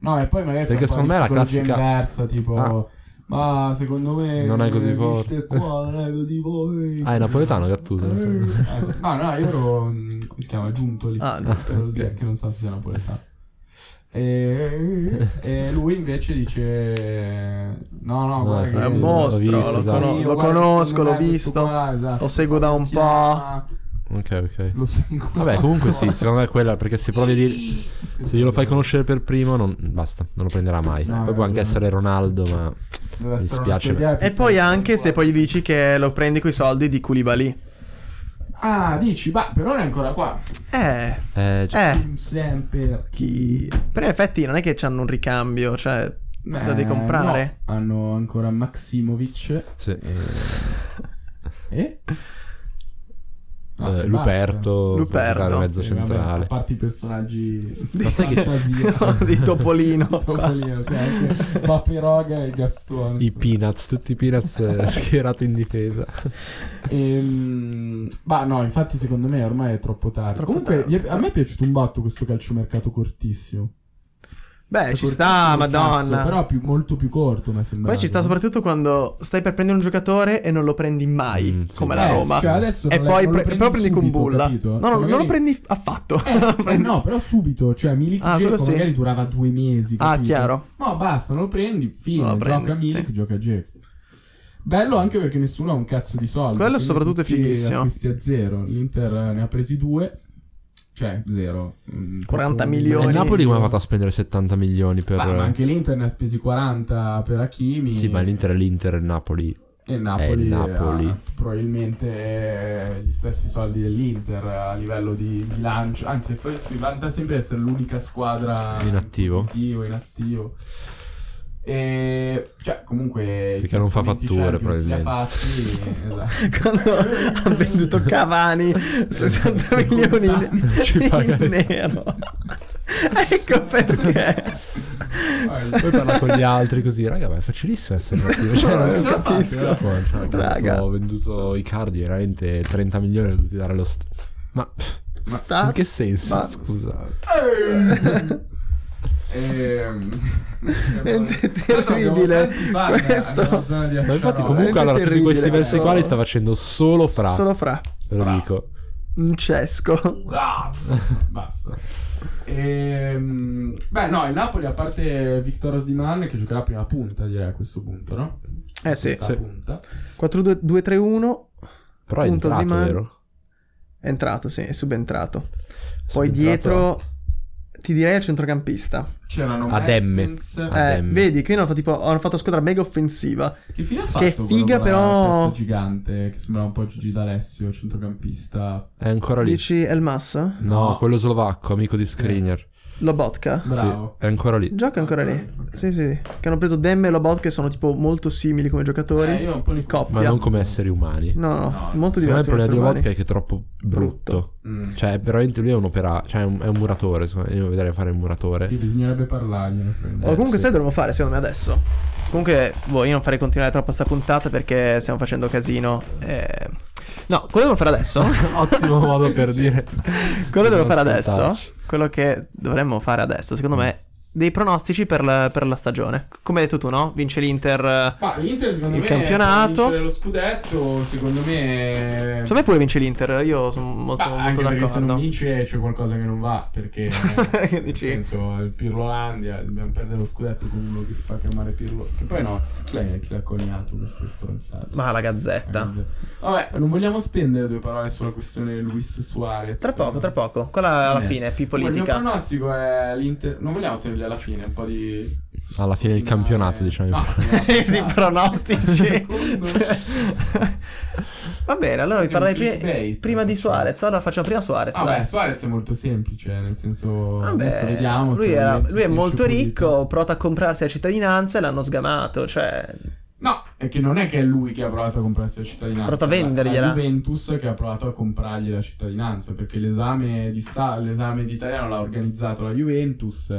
Speaker 2: No, e poi magari
Speaker 1: Perché
Speaker 2: fa un
Speaker 1: secondo
Speaker 2: po'
Speaker 1: me
Speaker 2: di
Speaker 1: la
Speaker 2: psicologia
Speaker 1: classica-
Speaker 2: inversa, tipo
Speaker 1: Ah.
Speaker 2: ma secondo me
Speaker 1: Non è
Speaker 2: eh,
Speaker 1: così
Speaker 2: chi
Speaker 1: forte."
Speaker 2: sta qua, non è così forte.
Speaker 1: Ah, è napoletano Gattuso. non so.
Speaker 2: Eh, No, no, io ero. mm, Come si chiama? Giuntoli.
Speaker 3: Ah,
Speaker 2: Giuntoli, Che non so se sia napoletano. E, e lui invece dice: No, no, guarda
Speaker 1: è
Speaker 2: che
Speaker 3: È
Speaker 1: L'ho
Speaker 3: un mostro,
Speaker 1: visto,
Speaker 3: lo,
Speaker 1: esatto.
Speaker 3: cono-
Speaker 2: Io,
Speaker 3: lo
Speaker 2: guarda,
Speaker 3: conosco,
Speaker 2: secondo
Speaker 3: l'ho
Speaker 2: me questo
Speaker 3: visto.
Speaker 2: qua, esatto.
Speaker 3: Lo seguo da un po'.
Speaker 2: Chiama-
Speaker 1: Ok, ok.
Speaker 2: Lo seguo.
Speaker 1: Vabbè, comunque sì, secondo me è quella perché se provi a dire. Se glielo fai conoscere per primo, non, basta, non lo prenderà mai.
Speaker 2: No,
Speaker 1: Poi può anche
Speaker 2: esatto.
Speaker 1: essere Ronaldo, ma.
Speaker 2: Deve
Speaker 1: Mi eh.
Speaker 2: essere una
Speaker 1: dispiace,
Speaker 2: sedia
Speaker 3: E poi anche se poi gli dici che lo prendi coi soldi di Koulibaly.
Speaker 2: Ah, dici, ma però non è ancora qua.
Speaker 3: Eh,
Speaker 1: Eh, già.
Speaker 3: eh.
Speaker 2: Sempre.
Speaker 3: Chi... Però in effetti non è che hanno un ricambio, cioè... lo devi
Speaker 2: Eh,
Speaker 3: comprare.
Speaker 2: no, Hanno ancora Maximovic
Speaker 1: sì, eh,
Speaker 2: e
Speaker 1: eh,
Speaker 2: e basta.
Speaker 1: Luperto,
Speaker 3: Luperto.
Speaker 1: giocare mezzo
Speaker 2: Sì, vabbè, a
Speaker 1: centrale.
Speaker 2: parte i personaggi
Speaker 1: Ma sai che-
Speaker 3: <laughs> di Topolino.
Speaker 2: <laughs>
Speaker 3: qua.
Speaker 2: Topolino, sì, anche Paperoga e Gastone.
Speaker 1: I Peanuts, tutti i Peanuts <laughs> eh, schierati in difesa.
Speaker 2: Ehm, Ma no, infatti, secondo me ormai è troppo tardi.
Speaker 3: Troppo
Speaker 2: Comunque,
Speaker 3: tardi.
Speaker 2: gli è- a me è piaciuto un botto questo calciomercato cortissimo. Cioè,
Speaker 3: Beh, Eh, ci
Speaker 2: Cortissimo,
Speaker 3: sta,
Speaker 2: cazzo,
Speaker 3: madonna.
Speaker 2: però più- molto più corto, mi sembra.
Speaker 3: Poi ci sta soprattutto quando stai per prendere un giocatore e non lo prendi mai,
Speaker 1: Mm, sì.
Speaker 3: come
Speaker 1: Eh,
Speaker 3: la Roma.
Speaker 2: cioè, adesso
Speaker 3: e
Speaker 2: non le-
Speaker 3: poi
Speaker 2: non lo
Speaker 3: pre- però prendi con
Speaker 2: subito,
Speaker 3: bulla.
Speaker 2: capito?
Speaker 3: No, no,
Speaker 2: Cioè,
Speaker 3: non lo
Speaker 2: magari-
Speaker 3: prendi affatto. <laughs>
Speaker 2: Eh, eh, no, però subito, cioè Milik
Speaker 3: Ah,
Speaker 2: Dzeko
Speaker 3: quello sì.
Speaker 2: magari durava due mesi.
Speaker 3: Ah,
Speaker 2: capito? <laughs>
Speaker 3: chiaro.
Speaker 2: No, basta, non lo prendi, fine,
Speaker 3: Non lo prendi,
Speaker 2: gioca Milik,
Speaker 3: sì.
Speaker 2: gioca Dzeko. Bello anche perché nessuno ha un cazzo di soldi.
Speaker 3: Quello
Speaker 2: quindi
Speaker 3: soprattutto è
Speaker 2: tutti
Speaker 3: fighissimo.
Speaker 2: Acquisti a zero, l'Inter ne ha presi due, cioè zero. Mm,
Speaker 3: 40
Speaker 1: E
Speaker 2: penso-
Speaker 3: milioni.
Speaker 1: il Napoli come ha fatto a spendere 70 milioni per. eh,
Speaker 2: Ma, ma anche l'Inter ne ha spesi 40 per Hakimi.
Speaker 1: Sì, ma l'Inter è l'Inter, il Napoli.
Speaker 2: E il Napoli,
Speaker 1: Eh, il Napoli.
Speaker 2: ha probabilmente eh, gli stessi soldi dell'Inter eh, a livello di bilancio, anzi forse vanta sempre di essere l'unica squadra
Speaker 1: In attivo.
Speaker 2: in positivo, in attivo. E cioè comunque i
Speaker 1: Perché non fa
Speaker 2: piazzamenti
Speaker 1: fatture,
Speaker 2: Champions li ha
Speaker 1: <laughs>
Speaker 2: fatti, esatto.
Speaker 3: quando ha
Speaker 2: <laughs>
Speaker 3: venduto Cavani 60 milioni in,
Speaker 1: Ci paga-
Speaker 3: in nero.
Speaker 2: <laughs>
Speaker 3: ecco perché.
Speaker 2: Poi-
Speaker 1: Poi parla con gli altri così, raga, ma è facilissimo essere attivo. Cioè,
Speaker 3: <laughs>
Speaker 1: non
Speaker 2: non
Speaker 1: è
Speaker 2: capisco.
Speaker 1: una cosa.
Speaker 3: Raga.
Speaker 1: Cazzo, ho venduto i cardi, veramente 30 milioni li ho dovuti dare allo. St- ma
Speaker 3: Sta...
Speaker 1: in che senso?
Speaker 3: Ah, ma-
Speaker 1: Scusa.
Speaker 2: Ehm, <laughs>
Speaker 3: Niente,
Speaker 2: Tanto abbiamo
Speaker 3: terribile.
Speaker 2: tanti fan eh, nella
Speaker 3: Questo-
Speaker 2: zona di
Speaker 1: Ma infatti,
Speaker 2: Asciarolo.
Speaker 1: comunque,
Speaker 3: veramente
Speaker 1: allora, tutti
Speaker 3: terribile,
Speaker 1: questi versi
Speaker 3: solo-
Speaker 1: qua li sta facendo solo fra.
Speaker 3: Solo fra.
Speaker 1: Ve lo dico.
Speaker 3: Un cesco.
Speaker 2: Cazzo, Basta. Ehm, beh, no, il Napoli, a parte Victor Osiman, che giocherà prima punta, direi a questo punto, no?
Speaker 3: Eh sì.
Speaker 2: Questa
Speaker 1: Sì.
Speaker 2: punta.
Speaker 3: 4-2-3-1.
Speaker 1: Però è
Speaker 3: Appunto,
Speaker 1: entrato,
Speaker 3: Osimhen.
Speaker 1: vero?
Speaker 3: È entrato, sì, è subentrato. Poi
Speaker 1: Subentrato
Speaker 3: dietro... Ti direi al centrocampista.
Speaker 2: C'erano
Speaker 1: Ad M.
Speaker 2: Mertens.
Speaker 1: Ah,
Speaker 3: Eh,
Speaker 1: damn.
Speaker 3: vedi, qui hanno fatto, tipo, hanno fatto squadra mega offensiva.
Speaker 2: Che fine ha fatto?
Speaker 3: Che
Speaker 2: quello
Speaker 3: figa,
Speaker 2: con la
Speaker 3: però-
Speaker 2: testa gigante, che sembrava un po' Gigi D'Alessio, centrocampista.
Speaker 1: È ancora lì.
Speaker 3: Dici Elmas?
Speaker 1: No,
Speaker 2: No.
Speaker 1: quello slovacco, amico di Skriniar.
Speaker 3: Lobotka?
Speaker 2: Bravo.
Speaker 1: Sì, è ancora lì.
Speaker 3: Gioca ancora lì. Sì, sì. Che hanno preso Demme e Lobot, che sono tipo molto simili come giocatori.
Speaker 2: Eh, io un po' li-
Speaker 3: Coppia.
Speaker 1: Ma non come esseri umani.
Speaker 3: No, no,
Speaker 2: No,
Speaker 1: Secondo me
Speaker 3: molto
Speaker 1: il
Speaker 3: diversi.
Speaker 1: problema di
Speaker 3: dagli
Speaker 1: Lobotka
Speaker 3: esseri
Speaker 1: è che è troppo brutto.
Speaker 2: Mm.
Speaker 1: Cioè, veramente lui è un'opera. Cioè, è un, è un muratore. secondo me. Io lo vedrei fare il muratore.
Speaker 2: Sì, bisognerebbe parlargliene. credo.
Speaker 3: umani. Oh,
Speaker 1: Eh,
Speaker 3: comunque,
Speaker 1: sì.
Speaker 3: sai, dovremmo fare secondo me adesso. Comunque, boh, io non farei continuare troppo sta puntata perché stiamo facendo casino. eh. No, quello devo fare <laughs> adesso.
Speaker 1: Ottimo <laughs> modo per dire.
Speaker 3: quello devo fare adesso.
Speaker 1: ascoltarci.
Speaker 3: Quello che dovremmo fare adesso, secondo me, dei pronostici per la, per la stagione. C- Come hai detto tu, no? Vince l'Inter. eh,
Speaker 2: Ma l'Inter, secondo
Speaker 3: Il
Speaker 2: me,
Speaker 3: campionato.
Speaker 2: per vincere lo scudetto, secondo me...
Speaker 3: Secondo me pure vince l'Inter. Io sono molto,
Speaker 2: Bah,
Speaker 3: molto
Speaker 2: Ah, anche perché se non
Speaker 3: d'accordo.
Speaker 2: vince c'è qualcosa che non va perché
Speaker 3: <laughs> Che
Speaker 2: nel
Speaker 3: dici?
Speaker 2: senso il Pirlolandia dobbiamo perdere lo scudetto con uno che si fa chiamare Pirlo che poi no si chi è che l'ha coniato queste stronzate
Speaker 3: Ma la
Speaker 2: Eh,
Speaker 3: gazzetta.
Speaker 2: vabbè non vogliamo spendere due parole sulla questione Luis Suarez
Speaker 3: Tra poco, tra poco. Quella alla
Speaker 2: Eh.
Speaker 3: fine è più
Speaker 2: Comunque, il mio
Speaker 3: <laughs> politica.
Speaker 2: pronostico è l'Inter non vogliamo tenerli alla fine un po' di
Speaker 1: Alla fine del
Speaker 2: finale.
Speaker 1: campionato, <laughs> diciamo.
Speaker 3: <laughs>
Speaker 2: no, <laughs>
Speaker 3: I pronostici.
Speaker 2: Secondo.
Speaker 3: Va bene, allora vi
Speaker 2: Sì,
Speaker 3: parlerei
Speaker 2: un
Speaker 3: prima,
Speaker 2: clickbait.
Speaker 3: prima di Suarez. Allora facciamo prima Suarez.
Speaker 2: vabbè
Speaker 3: dai.
Speaker 2: Suarez è molto semplice nel senso
Speaker 3: Vabbè,
Speaker 2: adesso vediamo se
Speaker 3: lui, era-
Speaker 2: Juventus
Speaker 3: lui è
Speaker 2: esce
Speaker 3: molto
Speaker 2: fuori di
Speaker 3: ricco, prota a comprarsi la cittadinanza e l'hanno sgamato. Cioè,
Speaker 2: No, è che non è che è lui che ha provato a comprarsi la cittadinanza.
Speaker 3: Ha provato a
Speaker 2: è la-
Speaker 3: vendergliela.
Speaker 2: La Juventus che ha provato a comprargli la cittadinanza, perché l'esame di, sta- l'esame di italiano l'ha organizzato la Juventus.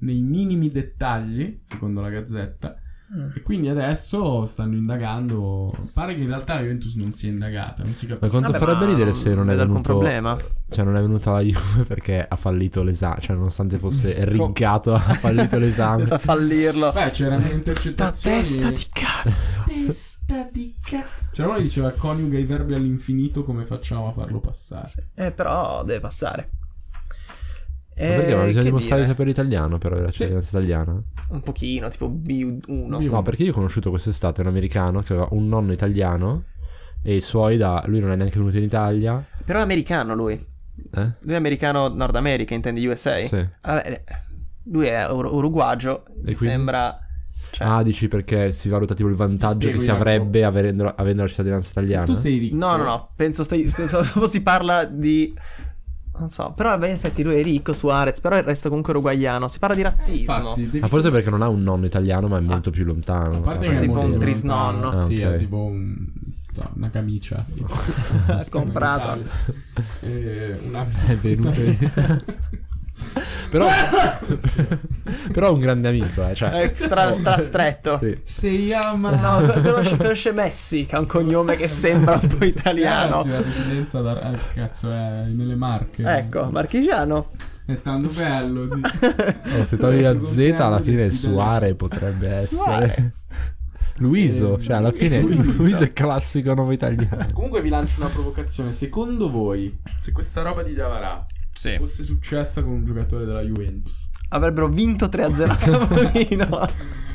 Speaker 2: nei minimi dettagli, secondo la Gazzetta.
Speaker 3: Mm.
Speaker 2: E quindi adesso stanno indagando. Pare che in realtà la Juventus non sia indagata, non si
Speaker 1: Ma
Speaker 2: capisce.
Speaker 1: quanto
Speaker 3: Vabbè,
Speaker 1: farebbe
Speaker 3: ma
Speaker 1: ridere se non è
Speaker 3: vedo alcun
Speaker 1: venuto
Speaker 3: problema.
Speaker 1: Cioè non è venuta la Juve perché ha fallito l'esame, cioè nonostante <laughs> fosse riggato ha fallito
Speaker 3: <laughs>
Speaker 1: l'esame.
Speaker 3: a fallirlo.
Speaker 2: Beh, c'erano
Speaker 3: Sta
Speaker 2: intercettazioni.
Speaker 3: testa di
Speaker 2: <laughs>
Speaker 3: cazzo.
Speaker 2: testa di cazzo. C'era uno che diceva coniuga i verbi all'infinito, come facciamo a farlo passare?
Speaker 3: Eh, però deve passare.
Speaker 1: Ma perché? Ma
Speaker 3: Eh,
Speaker 1: bisogna
Speaker 3: che
Speaker 1: dimostrare di
Speaker 3: dire?
Speaker 1: sapere italiano per avere la
Speaker 2: Sì.
Speaker 1: cittadinanza italiana.
Speaker 3: Un pochino, tipo B1.
Speaker 2: Io-
Speaker 1: No, perché io ho conosciuto quest'estate un americano che aveva un nonno italiano e i suoi da... Lui non è neanche venuto in Italia.
Speaker 3: Però è americano lui.
Speaker 1: Eh?
Speaker 3: Lui è americano Nord America, intendi USA?
Speaker 1: Sì.
Speaker 3: Vabbè, eh, lui è ur- uruguagio, mi
Speaker 1: quindi?
Speaker 3: sembra... Cioè,
Speaker 1: Ah, dici perché si valuta tipo il vantaggio che
Speaker 2: Spiego,
Speaker 1: si
Speaker 2: Jacopo.
Speaker 1: avrebbe avendo, avendo la cittadinanza
Speaker 2: Se
Speaker 1: italiana?
Speaker 2: tu sei ricco.
Speaker 3: no, no, no, penso stai... <laughs> se- se- si parla di... Non so, però beh, in effetti lui è ricco, Suarez, però resta comunque uruguaiano. Si parla di razzismo.
Speaker 2: Infatti, devi-
Speaker 1: Ma forse perché non ha un nonno italiano, ma è molto più
Speaker 2: A
Speaker 1: lontano.
Speaker 2: parte
Speaker 1: Ah,
Speaker 2: che è
Speaker 3: Ah. Eh, tipo
Speaker 2: molto
Speaker 3: un
Speaker 1: ok.
Speaker 3: trisnonno.
Speaker 1: Ah,
Speaker 2: lontano. Sì,
Speaker 1: ok.
Speaker 2: è tipo un- so, una camicia.
Speaker 3: Ha comprato.
Speaker 2: Eh, una <laughs>
Speaker 1: È venuto però, <laughs> però è un grande amico, eh, cioè.
Speaker 3: È stra, stra stretto.
Speaker 1: Sì.
Speaker 2: Sei ama.
Speaker 3: No, co- conosce, conosce Messi, che ha un cognome che sembra un po'
Speaker 2: Eh, c'è
Speaker 3: italiano.
Speaker 2: la residenza da ah, cazzo è nelle Marche.
Speaker 3: Ecco, marchigiano.
Speaker 2: È tanto bello.
Speaker 3: <laughs>
Speaker 2: sì.
Speaker 1: Oh, se togli la Z alla fine è
Speaker 2: Suare
Speaker 1: Suare potrebbe
Speaker 3: Suare.
Speaker 2: <laughs>
Speaker 1: essere. Luiso,
Speaker 2: Eh,
Speaker 1: cioè alla fine
Speaker 2: Luiso.
Speaker 1: Luiso è classico nome italiano.
Speaker 2: Comunque vi lancio una provocazione. Secondo voi, se questa roba di Davarà
Speaker 3: Sì.
Speaker 2: fosse successa con un giocatore della Juventus?
Speaker 3: Avrebbero vinto 3-0
Speaker 2: <laughs>
Speaker 3: a tavolino.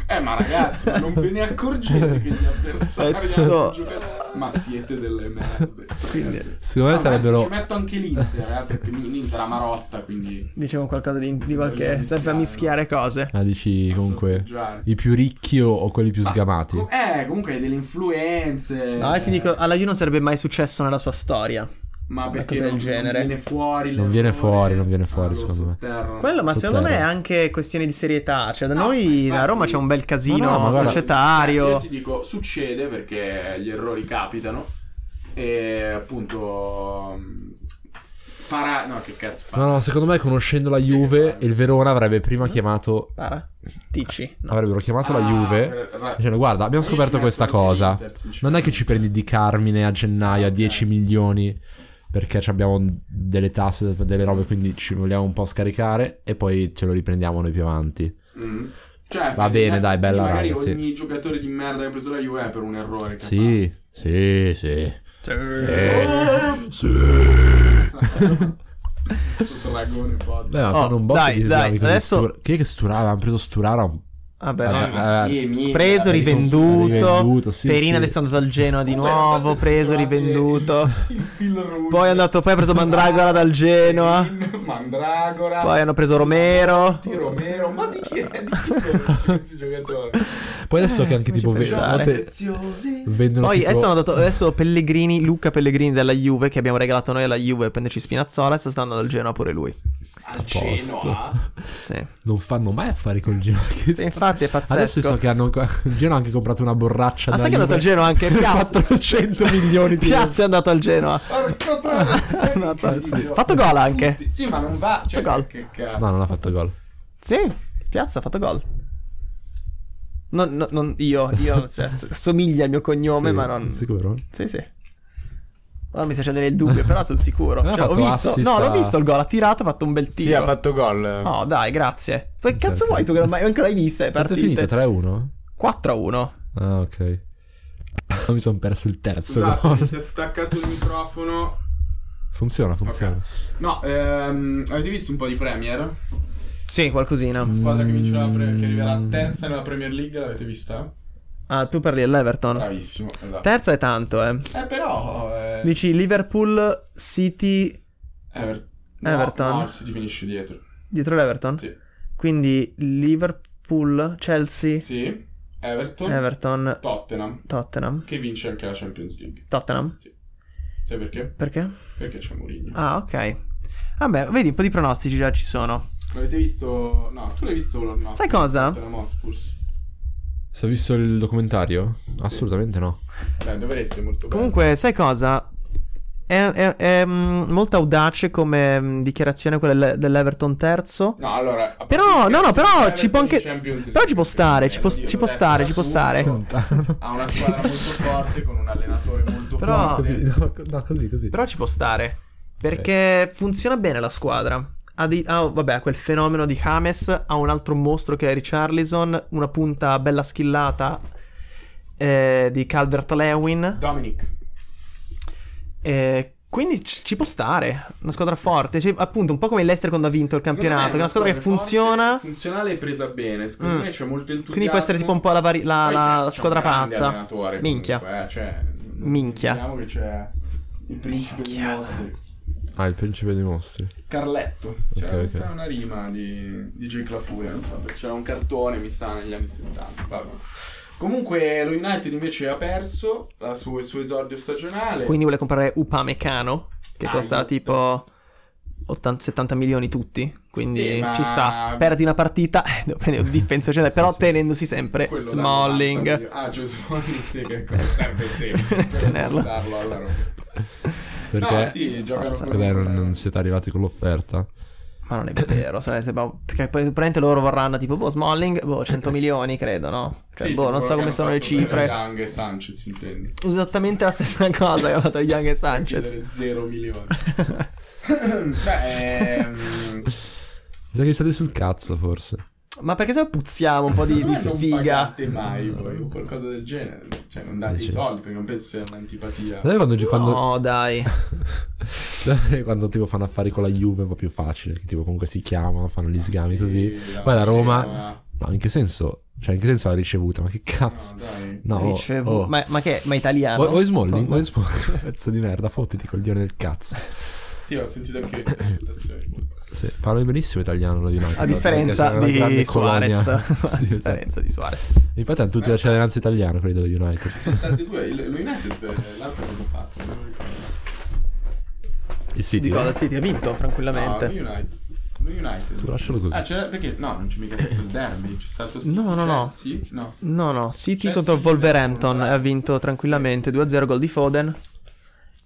Speaker 2: Eh, ma ragazzi, ma non ve ne accorgete che gli avversari
Speaker 3: Aspetta.
Speaker 2: hanno giocato. Ma siete delle merde.
Speaker 3: Quindi
Speaker 1: Secondo me
Speaker 2: Ah, ma adesso
Speaker 1: sarebbero
Speaker 2: Ci metto anche l'Inter, eh, perché l'Inter ha Marotta, quindi...
Speaker 3: dicevo diciamo qualcosa di, di
Speaker 2: Sì,
Speaker 3: qualche...
Speaker 2: vogliamo
Speaker 3: Sempre a mischiare
Speaker 2: mischiare,
Speaker 3: cose.
Speaker 1: Ah, dici comunque
Speaker 2: sorteggiare.
Speaker 1: i più ricchi o, o quelli più sgamati?
Speaker 2: Com- eh, comunque hai delle influenze. cioè,
Speaker 3: No, e ti dico, alla Juve non sarebbe mai successo nella sua storia.
Speaker 2: Ma perché
Speaker 3: cosa
Speaker 2: non,
Speaker 3: del genere.
Speaker 2: non viene fuori
Speaker 1: Non viene fuori, non viene fuori, secondo me.
Speaker 2: me.
Speaker 3: Quello, ma secondo me è
Speaker 1: Sotterra.
Speaker 3: anche questione di serietà. Cioè, da
Speaker 2: No,
Speaker 3: noi
Speaker 2: infatti- Eh,
Speaker 3: a Roma c'è un bel casino
Speaker 1: Ma no, ma guarda-
Speaker 3: societario.
Speaker 2: Io ti dico, succede perché gli errori capitano. E appunto. mh, Para... No, che cazzo fa?
Speaker 1: No, no, secondo me conoscendo la Juve, il Verona avrebbe prima chiamato.
Speaker 3: Para. Tici. No.
Speaker 1: Avrebbero chiamato la
Speaker 2: Ah,
Speaker 1: Juve.
Speaker 2: per- ra-
Speaker 1: Dicendo, guarda, abbiamo
Speaker 2: Io
Speaker 1: scoperto
Speaker 2: ci
Speaker 1: questa
Speaker 2: metto anche
Speaker 1: cosa.
Speaker 2: l'Inter,
Speaker 1: Non è
Speaker 2: sinceramente.
Speaker 1: che ci prendi di Carmine a gennaio a
Speaker 2: Ok.
Speaker 1: 10 milioni perché ci abbiamo delle tasse, delle robe, quindi ci vogliamo un po' scaricare e poi ce lo riprendiamo noi più avanti.
Speaker 2: Mm. Cioè,
Speaker 1: Va bene, dai, bella
Speaker 2: Magari
Speaker 1: raga, sì.
Speaker 2: ogni giocatore di merda che ha preso la Juve è per un errore. che
Speaker 1: Sì, sì, sì.
Speaker 2: Eh. ha fatto. Il dragone pod.
Speaker 1: Beh, ma
Speaker 3: Oh,
Speaker 1: fanno un botto
Speaker 3: dai,
Speaker 1: di
Speaker 3: dai,
Speaker 1: islamico di
Speaker 3: adesso-
Speaker 1: Stura- Chi è che Sturara? Hanno preso Sturara un
Speaker 3: Vabbè,
Speaker 1: Ah,
Speaker 3: no.
Speaker 2: Eh, ma
Speaker 1: eh,
Speaker 2: sì, minchia.
Speaker 3: Preso, rivenduto.
Speaker 1: rivenduto, sì,
Speaker 3: Perina
Speaker 1: sì.
Speaker 3: è andato al Genoa di
Speaker 2: Comunque, non so
Speaker 3: nuovo.
Speaker 2: se
Speaker 3: preso,
Speaker 2: trovate
Speaker 3: rivenduto.
Speaker 2: Il fil rouge.
Speaker 3: Poi è andato, poi ha preso Mandragora dal Genoa.
Speaker 2: <laughs> Mandragora.
Speaker 3: Poi hanno preso Romero.
Speaker 2: Di Romero, ma di chi è? Di chi
Speaker 3: <laughs>
Speaker 2: sono questi giocatori?
Speaker 1: Poi adesso che anche
Speaker 3: come
Speaker 1: tipo
Speaker 3: ci
Speaker 1: ve-
Speaker 3: pensare?
Speaker 1: note-
Speaker 2: Preziosi.
Speaker 1: vendono
Speaker 3: Poi eh,
Speaker 1: tipo-
Speaker 3: adesso, hanno dato, adesso Pellegrini, Luca Pellegrini della Juve, che abbiamo regalato noi alla Juve per prenderci Spinazzola, adesso sta andando al Genoa pure lui.
Speaker 2: Al
Speaker 1: posto.
Speaker 2: Genoa.
Speaker 3: Sì.
Speaker 1: non fanno mai affari col Genoa. che
Speaker 3: Sì,
Speaker 1: sta-
Speaker 3: infatti è
Speaker 1: Adesso so
Speaker 3: pazzesco.
Speaker 1: che hanno <laughs> il Genoa ha anche comprato una borraccia
Speaker 3: Ah,
Speaker 1: da
Speaker 3: sai che è andato al
Speaker 1: <laughs>
Speaker 3: Genoa anche? Piazza.
Speaker 1: 400 milioni
Speaker 3: <laughs>
Speaker 1: di euro.
Speaker 3: Piazza è andato al Genoa.
Speaker 2: Porco
Speaker 3: <laughs>
Speaker 2: tra-
Speaker 3: No, tra-
Speaker 2: Sì.
Speaker 3: Fatto gol anche.
Speaker 2: Tutti- Sì, ma non va. Cioè,
Speaker 3: Fatto gol.
Speaker 2: che cazzo.
Speaker 1: No, non ha fatto gol.
Speaker 3: Sì, Piazza ha fatto gol. Non, non- non- io, io cioè, s- somiglia al mio cognome,
Speaker 1: Sì,
Speaker 3: ma non. Sì,
Speaker 1: Sicuro?
Speaker 3: sì. Ora mi sta scendendo il dubbio, però sono sicuro.
Speaker 1: Non <laughs> ha
Speaker 3: Cioè, ho
Speaker 1: fatto
Speaker 3: visto,
Speaker 1: assist
Speaker 3: no,
Speaker 1: a-
Speaker 3: l'ho visto il gol, ha tirato, ha fatto un bel tiro.
Speaker 5: Sì, ha fatto gol.
Speaker 3: Oh, dai, grazie. Poi
Speaker 1: Perché?
Speaker 3: cazzo vuoi tu che non mai ancora hai vista le
Speaker 1: Quanto è finito?
Speaker 3: partite?
Speaker 1: 3-1?
Speaker 3: 4-1.
Speaker 1: Ah, ok. <laughs> Mi sono perso il terzo
Speaker 2: Scusate,
Speaker 1: gol.
Speaker 2: mi si è staccato il microfono.
Speaker 1: <laughs> Funziona, funziona.
Speaker 2: No, ehm, avete visto un po' di Premier?
Speaker 3: Sì, qualcosina.
Speaker 2: La squadra che, vince la pre- che
Speaker 3: Mm.
Speaker 2: arriverà terza nella Premier League, l'avete vista?
Speaker 3: Ah, tu parli dell'Everton.
Speaker 2: Bravissimo, esatto.
Speaker 3: Terza è tanto, eh.
Speaker 2: Eh, però... eh,
Speaker 3: Dici Liverpool, City
Speaker 2: Ever- no,
Speaker 3: Everton.
Speaker 2: No, si ti finisce dietro.
Speaker 3: dietro l'Everton?
Speaker 2: Sì.
Speaker 3: Quindi Liverpool, Chelsea,
Speaker 2: Sì. Everton.
Speaker 3: Everton,
Speaker 2: Tottenham.
Speaker 3: Tottenham.
Speaker 2: Che vince anche la Champions League.
Speaker 3: Tottenham?
Speaker 2: Sai perché?
Speaker 3: Perché?
Speaker 2: Perché c'è Mourinho.
Speaker 3: Ah, ok. Vabbè, vedi, un po' di pronostici già ci sono.
Speaker 2: L'avete visto... No, tu l'hai visto o no?
Speaker 3: Sai cosa?
Speaker 2: Tottenham Hotspurs.
Speaker 1: Se ho visto il
Speaker 2: <laughs>
Speaker 1: documentario? Assolutamente no.
Speaker 2: Beh, dovreste molto bene.
Speaker 3: Comunque, sai cosa? è, è- è, mm, molto audace come mm, dichiarazione quella del- dell'Everton terzo.
Speaker 2: No, allora. a
Speaker 3: Però-
Speaker 2: parte i
Speaker 3: no, no,
Speaker 2: scherzi,
Speaker 3: però
Speaker 2: Everton
Speaker 3: ci può anche-
Speaker 2: in Champions
Speaker 3: però ci
Speaker 2: League,
Speaker 3: può stare, ci può-
Speaker 2: eh, io
Speaker 3: ci
Speaker 2: l'ho
Speaker 3: può
Speaker 2: detto
Speaker 3: stare, ci può
Speaker 2: subito,
Speaker 3: stare.
Speaker 1: Contano.
Speaker 2: Ha una squadra
Speaker 3: <laughs>
Speaker 2: molto forte con un allenatore molto
Speaker 3: Però-
Speaker 1: No,
Speaker 2: forte.
Speaker 1: così, no, co- no, così, così.
Speaker 3: Però ci può stare. Perché funziona bene la squadra. Ha dei- ah, vabbè, quel fenomeno di James. Ha un altro mostro che è Richarlison. Una punta bella schillata eh, di Calvert Lewin.
Speaker 2: Dominic.
Speaker 3: quindi ci ci può stare. Una squadra forte. Cioè, appunto, un po' come il Leicester quando ha vinto il campionato. Che è una squadra che funziona.
Speaker 2: funzionale e presa bene. Secondo
Speaker 3: Mm.
Speaker 2: me c'è molto entusiasmo.
Speaker 3: Quindi può essere tipo un po' la, vari- la-
Speaker 2: Poi c'è-
Speaker 3: la- la
Speaker 2: c'è un
Speaker 3: squadra
Speaker 2: grande
Speaker 3: pazza.
Speaker 2: allenatore
Speaker 3: Minchia.
Speaker 2: comunque, eh, cioè, non
Speaker 3: Minchia.
Speaker 2: dimentichiamo che c'è il principe dei nostri.
Speaker 1: Ah, il principe dei mostri.
Speaker 2: Carletto. C'era
Speaker 1: Ok,
Speaker 2: questa
Speaker 1: ok.
Speaker 2: è una rima di, di Jake LaFuria, non so, perché c'era un cartone, mi sa, negli anni 70. Vabbè. Comunque lo United invece ha perso la su- il suo esordio stagionale.
Speaker 3: Quindi vuole comprare Upamecano. Che
Speaker 2: Ah,
Speaker 3: costa
Speaker 2: aiuto.
Speaker 3: tipo 80 70 milioni tutti. Quindi
Speaker 2: Sì, ma-
Speaker 3: ci sta. Perdi una partita. <laughs> eh, Devo prendere un difensore centrale. Però
Speaker 1: sì.
Speaker 3: tenendosi sempre
Speaker 2: Quello da
Speaker 3: Smalling.
Speaker 2: 90 milioni. Ah, giusto Smalling, sì, che cosa serve sempre per
Speaker 3: <laughs> Tenerlo.
Speaker 2: bustarlo alla Roma.
Speaker 1: Perché?
Speaker 2: No, sì, giocano
Speaker 3: Forza.
Speaker 2: con-
Speaker 1: Dai, non, non siete arrivati con l'offerta?
Speaker 3: Ma non è vero, sai, se- boh, che poi probabilmente loro vorranno tipo boh, Smalling,
Speaker 2: <laughs>
Speaker 3: boh, 100 milioni credo, no? Cioè,
Speaker 2: Sì,
Speaker 3: boh,
Speaker 2: tipo
Speaker 3: non so
Speaker 2: quello
Speaker 3: come
Speaker 2: che
Speaker 3: sono
Speaker 2: hanno
Speaker 3: le
Speaker 2: fatto per
Speaker 3: cifre.
Speaker 2: Young e Sanchez, intendi.
Speaker 3: Esattamente la stessa cosa che hanno fatto Young e
Speaker 2: <laughs>
Speaker 3: Sanchez.
Speaker 2: Chiedere Zero
Speaker 3: <laughs>
Speaker 2: milioni. Beh, ehm,
Speaker 1: Già che state sul cazzo, forse.
Speaker 3: Ma perché se puzziamo un po' di, di
Speaker 2: Come Non
Speaker 3: sfiga?
Speaker 2: pagate mai voi o qualcosa del genere. Cioè, non date i
Speaker 1: Dice.
Speaker 2: soldi perché non penso sia un'antipatia.
Speaker 1: Sai quando, quando,
Speaker 3: No, dai.
Speaker 1: sai <laughs> quando tipo fanno affari con la Juve è un po' più facile, che tipo comunque si chiamano, fanno
Speaker 3: Ah,
Speaker 1: gli sgami
Speaker 2: Sì,
Speaker 1: così.
Speaker 2: la
Speaker 1: Poi la Roma-
Speaker 2: Roma-
Speaker 1: No, in che senso? Cioè, in che senso l'ha ricevuta? Ma che cazzo?
Speaker 2: No, dai.
Speaker 1: No, oh,
Speaker 3: Ricevo-
Speaker 1: oh.
Speaker 3: Ma, ma che? Ma italiano?
Speaker 1: Vuoi- vuoi Smalling?
Speaker 3: Insomma.
Speaker 1: Vuoi Smalling? <laughs> Pezzo di merda, fottiti coglione del cazzo.
Speaker 2: Sì, ho sentito anche
Speaker 1: <coughs>
Speaker 2: le presentazioni.
Speaker 1: Sì, parlo benissimo italiano, lo United.
Speaker 3: A differenza
Speaker 1: perché sono una
Speaker 3: di
Speaker 1: grande
Speaker 3: Suarez.
Speaker 1: colonia.
Speaker 3: <laughs> A
Speaker 1: <laughs> Sì,
Speaker 3: differenza di Suarez.
Speaker 1: esatto. Infatti hanno tutti la cittadinanza italiana, quelli dello United.
Speaker 3: <laughs>
Speaker 2: Sono stati due. il- Lo United, eh, l'altro cosa ha fatto? Non mi ricordo.
Speaker 1: Il City. eh.
Speaker 3: Di cosa? Sì, ti ha vinto
Speaker 2: No,
Speaker 3: tranquillamente.
Speaker 2: lo United. Lo United.
Speaker 1: Tu lascialo così.
Speaker 2: Ah, c'era perché? No, non c'è mica stato il derby. C'è stato City,
Speaker 3: No, no, no.
Speaker 2: Chelsea, no.
Speaker 3: No, no, City
Speaker 2: Chelsea
Speaker 3: contro Wolverhampton
Speaker 2: Liverpool,
Speaker 3: ha vinto tranquillamente 2-0 gol di Foden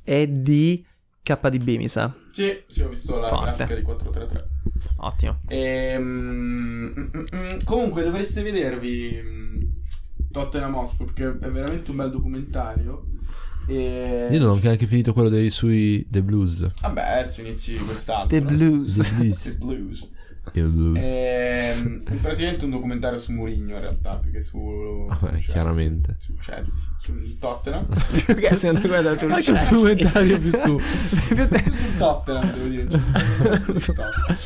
Speaker 3: e di KDB, mi sa.
Speaker 2: Sì, sì, ho visto la
Speaker 3: Forte.
Speaker 2: grafica di 4-3-3.
Speaker 3: Ottimo.
Speaker 2: Ehm, mm, mm, mm, comunque dovreste vedervi mm, Tottenham Hotspur perché è veramente un bel documentario.
Speaker 3: eh.
Speaker 2: E...
Speaker 1: Io non ho neanche finito quello dei sui The Blues.
Speaker 2: Vabbè, adesso inizi quest'altro.
Speaker 3: The Blues.
Speaker 1: The
Speaker 3: <laughs>
Speaker 1: Blues.
Speaker 2: The Blues.
Speaker 1: I Blues.
Speaker 3: Eh,
Speaker 2: Ehm, è praticamente un documentario su Mourinho in realtà, perché su...
Speaker 1: Ah, beh,
Speaker 2: su
Speaker 3: cioè,
Speaker 2: Chelsea,
Speaker 1: chiaramente.
Speaker 2: Su Chelsea, sul Tottenham.
Speaker 3: Più che se non ti guarda sul
Speaker 1: Ma che
Speaker 3: Chelsea.
Speaker 1: documentario più su.
Speaker 3: <laughs> Più te-
Speaker 2: sul Tottenham, devo dire. Sul Tottenham.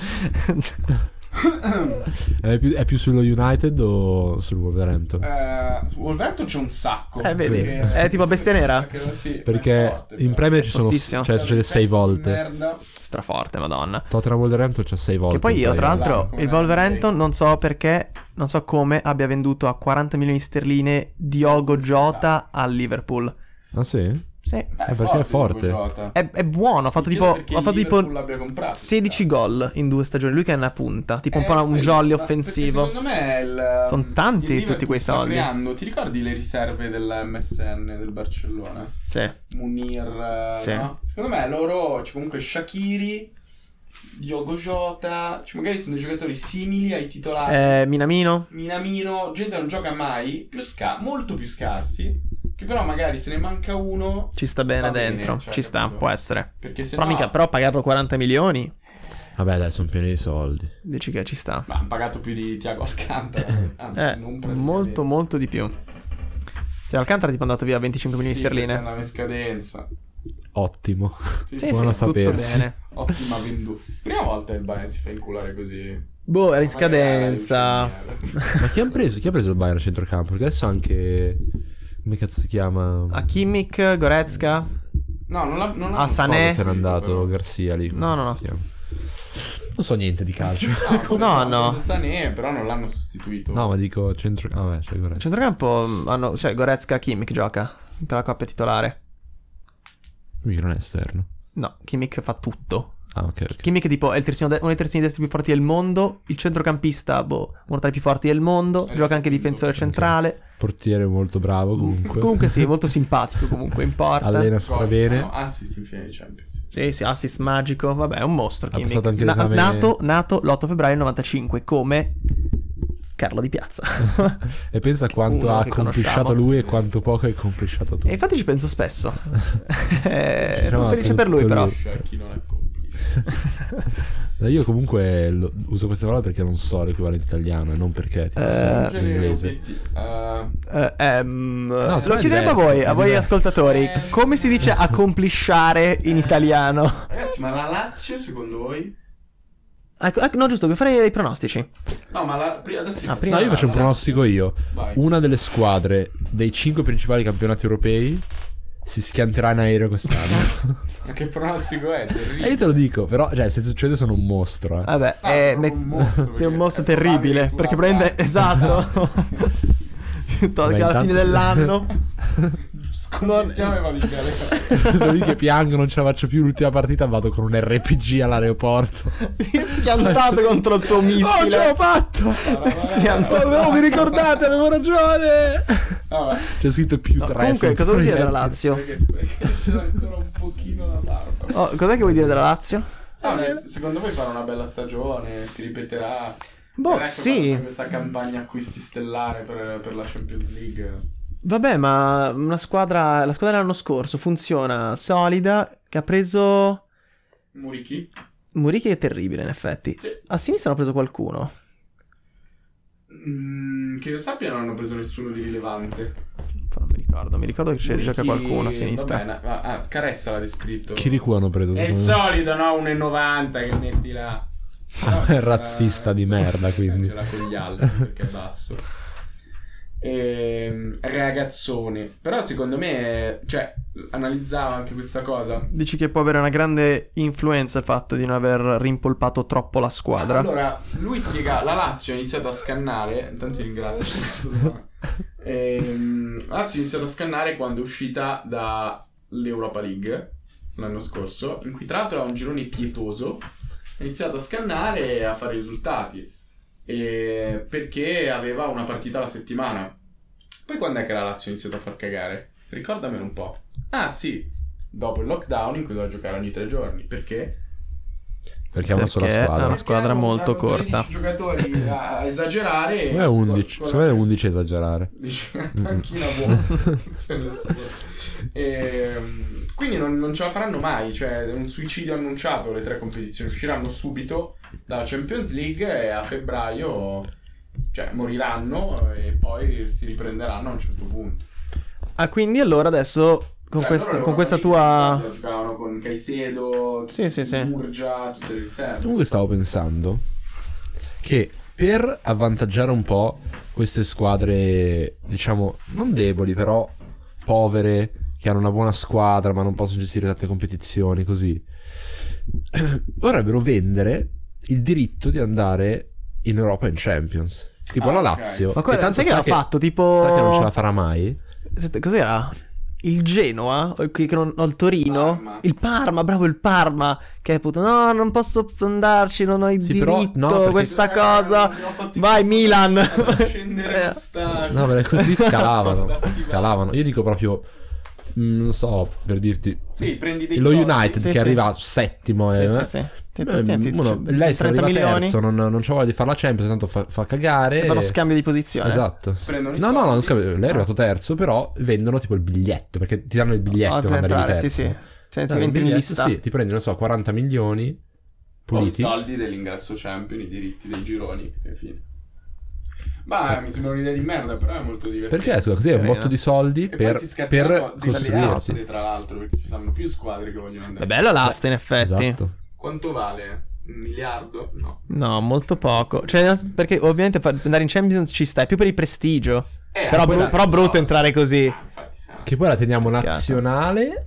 Speaker 1: È, più, è più sullo United o sul Wolverhampton?
Speaker 2: Eh, su Wolverhampton c'è un sacco.
Speaker 3: Eh, vedi,
Speaker 2: perché-
Speaker 3: è tipo bestia nera.
Speaker 2: Perché, sì, è
Speaker 1: Perché
Speaker 2: forte,
Speaker 1: in
Speaker 2: però.
Speaker 1: Premier ci sono.
Speaker 3: Fortissimo.
Speaker 1: Cioè, succede 6
Speaker 2: Pezzo di
Speaker 1: volte.
Speaker 2: Merda.
Speaker 3: Straforte, madonna.
Speaker 1: Tottenham Wolverhampton c'ha 6 volte.
Speaker 3: Che poi
Speaker 1: in
Speaker 3: io, tra
Speaker 1: playoff.
Speaker 3: l'altro,
Speaker 2: Come
Speaker 3: il
Speaker 2: la
Speaker 3: Wolverhampton non so perché, non so come abbia venduto a 40 milioni di sterline Diogo Jota al Liverpool.
Speaker 1: Ah, sì?
Speaker 3: Sì.
Speaker 2: Beh,
Speaker 1: Eh, perché è forte.
Speaker 2: Diego Jota.
Speaker 3: È, è buono, ha fatto
Speaker 2: Chiedo
Speaker 3: tipo,
Speaker 2: perché
Speaker 3: ha fatto
Speaker 2: il
Speaker 3: tipo
Speaker 2: Liverpool l'abbia comprato,
Speaker 3: 16 gol in due stagioni. Lui che è una punta, tipo un
Speaker 2: Eh,
Speaker 3: po' un
Speaker 2: quello,
Speaker 3: jolly
Speaker 2: ma-
Speaker 3: offensivo.
Speaker 2: perché Secondo me è il
Speaker 3: Son tanti
Speaker 2: il Liverpool
Speaker 3: tutti quei
Speaker 2: sta
Speaker 3: soldi.
Speaker 2: creando- ti ricordi le riserve dell'MSN del Barcellona?
Speaker 3: Sì.
Speaker 2: Munir, eh,
Speaker 3: Sì.
Speaker 2: no? Secondo me loro, cioè comunque Shakiri, Diogo Jota, cioè magari sono dei giocatori simili ai titolari.
Speaker 3: Eh, Minamino?
Speaker 2: Minamino, gente che non gioca mai, più sca- molto più scarsi, che però magari se ne manca uno
Speaker 3: Ci sta bene
Speaker 2: Va bene,
Speaker 3: dentro.
Speaker 2: cioè,
Speaker 3: ci sta,
Speaker 2: capito.
Speaker 3: può essere.
Speaker 2: perché se
Speaker 3: Però,
Speaker 2: no
Speaker 3: mica, però pagarlo 40 milioni
Speaker 1: Vabbè, dai, sono pieni di soldi.
Speaker 3: dici che ci sta.
Speaker 2: Ma hanno pagato più di Tiago Alcantara. Anzi,
Speaker 3: Eh,
Speaker 2: non
Speaker 3: molto, molto di più. Sì, Alcantara è tipo andato via a 25 milioni di sterline.
Speaker 2: Andava in scadenza.
Speaker 1: Ottimo.
Speaker 2: Sì,
Speaker 3: Sì,
Speaker 2: sì,
Speaker 1: Buono
Speaker 3: sì, tutto
Speaker 1: sapersi.
Speaker 3: bene.
Speaker 2: Ottima venduta. Prima volta il Bayern si fa inculare così.
Speaker 3: Boh, era in
Speaker 2: Magari era la
Speaker 3: scadenza.
Speaker 1: <laughs>
Speaker 2: leucemia.
Speaker 1: Ma chi ha preso? Chi ha preso il Bayern a centrocampo? Perché adesso anche. Come cazzo si chiama?
Speaker 3: A Kimmich, Goretzka.
Speaker 2: No, non l'ha. Non
Speaker 3: Ah,
Speaker 2: l'ha-
Speaker 3: Sané?
Speaker 1: se n'è andato
Speaker 2: Però.
Speaker 1: Garcia lì. come
Speaker 3: No, no,
Speaker 1: si
Speaker 3: no.
Speaker 1: chiama. Non so niente di calcio.
Speaker 2: No,
Speaker 3: <laughs>
Speaker 2: no.
Speaker 3: No, no.
Speaker 2: no. Sané, però non l'hanno sostituito.
Speaker 1: no, ma dico centro. Ah, vabbè, c'è Goretzka.
Speaker 3: A centrocampo mh, hanno. Cioè, Goretzka, Kimmich gioca. Tra la coppia titolare.
Speaker 1: Lui che non è esterno.
Speaker 3: No, Kimmich fa tutto.
Speaker 1: Ah, ok. ok.
Speaker 3: Kimmich è tipo è il terzino de- uno dei terzini destri più forti del mondo, il centrocampista, boh, uno tra i più forti del mondo,
Speaker 2: Eh,
Speaker 3: gioca anche difensore
Speaker 2: ok.
Speaker 3: centrale.
Speaker 1: Portiere molto bravo comunque. <laughs>
Speaker 3: Comunque sì, molto simpatico comunque in porta.
Speaker 1: Allena
Speaker 2: Gol,
Speaker 1: strabene.
Speaker 2: no, assist in finale di Champions.
Speaker 3: Sì, sì, assist magico, vabbè, è un mostro Kimmich.
Speaker 1: passato anche l'esame-
Speaker 3: nato, nato l'8 febbraio 95 come Carlo
Speaker 1: <laughs>
Speaker 3: di Piazza.
Speaker 1: E pensa quanto
Speaker 3: Uno
Speaker 1: ha
Speaker 3: che
Speaker 1: complisciato
Speaker 3: conosciamo.
Speaker 1: lui e quanto poco hai complisciato tu.
Speaker 3: e infatti ci penso
Speaker 1: <laughs>
Speaker 3: spesso. Eh,
Speaker 1: No,
Speaker 3: sono
Speaker 1: ma
Speaker 3: felice
Speaker 1: per
Speaker 3: per lui
Speaker 1: tutto
Speaker 3: però.
Speaker 1: lui.
Speaker 2: Cioè, chi non è complice.
Speaker 3: Eh.
Speaker 1: Io comunque lo- uso questa parola perché non so l'equivalente italiano e non perché tipo,
Speaker 3: Eh,
Speaker 1: so
Speaker 2: Genere
Speaker 1: l'inglese.
Speaker 2: obiettivi. Eh,
Speaker 3: Eh, ehm,
Speaker 1: No, sono
Speaker 3: lo chiederemo a
Speaker 1: diversi,
Speaker 3: voi, a voi
Speaker 1: diversi.
Speaker 3: ascoltatori,
Speaker 2: Eh.
Speaker 3: come
Speaker 1: <laughs>
Speaker 3: si dice accomplisciare in italiano?
Speaker 2: ragazzi, ma la Lazio secondo voi?
Speaker 3: Ecco, ecco, no, giusto, dobbiamo fare i pronostici.
Speaker 2: No, ma la, pri- adesso
Speaker 3: Ah, prima-
Speaker 1: No, io faccio un
Speaker 2: Lazio.
Speaker 1: pronostico io.
Speaker 2: Vai.
Speaker 1: Una delle squadre dei cinque principali campionati europei si schianterà in aereo quest'anno.
Speaker 3: <laughs>
Speaker 2: Ma che pronostico è? Terribile.
Speaker 1: e io te lo dico, però, cioè, se succede sono un mostro.
Speaker 3: <laughs>
Speaker 1: eh.
Speaker 3: Vabbè,
Speaker 2: No,
Speaker 3: eh,
Speaker 2: sono
Speaker 3: met-
Speaker 2: Ah, un mostro,
Speaker 3: <laughs> sei un
Speaker 2: perché
Speaker 3: mostro
Speaker 2: è probabile
Speaker 3: terribile,
Speaker 2: che tu
Speaker 3: perché
Speaker 2: la
Speaker 3: prende
Speaker 2: passi. <laughs>
Speaker 3: esatto. Tolga
Speaker 1: Beh,
Speaker 3: alla
Speaker 1: intanto- <laughs>
Speaker 3: fine dell'anno.
Speaker 2: Scommettiamo e va in gara.
Speaker 1: Sono lì che piango, non ce la faccio più. L'ultima partita vado con un RPG all'aeroporto.
Speaker 3: Ti schiantato contro il tuo
Speaker 1: Oh, ce
Speaker 3: missile.
Speaker 1: l'ho fatto! <laughs>
Speaker 3: Schiantato.
Speaker 1: Davvero, vi ricordate? Avevo ragione!
Speaker 3: <laughs>
Speaker 2: Vabbè,
Speaker 1: C'è scritto più
Speaker 3: No,
Speaker 1: tre.
Speaker 3: comunque,
Speaker 1: sul
Speaker 3: cosa vuol dire della
Speaker 1: foglietto.
Speaker 3: Lazio?
Speaker 2: perché, perché c'era ancora un pochino la barba.
Speaker 3: Oh, cos'è che vuoi dire della Lazio?
Speaker 2: No, che s- Ah, secondo voi farà una bella stagione? Si ripeterà?
Speaker 3: Boh,
Speaker 2: Adesso
Speaker 3: sì.
Speaker 2: fanno Questa campagna acquisti stellare per, per la Champions League.
Speaker 3: Vabbè, ma una squadra. La squadra dell'anno scorso funziona solida. Che ha preso.
Speaker 2: Murichi?
Speaker 3: Murichi è terribile, in effetti.
Speaker 2: Sì.
Speaker 3: A sinistra hanno preso qualcuno.
Speaker 2: Mm, che io sappia non hanno preso nessuno di rilevante.
Speaker 3: Però non mi ricordo. Mi ricordo che c'è
Speaker 2: Murichi-
Speaker 3: gioca qualcuno a sinistra.
Speaker 2: Vabbè, na- ma- ah, Caressa l'ha descritto.
Speaker 1: Chiriku hanno preso
Speaker 2: È il
Speaker 1: secondo me.
Speaker 2: solito, no? 1,90 che metti là.
Speaker 1: <laughs> È razzista di merda, quindi.
Speaker 2: eh, Ce l'ha con gli altri perché è basso. Ehm, ragazzone. Però secondo me, cioè, analizzavo anche questa cosa.
Speaker 3: Dici che può avere una grande influenza il fatto di non aver rimpolpato troppo la squadra.
Speaker 2: Allora, lui spiega, la Lazio ha iniziato a scannare, intanto ti ringrazio per questo tema. Ehm, la Lazio ha iniziato a scannare quando è uscita dall'Europa League l'anno scorso, in cui tra l'altro era un girone pietoso, ha iniziato a scannare e a fare risultati, E perché aveva una partita alla settimana. Poi quando è che la Lazio ha iniziato a far cagare? Ricordamelo un po'. Ah sì, dopo il lockdown in cui doveva giocare ogni tre giorni, perché?
Speaker 1: Perché è una sola
Speaker 3: Perché
Speaker 1: squadra.
Speaker 3: hanno- squadra
Speaker 2: hanno-
Speaker 3: molto
Speaker 2: hanno 13
Speaker 3: corta.
Speaker 2: giocatori a a esagerare.
Speaker 1: Secondo me è 11.
Speaker 2: Con- con
Speaker 1: Secondo me è
Speaker 2: la-
Speaker 1: 11 a esagerare.
Speaker 2: Dice, panchina buona.
Speaker 1: <laughs>
Speaker 2: C'è nessuno. Ehm, quindi non, non ce la faranno mai. Cioè, è un suicidio annunciato. Le tre competizioni usciranno subito dalla Champions League e a febbraio. Cioè, moriranno e poi si riprenderanno a un certo punto.
Speaker 3: Ah, quindi allora adesso con
Speaker 2: Cioè,
Speaker 3: questa,
Speaker 2: loro
Speaker 3: con questa
Speaker 2: erano lì,
Speaker 3: tua.
Speaker 2: Giocavano con Caicedo,
Speaker 3: Sì, sì, sì.
Speaker 2: Murgia, tutte le riserve.
Speaker 1: Comunque stavo pensando che per avvantaggiare un po' queste squadre, diciamo, non deboli, però povere, che hanno una buona squadra ma non possono gestire tante competizioni, così, <clears throat> vorrebbero vendere il diritto di andare in Europa in Champions. Tipo
Speaker 2: Ah,
Speaker 1: la
Speaker 2: ok.
Speaker 1: Lazio.
Speaker 3: Ma quella,
Speaker 1: tanto
Speaker 3: sai che
Speaker 1: sa
Speaker 3: l'ha fatto? Tipo.
Speaker 1: Sa che non ce la farà mai?
Speaker 3: Sette- Cos'era? Il Genoa? O il- che non- no, il Torino?
Speaker 2: Parma.
Speaker 3: Il Parma, bravo, il Parma. Che è puto, no, non posso andarci, non ho il
Speaker 1: Sì, però-
Speaker 3: diritto,
Speaker 1: no, perché-
Speaker 3: questa
Speaker 2: Eh,
Speaker 3: cosa.
Speaker 2: abbiamo fatto i
Speaker 3: Vai,
Speaker 2: conti
Speaker 3: Milan. <laughs>
Speaker 2: per Scendere
Speaker 3: Eh.
Speaker 2: questa...
Speaker 1: No, perché
Speaker 3: <laughs>
Speaker 1: così
Speaker 2: <laughs>
Speaker 1: scalavano.
Speaker 2: Esatto.
Speaker 1: scalavano. Io dico proprio, mm, non so, per dirti,
Speaker 2: Sì, prendi dei
Speaker 1: lo
Speaker 2: soldi.
Speaker 1: United
Speaker 3: Sì,
Speaker 1: che
Speaker 3: sì.
Speaker 1: arriva settimo.
Speaker 3: Sì,
Speaker 1: eh,
Speaker 3: sì,
Speaker 1: eh.
Speaker 3: sì. Ti-
Speaker 1: Beh,
Speaker 3: ti- ti-
Speaker 1: uno-
Speaker 3: ti-
Speaker 1: Lei se
Speaker 3: 30
Speaker 1: arriva
Speaker 3: milioni
Speaker 1: terzo, non, non c'è voglia di fare la Champions, tanto fa, fa cagare.
Speaker 3: e fanno scambio di Ah. posizione.
Speaker 1: Esatto.
Speaker 2: prendono i
Speaker 1: No, no, no, non
Speaker 2: soldi.
Speaker 1: scambio. Lei è arrivato terzo, però vendono tipo il biglietto, perché ti danno il biglietto
Speaker 3: Ah, per
Speaker 1: quando arrivi
Speaker 3: entrare,
Speaker 1: terzo.
Speaker 3: sì, sì. Cioè,
Speaker 1: Ti
Speaker 3: ti
Speaker 1: danno il
Speaker 3: entri in
Speaker 1: biglietto,
Speaker 3: lista.
Speaker 1: Sì, ti prendi, non so, 40 milioni
Speaker 2: Ho i
Speaker 1: puliti.
Speaker 2: soldi dell'ingresso champion, i diritti dei gironi, e fine. Ma
Speaker 1: Eh.
Speaker 2: mi sembra un'idea di merda, però è molto divertente.
Speaker 1: Perché scusa, così è un
Speaker 3: Carina.
Speaker 1: botto di soldi
Speaker 2: E poi
Speaker 1: per,
Speaker 2: si
Speaker 1: per
Speaker 2: scattano delle
Speaker 1: costruirsi.
Speaker 2: aste, tra l'altro, perché ci saranno più squadre che vogliono
Speaker 3: È
Speaker 2: andare.
Speaker 3: bella l'asta, in effetti.
Speaker 1: Esatto.
Speaker 2: Quanto vale? Un miliardo? No.
Speaker 3: No, molto poco. Cioè, perché ovviamente fa- andare in Champions ci sta, è più per il prestigio.
Speaker 2: Eh,
Speaker 3: però
Speaker 2: poi
Speaker 3: bru-
Speaker 2: dai,
Speaker 3: però
Speaker 2: no.
Speaker 3: brutto entrare così.
Speaker 2: Ah, infatti, sa.
Speaker 1: Che poi la teniamo
Speaker 3: Minchia.
Speaker 1: nazionale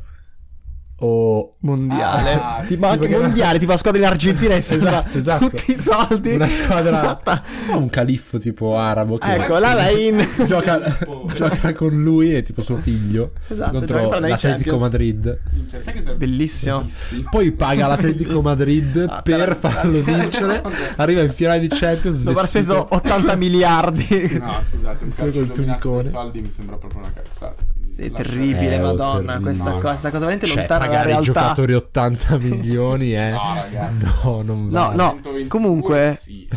Speaker 1: o
Speaker 3: mondiale.
Speaker 2: Ah,
Speaker 3: ti manca
Speaker 1: tipo che-
Speaker 3: mondiale, ti fa squadra in Argentina e sembra
Speaker 1: Esatto, esatto.
Speaker 3: tutti i soldi.
Speaker 1: una squadra
Speaker 3: Fatta-
Speaker 1: o un califfo tipo arabo che
Speaker 3: Ecco, la Lain.
Speaker 1: gioca, <laughs> gioca con lui e tipo suo figlio
Speaker 3: Esatto, gioca
Speaker 1: contro
Speaker 3: per la
Speaker 1: l'Atletico
Speaker 3: Champions.
Speaker 1: Madrid
Speaker 2: Minchia, sai che sarebbe
Speaker 3: Bellissimo.
Speaker 2: bellissimo?
Speaker 1: poi paga l'Atletico
Speaker 3: <laughs>
Speaker 1: Madrid
Speaker 3: Ah,
Speaker 1: per
Speaker 3: però- <laughs>
Speaker 1: farlo vincere arriva in finale di Champions
Speaker 3: Dopo aver
Speaker 1: vestito-
Speaker 3: speso 80 miliardi.
Speaker 2: No, scusate, un
Speaker 1: Sì,
Speaker 2: calcio
Speaker 1: col
Speaker 2: dominato
Speaker 1: tunicone.
Speaker 2: dai soldi mi sembra proprio una cazzata.
Speaker 6: Sì,
Speaker 2: Lascia-
Speaker 6: terribile,
Speaker 1: Eh, oh,
Speaker 6: madonna.
Speaker 1: terribile.
Speaker 6: Questa,
Speaker 2: No,
Speaker 6: cosa,
Speaker 2: no.
Speaker 6: sta cosa veramente
Speaker 1: cioè,
Speaker 6: lontana dalla
Speaker 1: pagare i
Speaker 6: realtà.
Speaker 1: giocatori
Speaker 3: <laughs>
Speaker 1: 80 milioni eh
Speaker 2: No, Ah, ragazzi.
Speaker 1: no non va
Speaker 3: No, no.
Speaker 2: 122
Speaker 3: comunque-
Speaker 2: Sì.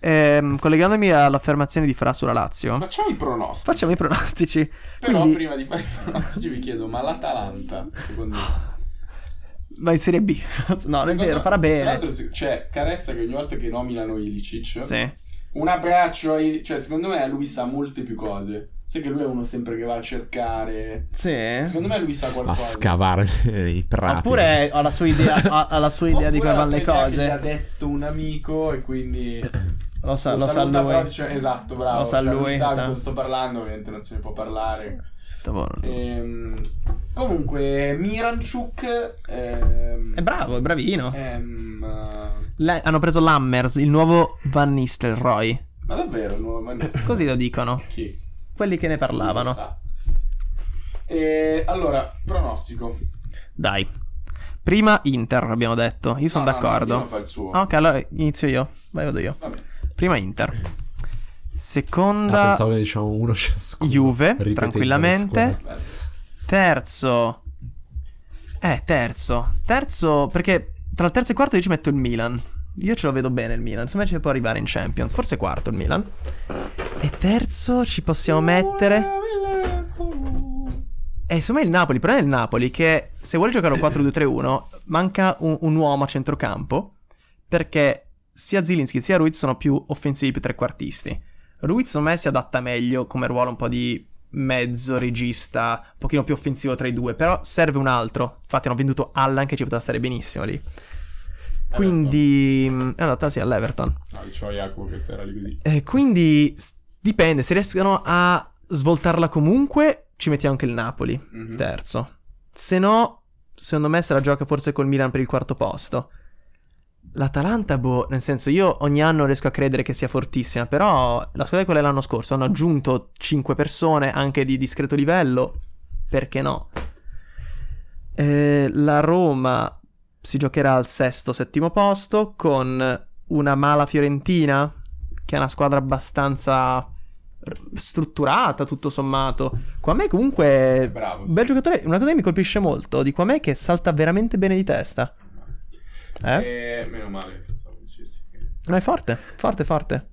Speaker 3: Ehm, collegandomi all'affermazione di Fra sulla Lazio,
Speaker 2: Facciamo i pronostici.
Speaker 3: facciamo i pronostici.
Speaker 2: Però
Speaker 3: Quindi,
Speaker 2: prima di fare i pronostici vi chiedo, ma l'Atalanta, secondo me...
Speaker 3: va in Serie B. <laughs> No, non è
Speaker 2: secondo
Speaker 3: vero,
Speaker 2: me- Tra
Speaker 3: farà bene.
Speaker 2: l'altro se- c'è Caressa che ogni volta che nominano Ilicic...
Speaker 3: Sì.
Speaker 2: Un abbraccio, a Il- cioè secondo me lui sa molte più cose. Sai che lui è uno sempre che va a cercare...
Speaker 3: Sì.
Speaker 2: Secondo me lui sa
Speaker 1: a
Speaker 2: qualcosa.
Speaker 1: scavare i prati
Speaker 3: Oppure ha la sua idea, ha, ha la sua idea di come
Speaker 2: Oppure
Speaker 3: vanno
Speaker 2: la
Speaker 3: le
Speaker 2: sua idea che gli ha
Speaker 3: cose.
Speaker 2: detto un amico e quindi...
Speaker 3: Lo sa,
Speaker 2: Lo
Speaker 3: lo sa
Speaker 2: saluta, però,
Speaker 3: lui.
Speaker 2: cioè, esatto, bravo.
Speaker 3: Lo sa
Speaker 2: Cioè,
Speaker 3: lui,
Speaker 2: sa di
Speaker 3: ta-
Speaker 2: cosa sto parlando, ovviamente non se ne può parlare.
Speaker 3: È
Speaker 2: Ehm, comunque, Miranchuk. Ehm,
Speaker 3: bravo, è bravino.
Speaker 2: ehm, eh,
Speaker 3: Le- hanno preso Lammers, il nuovo Van Nistelrooy.
Speaker 2: ma davvero, il nuovo Manchester?
Speaker 3: Così lo dicono
Speaker 2: Chi?
Speaker 3: quelli che ne
Speaker 2: Lo
Speaker 3: parlavano.
Speaker 2: sa. E, allora, pronostico.
Speaker 3: Dai. Prima Inter, abbiamo detto. Io sono
Speaker 2: Ah, No, no, no,
Speaker 3: d'accordo. Ah,
Speaker 2: ognuno fa il suo.
Speaker 3: ok, allora inizio io. Vai, vado io.
Speaker 2: Vabbè.
Speaker 3: Prima Inter.
Speaker 1: Ah,
Speaker 3: Seconda
Speaker 1: pensavo che diciamo uno ciascuno
Speaker 3: Juve,
Speaker 1: ripetendo le
Speaker 3: tranquillamente.
Speaker 1: squadre.
Speaker 3: Terzo. Eh, terzo. Terzo, perché tra il terzo e il quarto io ci metto il Milan. Io ce lo vedo bene il Milan. Secondo me ci può arrivare in Champions. Forse quarto il Milan. E terzo ci possiamo mettere. E Eh, secondo me il Napoli. Il problema è il Napoli che se vuole giocare un 4-2-3-1 manca un, un uomo a centrocampo. Perché sia Zilinski sia Ruiz sono più offensivi, più trequartisti. Ruiz secondo me si adatta meglio come ruolo un po' di mezzo regista, un pochino più offensivo tra i due, però serve un altro. Infatti hanno venduto Allan che ci poteva stare benissimo lì. Quindi mh, è andata sì all'Everton.
Speaker 7: No, dicevo a Jacopo che era lì così.
Speaker 3: Eh, quindi s- dipende, se riescono a svoltarla comunque ci mettiamo anche il Napoli,
Speaker 2: Mhm.
Speaker 3: terzo. Se no, secondo me se la gioca forse col Milan per il quarto posto. L'Atalanta, boh, nel senso io ogni anno riesco a credere che sia fortissima, però la squadra è quella dell'anno scorso, hanno aggiunto 5 persone anche di discreto livello, perché no? Eh, la Roma si giocherà al sesto, settimo posto con una mala Fiorentina, che è una squadra abbastanza r- strutturata tutto sommato. Quamè comunque
Speaker 2: Bravo, sì.
Speaker 3: bel giocatore, una cosa che mi colpisce molto di Quamè è che salta veramente bene di testa. Eh?
Speaker 2: E meno male, pensavo dicessi che.
Speaker 3: No, è forte, forte, forte.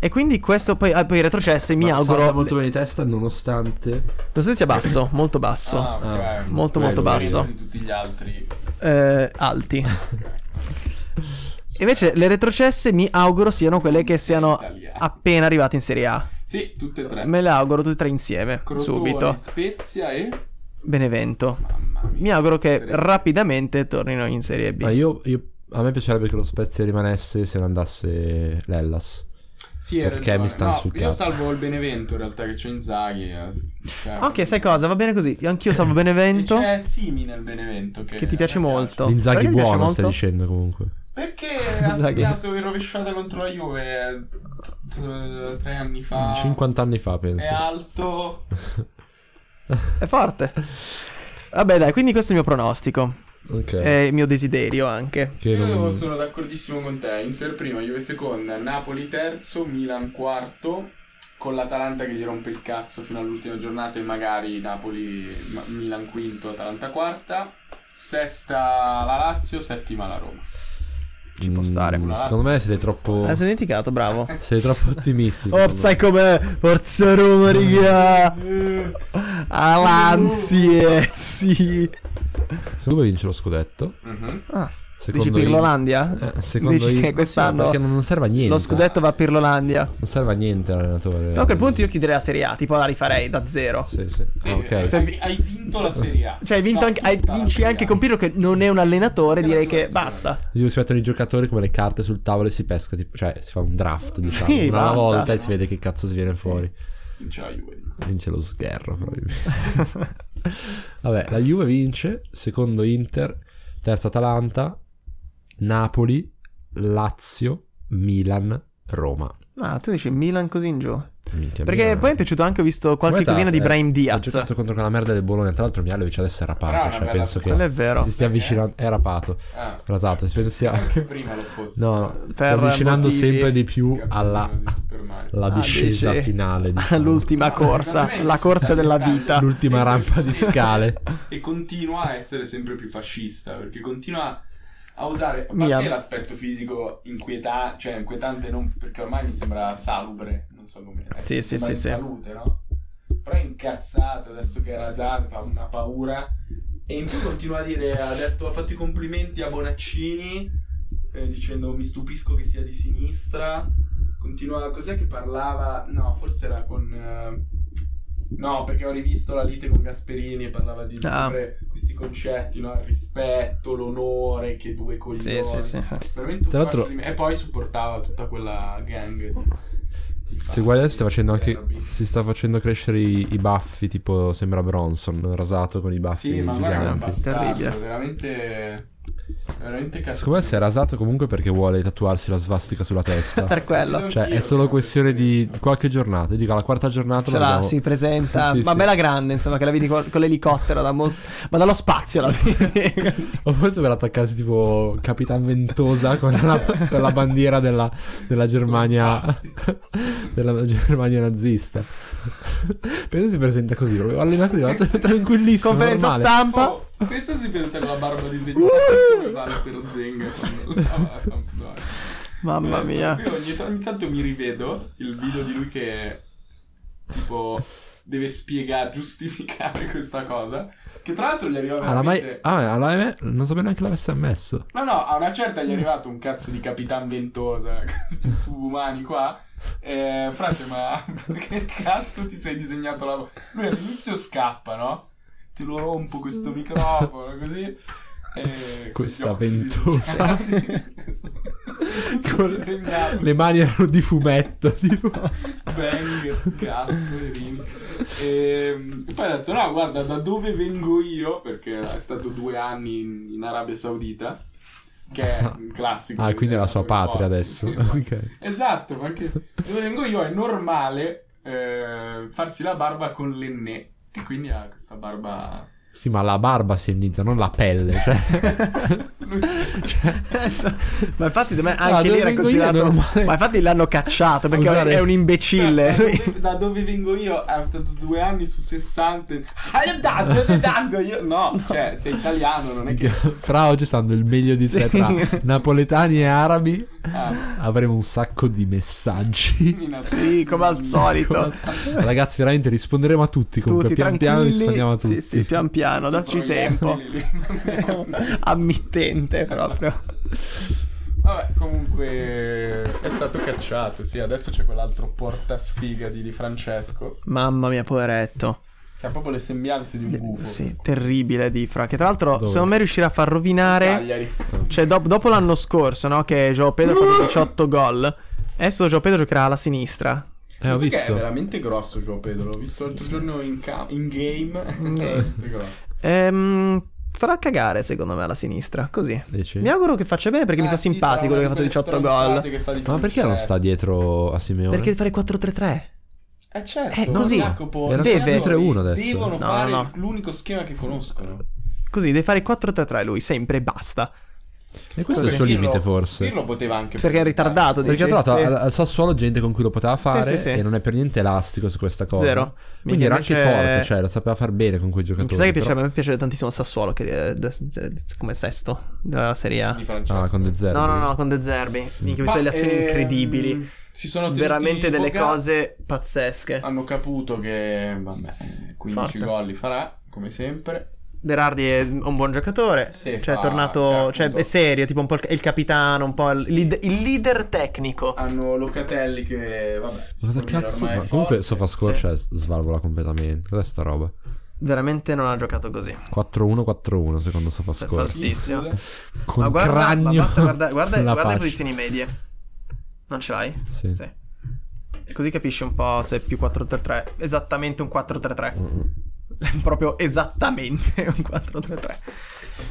Speaker 3: E quindi questo poi, ah, poi i retrocessi mi
Speaker 1: Ma salta
Speaker 3: auguro.
Speaker 1: molto bene di testa nonostante
Speaker 3: Lo
Speaker 2: <coughs>
Speaker 3: sia basso, molto basso.
Speaker 2: Ah, ok.
Speaker 1: Ah,
Speaker 3: molto,
Speaker 1: quello,
Speaker 3: molto basso.
Speaker 2: Di tutti gli altri.
Speaker 3: Eh, alti. Invece le retrocesse mi auguro siano quelle che siano
Speaker 2: Italiani.
Speaker 3: appena arrivate in Serie A.
Speaker 2: Sì, tutte e tre.
Speaker 3: Me le auguro tutte e tre insieme,
Speaker 2: Crotone,
Speaker 3: subito.
Speaker 2: Spezia e.
Speaker 3: Benevento.
Speaker 2: Mamma mia.
Speaker 3: Mi auguro che
Speaker 2: Tre.
Speaker 3: rapidamente tornino in Serie B.
Speaker 1: Ma io, io- a me piacerebbe che lo Spezia rimanesse se ne andasse l'Ellas.
Speaker 2: Sì, hai
Speaker 1: Perché
Speaker 2: ragione.
Speaker 1: mi stanno sul
Speaker 2: Io
Speaker 1: cazzo.
Speaker 2: salvo il Benevento in realtà che c'è Inzaghi. eh. Cioè,
Speaker 3: Ok, sai cosa? Va bene così. Anch'io salvo Benevento.
Speaker 2: C'è Simi nel Benevento che,
Speaker 3: Che ti
Speaker 2: a
Speaker 3: piace
Speaker 2: me
Speaker 3: molto.
Speaker 1: L'inzaghi
Speaker 3: Perché ti piace
Speaker 1: buono,
Speaker 3: molto?
Speaker 1: stai dicendo comunque.
Speaker 3: <laughs>
Speaker 2: Perché ha
Speaker 3: Inzaghi.
Speaker 2: segnato in rovesciata contro la Juve eh, tre anni fa.
Speaker 1: 50 anni fa,
Speaker 2: È
Speaker 1: penso.
Speaker 3: Eh,
Speaker 2: alto.
Speaker 3: È forte. Vabbè, dai, quindi questo è il mio pronostico.
Speaker 1: Ok.
Speaker 3: È il mio desiderio anche.
Speaker 1: Che
Speaker 2: Io
Speaker 1: non-
Speaker 2: sono d'accordissimo con te. Inter prima, Juve seconda, Napoli terzo, Milan quarto. Con l'Atalanta che gli rompe il cazzo fino all'ultima giornata e magari Napoli, ma- Milan quinto, Atalanta quarta. Sesta la Lazio, settima la Roma.
Speaker 3: Ci può stare.
Speaker 1: Mm, Secondo me siete troppo.
Speaker 3: Ah, sono dimenticato, bravo.
Speaker 1: Siete troppo
Speaker 3: <laughs>
Speaker 1: ottimisti.
Speaker 3: Oh,
Speaker 1: secondo
Speaker 3: sai com'è? Forza Roma, raga! Alanzie, sì.
Speaker 1: me. Se lui vince lo scudetto,
Speaker 2: Mhm.
Speaker 3: Ah,
Speaker 1: secondo
Speaker 3: dici
Speaker 1: me-
Speaker 3: Pirlolandia?
Speaker 1: Eh, secondo
Speaker 3: Dici
Speaker 1: io-
Speaker 3: che quest'anno
Speaker 1: Sì, perché non non serve a niente.
Speaker 3: Lo scudetto va a Pirlolandia.
Speaker 1: Non serve a niente l'allenatore.
Speaker 3: So a quel punto io chiuderei la Serie A, tipo la rifarei da zero.
Speaker 1: Sì, sì.
Speaker 2: Sì, eh,
Speaker 1: Ah, ok.
Speaker 3: Se-
Speaker 2: hai, hai vinto la Serie A.
Speaker 3: Cioè, hai vinto
Speaker 2: No,
Speaker 3: anche, hai-
Speaker 2: tutta la
Speaker 3: vinci
Speaker 2: Serie
Speaker 3: anche
Speaker 2: A.
Speaker 3: con Pirlo che non è un allenatore, direi che
Speaker 2: Congratulazioni. <laughs>
Speaker 3: basta.
Speaker 1: Io si mettono i giocatori come le carte sul tavolo e si pesca, tipo- cioè si fa un draft,
Speaker 3: <laughs>
Speaker 1: diciamo,
Speaker 3: Sì,
Speaker 1: una alla
Speaker 3: basta.
Speaker 1: volta e si vede che cazzo si viene fuori.
Speaker 2: Vince la Juve.
Speaker 1: Vince lo sgherro, probabilmente. Vabbè, la Juve vince, secondo Inter, terza Atalanta, Napoli, Lazio, Milan, Roma.
Speaker 3: Ma tu dici Milan così in giù.
Speaker 1: Minchia,
Speaker 3: Perché
Speaker 1: Milan-
Speaker 3: poi mi è piaciuto anche, ho visto qualche
Speaker 1: Guarda,
Speaker 3: cosina di
Speaker 1: eh,
Speaker 3: Brahim
Speaker 1: Ha
Speaker 3: Diaz.
Speaker 1: giocato contro quella merda del Bologna, tra l'altro Mialovic adesso è
Speaker 2: Brava,
Speaker 1: rapato, cioè
Speaker 2: bella-
Speaker 1: penso
Speaker 3: Quello
Speaker 1: che
Speaker 3: è vero. eh.
Speaker 1: si stia avvicinando, è rapato,
Speaker 2: Ah,
Speaker 1: rasato, si penso sia...
Speaker 2: anche prima lo fosse.
Speaker 1: No, no, sta
Speaker 3: Per
Speaker 1: avvicinando
Speaker 3: motivi-
Speaker 1: sempre di più
Speaker 2: Capitano
Speaker 1: alla
Speaker 2: di Super Mario.
Speaker 1: la
Speaker 3: Ah,
Speaker 1: discesa
Speaker 3: dici? <laughs>
Speaker 1: finale, diciamo.
Speaker 3: All'ultima
Speaker 2: No,
Speaker 3: corsa,
Speaker 2: secondo me
Speaker 3: la
Speaker 2: ci
Speaker 3: corsa
Speaker 2: sta
Speaker 3: della
Speaker 2: diventando-
Speaker 3: vita.
Speaker 1: l'ultima rampa di
Speaker 3: <laughs>
Speaker 1: scale.
Speaker 2: e continua a essere sempre più fascista perché continua a usare a
Speaker 3: Mia.
Speaker 2: parte l'aspetto fisico inquietante cioè inquietante non perché ormai mi sembra salubre non so come eh,
Speaker 3: Sì,
Speaker 2: mi
Speaker 3: sì,
Speaker 2: sembra
Speaker 3: sì,
Speaker 2: in
Speaker 3: sì.
Speaker 2: salute no però è incazzato adesso che è rasato fa una paura e in più continua a dire ha detto ha fatto i complimenti a Bonaccini eh, dicendo mi stupisco che sia di sinistra continua cos'è che parlava no forse era con eh, no perché ho rivisto la lite con Gasperini e parlava di
Speaker 3: Ah.
Speaker 2: sempre questi concetti no il rispetto l'onore che due coglioni
Speaker 3: Sì, sì, sì.
Speaker 2: veramente un
Speaker 1: Tra l'altro-
Speaker 2: fascio di me- e poi supportava tutta quella gang
Speaker 1: Se guardi adesso sta facendo anche
Speaker 2: Serbi.
Speaker 1: si sta facendo crescere i, i baffi, tipo sembra Bronson, rasato con i baffi
Speaker 2: sì ma guarda è un
Speaker 1: giganti.
Speaker 3: baffi.
Speaker 2: bastardo
Speaker 3: Terribile.
Speaker 2: veramente veramente cazzo
Speaker 1: Secondo me si è rasato comunque perché vuole tatuarsi la svastica sulla
Speaker 3: <laughs>
Speaker 1: testa.
Speaker 3: Per quello.
Speaker 1: cioè, è solo questione di qualche giornata. Io dico alla quarta giornata
Speaker 3: Ce
Speaker 1: lo
Speaker 3: l'ha,
Speaker 1: vediamo.
Speaker 3: si presenta.
Speaker 1: Sì,
Speaker 3: ma
Speaker 1: sì.
Speaker 3: bella grande, insomma, che la vedi con, con l'elicottero. da mol- ma dallo spazio la vedi.
Speaker 1: O forse per attaccarsi tipo Capitan Ventosa con la, con la bandiera della, della Germania della Germania nazista. Penso si presenta così, proprio allenato di tranquillissimo.
Speaker 3: Conferenza
Speaker 1: normale.
Speaker 3: stampa.
Speaker 2: Oh, pensa si prende con la barba disegnata come vale per Zenga quando lava la Sampdoria.
Speaker 3: Mamma mia.
Speaker 2: Io ogni, ogni tanto mi rivedo il video di lui che tipo deve spiegare, <laughs> giustificare questa cosa. Che tra l'altro gli arriva
Speaker 1: Ah, la mai...
Speaker 2: veramente...
Speaker 1: ah, alla me- non sapevo neanche l'avesse ammesso.
Speaker 2: No, no, a una certa gli è arrivato un cazzo di Capitan Ventosa, <laughs> questi subumani qua. Eh, frate, ma <laughs> perché cazzo ti sei disegnato la... Lui all'inizio scappa, no? Te lo rompo questo microfono, così... eh,
Speaker 1: Mm. Questa
Speaker 2: con gli occhi
Speaker 1: ventosa.
Speaker 2: disegnati. <laughs> Questo- disegnato.
Speaker 1: Le mani erano di fumetto, tipo.
Speaker 2: Bang, Gasperini. Ehm, E poi ha detto: No, guarda, da dove vengo io? Perché è stato due anni in, in Arabia Saudita, che è un classico.
Speaker 1: Ah, quindi è la sua patria
Speaker 2: Sì,
Speaker 1: adesso.
Speaker 2: sì.
Speaker 1: Ok.
Speaker 2: <laughs> Esatto, perché da dove vengo io è normale eh, farsi la barba con l'enne. E quindi ha questa barba.
Speaker 1: Sì, ma la barba si ennizza, non la pelle. Cioè,
Speaker 3: ma infatti, secondo me,
Speaker 1: Ah,
Speaker 3: anche
Speaker 1: dove
Speaker 3: lì
Speaker 1: vengo io
Speaker 3: era
Speaker 1: è
Speaker 3: considerato.
Speaker 1: normale.
Speaker 3: Ma infatti l'hanno cacciato perché
Speaker 1: Usare-
Speaker 3: è un
Speaker 2: Da
Speaker 3: imbecille.
Speaker 2: dove, da dove vengo io? È stato due anni su 60. Ah, da dove vengo io? No, cioè, sei italiano, non è che.
Speaker 1: fra oggi stanno il meglio di sé tra napoletani e arabi.
Speaker 2: Ah,
Speaker 1: Avremo un sacco di
Speaker 3: <laughs>
Speaker 1: messaggi.
Speaker 3: sì, come al solito.
Speaker 1: Ragazzi, veramente risponderemo a tutti. Comunque,
Speaker 3: Tutti
Speaker 1: pian piano
Speaker 3: tranquilli.
Speaker 1: rispondiamo a tutti.
Speaker 3: sì, sì, pian piano, dacci tempo.
Speaker 2: <laughs>
Speaker 3: Ammittente proprio.
Speaker 2: Vabbè, comunque è stato cacciato, sì, adesso c'è quell'altro porta sfiga di, di Francesco,
Speaker 3: Mamma mia, poveretto.
Speaker 2: che ha proprio le sembianze di un gufo.
Speaker 3: Eh, Sì, terribile di Fra. Che tra l'altro,
Speaker 1: ecco. Dove?
Speaker 3: secondo me riuscirà a far rovinare.
Speaker 2: Cagliari.
Speaker 3: Cioè, dop- dopo l'anno scorso, no? Che Gio Pedro
Speaker 2: <laughs>
Speaker 3: ha fatto 18 gol. Adesso Gio Pedro giocherà alla sinistra.
Speaker 1: Eh, ho
Speaker 2: Sai che È
Speaker 1: visto.
Speaker 2: veramente grosso Gio Pedro, l'ho visto l'altro giorno in, ca- in game. È <laughs> veramente grosso.
Speaker 3: Ehm, farà cagare, secondo me, alla sinistra. Così.
Speaker 1: Dici?
Speaker 3: Mi auguro che faccia bene perché mi
Speaker 2: Ah,
Speaker 3: sta
Speaker 2: sì,
Speaker 3: simpatico
Speaker 2: sarà
Speaker 3: quello che ha
Speaker 2: una
Speaker 3: fatto
Speaker 2: di
Speaker 3: 18
Speaker 2: quelle stronzate
Speaker 3: gol.
Speaker 2: che fa di
Speaker 1: Ma perché non sta
Speaker 2: Francesco?
Speaker 1: dietro a Simeone?
Speaker 3: Perché fare 4-3-3?
Speaker 2: Eh certo,
Speaker 3: Eh, così.
Speaker 2: Jacopo,
Speaker 1: Era
Speaker 2: i
Speaker 3: deve-
Speaker 2: giocatori
Speaker 1: 3-1 adesso.
Speaker 2: Devono
Speaker 3: No,
Speaker 2: fare
Speaker 3: no.
Speaker 2: l'unico schema che conoscono.
Speaker 3: Così, deve fare 4-3-3 lui, sempre e basta.
Speaker 1: E questo è il suo
Speaker 2: Pirlo-
Speaker 1: limite, forse.
Speaker 2: Pirlo poteva anche
Speaker 3: Perché è ritardato,
Speaker 1: Perché
Speaker 3: dici?
Speaker 1: ha trovato
Speaker 3: Sì.
Speaker 1: al, al Sassuolo gente con cui lo poteva fare
Speaker 3: sì, sì.
Speaker 1: e non è per niente elastico su questa cosa.
Speaker 3: Zero.
Speaker 1: Quindi
Speaker 3: Minchia,
Speaker 1: era anche
Speaker 3: invece-
Speaker 1: forte, cioè lo sapeva far bene con quei giocatori.
Speaker 3: Sai che
Speaker 1: però-
Speaker 3: piace, a me piace tantissimo Sassuolo, che è eh, come sesto della Serie A.
Speaker 2: di Francesco.
Speaker 1: Ah, con De Zerbi.
Speaker 3: No, no, no, con De Zerbi. Minchia, ho visto
Speaker 2: Ma,
Speaker 3: delle azioni
Speaker 2: ehm,
Speaker 3: incredibili.
Speaker 2: Si sono tenuti
Speaker 3: Veramente
Speaker 2: in Ah.
Speaker 3: delle
Speaker 2: voga,
Speaker 3: cose pazzesche.
Speaker 2: Hanno caputo che vabbè, 15
Speaker 3: Forte.
Speaker 2: gol li farà, come sempre.
Speaker 3: Berardi è un buon giocatore.
Speaker 2: Sì,
Speaker 3: cioè,
Speaker 2: fa-
Speaker 3: è tornato.
Speaker 2: cioè,
Speaker 3: Cioè,
Speaker 2: appunto-
Speaker 3: è serio, tipo un po' il, il capitano, un po' il, lead- il leader tecnico.
Speaker 2: Hanno Locatelli che vabbè. si
Speaker 1: Ma cosa
Speaker 2: può dire
Speaker 1: cazzo?
Speaker 2: ormai
Speaker 1: Ma
Speaker 2: è
Speaker 1: comunque
Speaker 2: forte.
Speaker 1: Sofascore cioè, s- svalvola completamente. Cos'è sta roba?
Speaker 3: Veramente non ha giocato così.
Speaker 1: 4-1-4-1 secondo Sofascore.
Speaker 3: Forse- Bassissimo.
Speaker 2: Scusa.
Speaker 1: Con
Speaker 3: ma guarda,
Speaker 1: cragno.
Speaker 3: ma basta
Speaker 1: <laughs>
Speaker 3: guarda, guarda,
Speaker 1: sulla
Speaker 3: guarda le
Speaker 1: faccia.
Speaker 3: posizioni medie. Non ce l'hai?
Speaker 1: Sì.
Speaker 3: Sì. Così capisci un po' se è più 4-3-3. Esattamente un 4-3-3.
Speaker 1: Mm.
Speaker 3: <laughs> proprio esattamente un 4-3-3.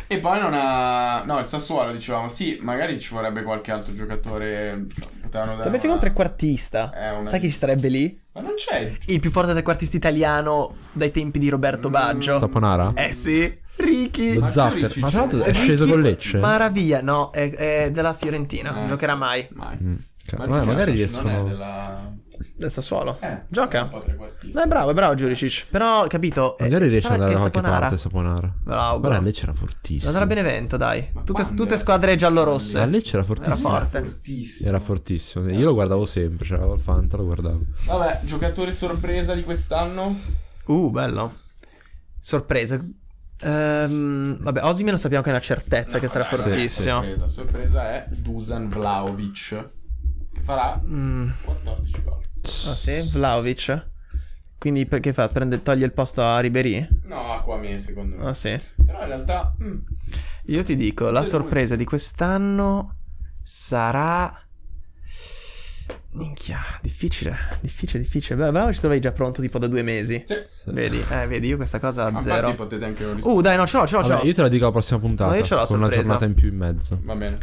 Speaker 2: E poi non ha... No, il Sassuolo dicevamo, sì, magari ci vorrebbe qualche altro giocatore. Potevano dare
Speaker 3: Sarebbe figo
Speaker 2: una-
Speaker 3: un trequartista.
Speaker 2: Eh, una-
Speaker 3: Sai chi ci sarebbe lì?
Speaker 2: Ma non c'è.
Speaker 3: Il più forte trequartista italiano dai tempi di
Speaker 2: Mm.
Speaker 3: Roberto Baggio.
Speaker 1: Saponara?
Speaker 3: Eh sì, Ricky.
Speaker 1: Lo
Speaker 2: Ma
Speaker 1: zapper.
Speaker 2: Fiorici
Speaker 1: Ma tra l'altro è
Speaker 3: Ricky
Speaker 1: sceso con Lecce.
Speaker 3: Maraviglia, no, è, è della Fiorentina, non
Speaker 2: Eh,
Speaker 3: giocherà
Speaker 2: sì.
Speaker 3: mai.
Speaker 2: Mai.
Speaker 1: Mm. Cioè, ma-
Speaker 2: Giuliano
Speaker 1: magari
Speaker 2: Sassuolo non
Speaker 1: riescono.
Speaker 2: è della-
Speaker 3: Del Sassuolo.
Speaker 2: Eh,
Speaker 3: Gioca.
Speaker 2: è un po' trequartista.
Speaker 3: No, è bravo, è bravo Giuricic. Però, capito, eh,
Speaker 1: Magari riesce ad andare da
Speaker 3: guarda che
Speaker 1: qualche
Speaker 3: Saponara-
Speaker 1: parte Saponara.
Speaker 3: Bravo,
Speaker 1: Guarda,
Speaker 3: bravo.
Speaker 1: lei c'era fortissimo.
Speaker 3: Andrà Benevento, dai.
Speaker 2: Ma
Speaker 3: Tutte,
Speaker 2: quando
Speaker 3: tutte
Speaker 2: era?
Speaker 3: squadre giallo-rosse.
Speaker 1: Ah, lei c'era
Speaker 3: Era
Speaker 1: fortissimo.
Speaker 3: forte.
Speaker 2: Fortissimo.
Speaker 1: Era fortissimo. sì. Io lo guardavo sempre, c'era la Fanta, lo guardavo.
Speaker 2: Vabbè, giocatore sorpresa di quest'anno?
Speaker 3: Uh, bello. Sorpresa. Ehm, vabbè, Osimhen lo sappiamo che è una certezza che sarà
Speaker 2: vabbè,
Speaker 3: fortissimo.
Speaker 2: Sorpresa. sorpresa è Dusan Vlaovic, che farà
Speaker 3: Mm,
Speaker 2: 14 gol.
Speaker 3: ah sì, Vlaovic. Quindi per- che fa? Prende- toglie il posto a Ribery?
Speaker 2: No, Aquame secondo me.
Speaker 3: Ah sì.
Speaker 2: Però in realtà... mm,
Speaker 3: Io ti dico, la sorpresa di quest'anno sarà... Minchia, difficile, difficile, difficile. Beh, Vlaovic dovevi già pronto tipo da due mesi.
Speaker 2: sì.
Speaker 3: Vedi, eh, vedi, io questa cosa
Speaker 2: Ma
Speaker 3: a
Speaker 2: Infatti
Speaker 3: zero.
Speaker 2: potete anche non rispondere.
Speaker 3: Uh, dai, no, ce l'ho, ce l'ho, ce
Speaker 1: Vabbè,
Speaker 3: l'ho.
Speaker 1: io te la dico alla prossima puntata.
Speaker 3: No, io ce l'ho la
Speaker 1: con una
Speaker 3: sorpresa.
Speaker 1: giornata in più in mezzo.
Speaker 2: Va bene.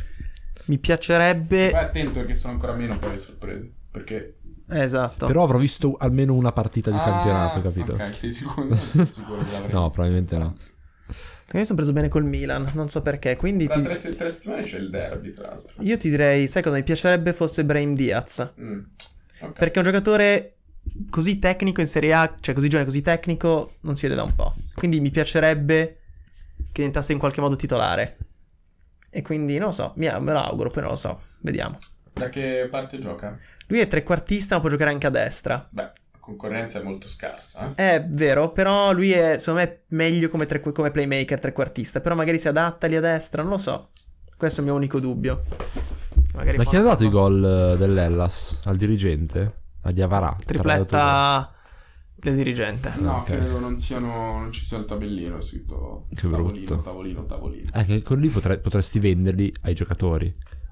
Speaker 3: Mi piacerebbe...
Speaker 2: Fai attento perché sono ancora meno poi le sorprese. Perché...
Speaker 3: Eh, Esatto.
Speaker 1: Però avrò visto almeno una partita di
Speaker 2: Ah,
Speaker 1: campionato, capito?
Speaker 2: Ok, sei sicuro? Non sono sicuro
Speaker 1: <laughs>
Speaker 2: che l'avrei.
Speaker 1: No, probabilmente no.
Speaker 3: Io mi sono preso bene col Milan, non so perché, quindi
Speaker 2: Tra
Speaker 3: ti-
Speaker 2: tre, se- tre settimane c'è il derby, tra l'altro.
Speaker 3: io ti direi, sai cosa mi piacerebbe fosse Brahim Diaz,
Speaker 2: Mm. Ok.
Speaker 3: perché un giocatore così tecnico in Serie A, cioè così giovane, così tecnico, non si vede da un po'. Quindi mi piacerebbe che diventasse in qualche modo titolare. E quindi non lo so, mi- me lo auguro, poi non lo so, vediamo.
Speaker 2: Da che parte gioca?
Speaker 3: Lui è trequartista, ma può giocare anche a destra.
Speaker 2: Beh, la concorrenza è molto scarsa. eh.
Speaker 3: È vero, però lui è, secondo me, meglio come, tre- come playmaker trequartista, però magari si adatta lì a destra, non lo so. Questo è il mio unico dubbio. Magari
Speaker 1: Ma chi ha dato i
Speaker 3: Monaco-
Speaker 1: gol eh, dell'Ellas? Al dirigente? A Diavara?
Speaker 3: Tripletta del dirigente.
Speaker 2: No,
Speaker 1: Ok.
Speaker 2: credo non siano. Non ci sia il tabellino. È scritto
Speaker 1: Che
Speaker 2: tavolino,
Speaker 1: brutto.
Speaker 2: tavolino, tavolino.
Speaker 1: Anche con Ah, lì potre- potresti venderli ai giocatori.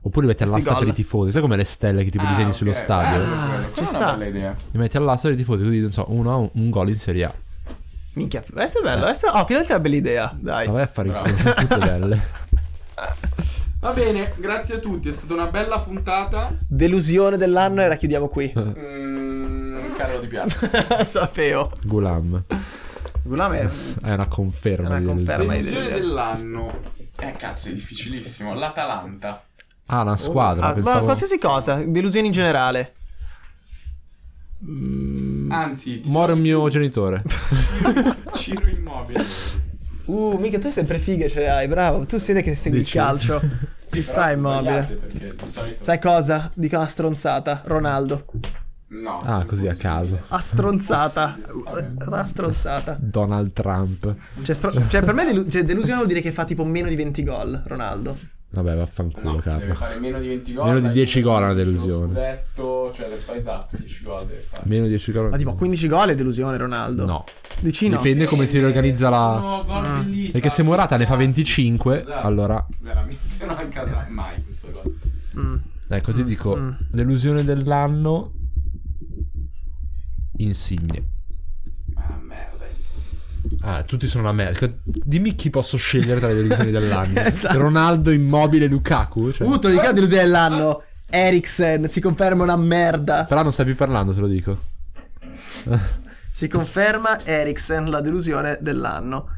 Speaker 1: Oppure li metti
Speaker 3: Questi
Speaker 1: all'asta per
Speaker 3: gol. Ah,
Speaker 1: i tifosi. Sai come le stelle che tipo
Speaker 2: Ah,
Speaker 1: disegni sullo stadio?
Speaker 2: ci
Speaker 3: ci
Speaker 2: sta.
Speaker 3: sta.
Speaker 2: È una bella idea.
Speaker 1: Li metti all'asta per i tifosi, così non so, uno ha un, un gol in Serie A.
Speaker 3: Minchia, questo è bello. Questo... Oh, finalmente è una bella idea. Dai.
Speaker 1: Ma vai a fare il
Speaker 2: Bravo.
Speaker 1: culo, sono <laughs>
Speaker 3: <laughs>
Speaker 1: tutte belle.
Speaker 2: Va bene, grazie a tutti. È stata una bella puntata.
Speaker 3: Delusione dell'anno e la chiudiamo qui.
Speaker 2: Mm, Carlo Di Piazza.
Speaker 1: Eh.
Speaker 3: <laughs> Sapevo.
Speaker 1: Gulam.
Speaker 3: Gulam è...
Speaker 1: È una conferma.
Speaker 3: È una
Speaker 1: di
Speaker 3: conferma.
Speaker 1: delusione.
Speaker 2: Delusione
Speaker 3: idea.
Speaker 2: dell'anno. Eh, cazzo, è difficilissimo. L'Atalanta.
Speaker 1: Ah, una squadra.
Speaker 3: Ah,
Speaker 1: pensavo...
Speaker 3: Ma qualsiasi cosa, delusioni in generale.
Speaker 2: Anzi, ti-
Speaker 1: Muore un mio
Speaker 3: <laughs>
Speaker 1: genitore.
Speaker 2: Ciro Immobile.
Speaker 3: Uh, mica tu sempre fighe ce le hai, bravo. Tu siete che segui
Speaker 1: Dici? <laughs>
Speaker 3: il calcio.
Speaker 2: Sì,
Speaker 3: Ci sta
Speaker 2: però
Speaker 3: Ah, immobile.
Speaker 2: sbagliate, Perché di solito.
Speaker 3: Sai cosa? Dico una stronzata. Ronaldo.
Speaker 2: No.
Speaker 1: Ah, così a
Speaker 2: impossibile.
Speaker 1: caso.
Speaker 3: A stronzata.
Speaker 2: Impossibile.
Speaker 3: Una stronzata.
Speaker 1: Donald Trump.
Speaker 3: Cioè, stro- cioè, per me delu- cioè, delusione vuol dire che fa tipo meno di 20 gol, Ronaldo.
Speaker 1: Vabbè, vaffanculo,
Speaker 2: No, deve
Speaker 1: Carlo.
Speaker 2: fare meno di 20 gol.
Speaker 1: Meno di
Speaker 2: dai,
Speaker 1: 10 gol è una
Speaker 2: uno
Speaker 1: delusione.
Speaker 2: Scudetto, cioè deve fare esatto 10 gol deve fare.
Speaker 1: Meno 10 gol.
Speaker 3: Ma tipo 15 gol è delusione Ronaldo.
Speaker 1: No.
Speaker 3: Dici no?
Speaker 1: Dipende come si riorganizza la.
Speaker 2: Sono gol bellissimi.
Speaker 1: Perché se Morata ne fa 25,
Speaker 2: Esatto.
Speaker 1: allora.
Speaker 2: Veramente non accadrà mai questo gol.
Speaker 3: Mm.
Speaker 1: Ecco, ti dico.
Speaker 3: mm.
Speaker 1: L'illusione dell'anno. Insigne.
Speaker 2: Ma merda. insomma.
Speaker 1: Ah, tutti sono una merda. Dimmi chi posso scegliere tra le
Speaker 3: <laughs>
Speaker 1: delusioni dell'anno.
Speaker 3: Esatto.
Speaker 1: Ronaldo, Immobile, Lukaku. Cioè.
Speaker 3: Uh, te lo dico la delusione dell'anno. Eriksen si conferma una merda.
Speaker 1: Però non stai più parlando, te lo dico.
Speaker 3: Oh, Si conferma Eriksen la delusione dell'anno.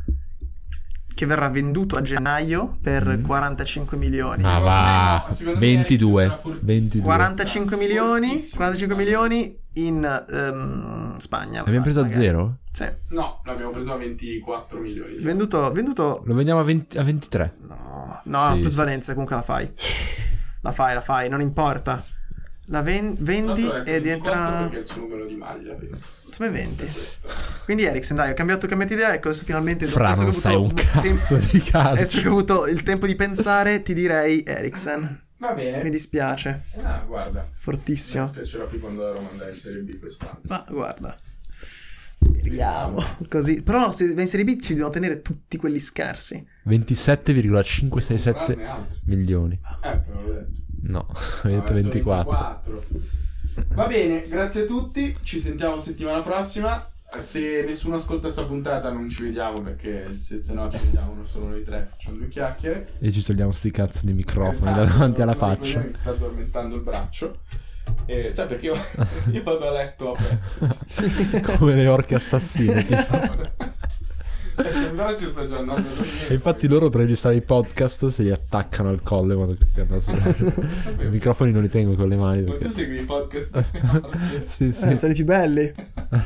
Speaker 3: Che verrà venduto a gennaio per
Speaker 1: Mm.
Speaker 3: 45 milioni.
Speaker 1: Ma va.
Speaker 2: Ma secondo me Eriksen
Speaker 1: 22.
Speaker 2: sarà fortissimo.
Speaker 1: 22.
Speaker 3: 45 milioni,
Speaker 2: Fortissimo.
Speaker 3: 45 milioni in ehm, Spagna.
Speaker 1: L'abbiamo preso a
Speaker 3: magari.
Speaker 1: zero?
Speaker 3: Sì.
Speaker 2: No, l'abbiamo preso a 24 milioni. di euro.
Speaker 3: Venduto, venduto
Speaker 1: Lo vendiamo a, 20 a 23.
Speaker 3: No, no,
Speaker 1: Sì.
Speaker 3: plusvalenza comunque la fai. La fai, la fai, non importa. La ven- vendi
Speaker 2: Tanto è 24
Speaker 3: e diventerà...
Speaker 2: Perché è il suo numero di maglia, penso.
Speaker 3: Insomma, 20.
Speaker 2: Questo.
Speaker 3: Quindi Eriksen, dai, ho cambiato, ho cambiato idea. Ecco, adesso finalmente...
Speaker 1: Fra,
Speaker 3: adesso che
Speaker 1: non
Speaker 3: ho
Speaker 1: sai un
Speaker 3: avuto
Speaker 1: cazzo
Speaker 3: tempo- Eh
Speaker 1: di calcio.
Speaker 3: Adesso che ho avuto il tempo di pensare, ti direi Eriksen.
Speaker 2: Va bene.
Speaker 3: Mi dispiace,
Speaker 2: Ah, guarda. Mi
Speaker 3: fortissimo.
Speaker 2: dispiacerà più quando la Roma andrà in Serie B quest'anno.
Speaker 3: Ma guarda. Speriamo. Così. Però se vai in Serie B ci dobbiamo tenere tutti quelli scarsi.
Speaker 1: 27,567
Speaker 2: Comprarne altri.
Speaker 1: milioni.
Speaker 2: Eh, però l'ho detto.
Speaker 1: No, <laughs> ho detto 24.
Speaker 2: 24. Va bene, grazie a tutti. Ci sentiamo settimana prossima. se nessuno ascolta sta puntata non ci vediamo perché se, se no ci vediamo solo noi tre, facciamo due chiacchiere.
Speaker 1: E ci togliamo sti cazzo di microfoni
Speaker 2: Esatto,
Speaker 1: davanti alla
Speaker 2: uno di
Speaker 1: faccia.
Speaker 3: <laughs>
Speaker 2: quelli Mi sta addormentando il braccio. Eh,
Speaker 1: <laughs>
Speaker 2: sai perché io, io vado a letto a pezzi.
Speaker 1: Come le orche assassine. tipo.
Speaker 2: Però ci sta già
Speaker 1: <laughs>
Speaker 2: andando.
Speaker 1: E infatti loro per registrare i podcast se li attaccano al colle quando ti stiano ascoltando. I
Speaker 2: Ma
Speaker 1: microfoni non li tengo con le mani.
Speaker 2: tu
Speaker 1: <laughs> Perché...
Speaker 2: segui i podcast?
Speaker 1: Sì, sì.
Speaker 3: Eh, sono i più belli.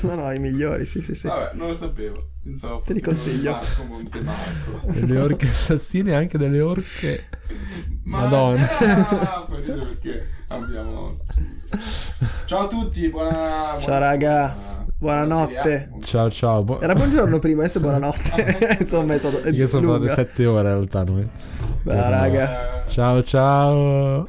Speaker 3: No, no, i migliori, sì, sì, sì.
Speaker 2: Vabbè, non lo sapevo. Pensavo
Speaker 3: Te li
Speaker 2: fossero
Speaker 3: consiglio.
Speaker 2: Marco Montemarco.
Speaker 1: <laughs> E le Eh. orche assassine e anche delle orche.
Speaker 2: Ma-
Speaker 1: Madonna.
Speaker 2: Ah, poi dico perché abbiamo chiuso. Ciao a tutti, buona buona-
Speaker 3: raga.
Speaker 2: buona-
Speaker 3: Buonanotte.
Speaker 2: serie A.
Speaker 1: Ciao ciao. bu-
Speaker 3: Era buongiorno prima, adesso è <laughs> buonanotte. Insomma, è stato. è
Speaker 1: Io sono
Speaker 3: lunga.
Speaker 1: state 7 ore in realtà noi.
Speaker 3: Beh, raga.
Speaker 2: Eh,
Speaker 1: Ciao ciao.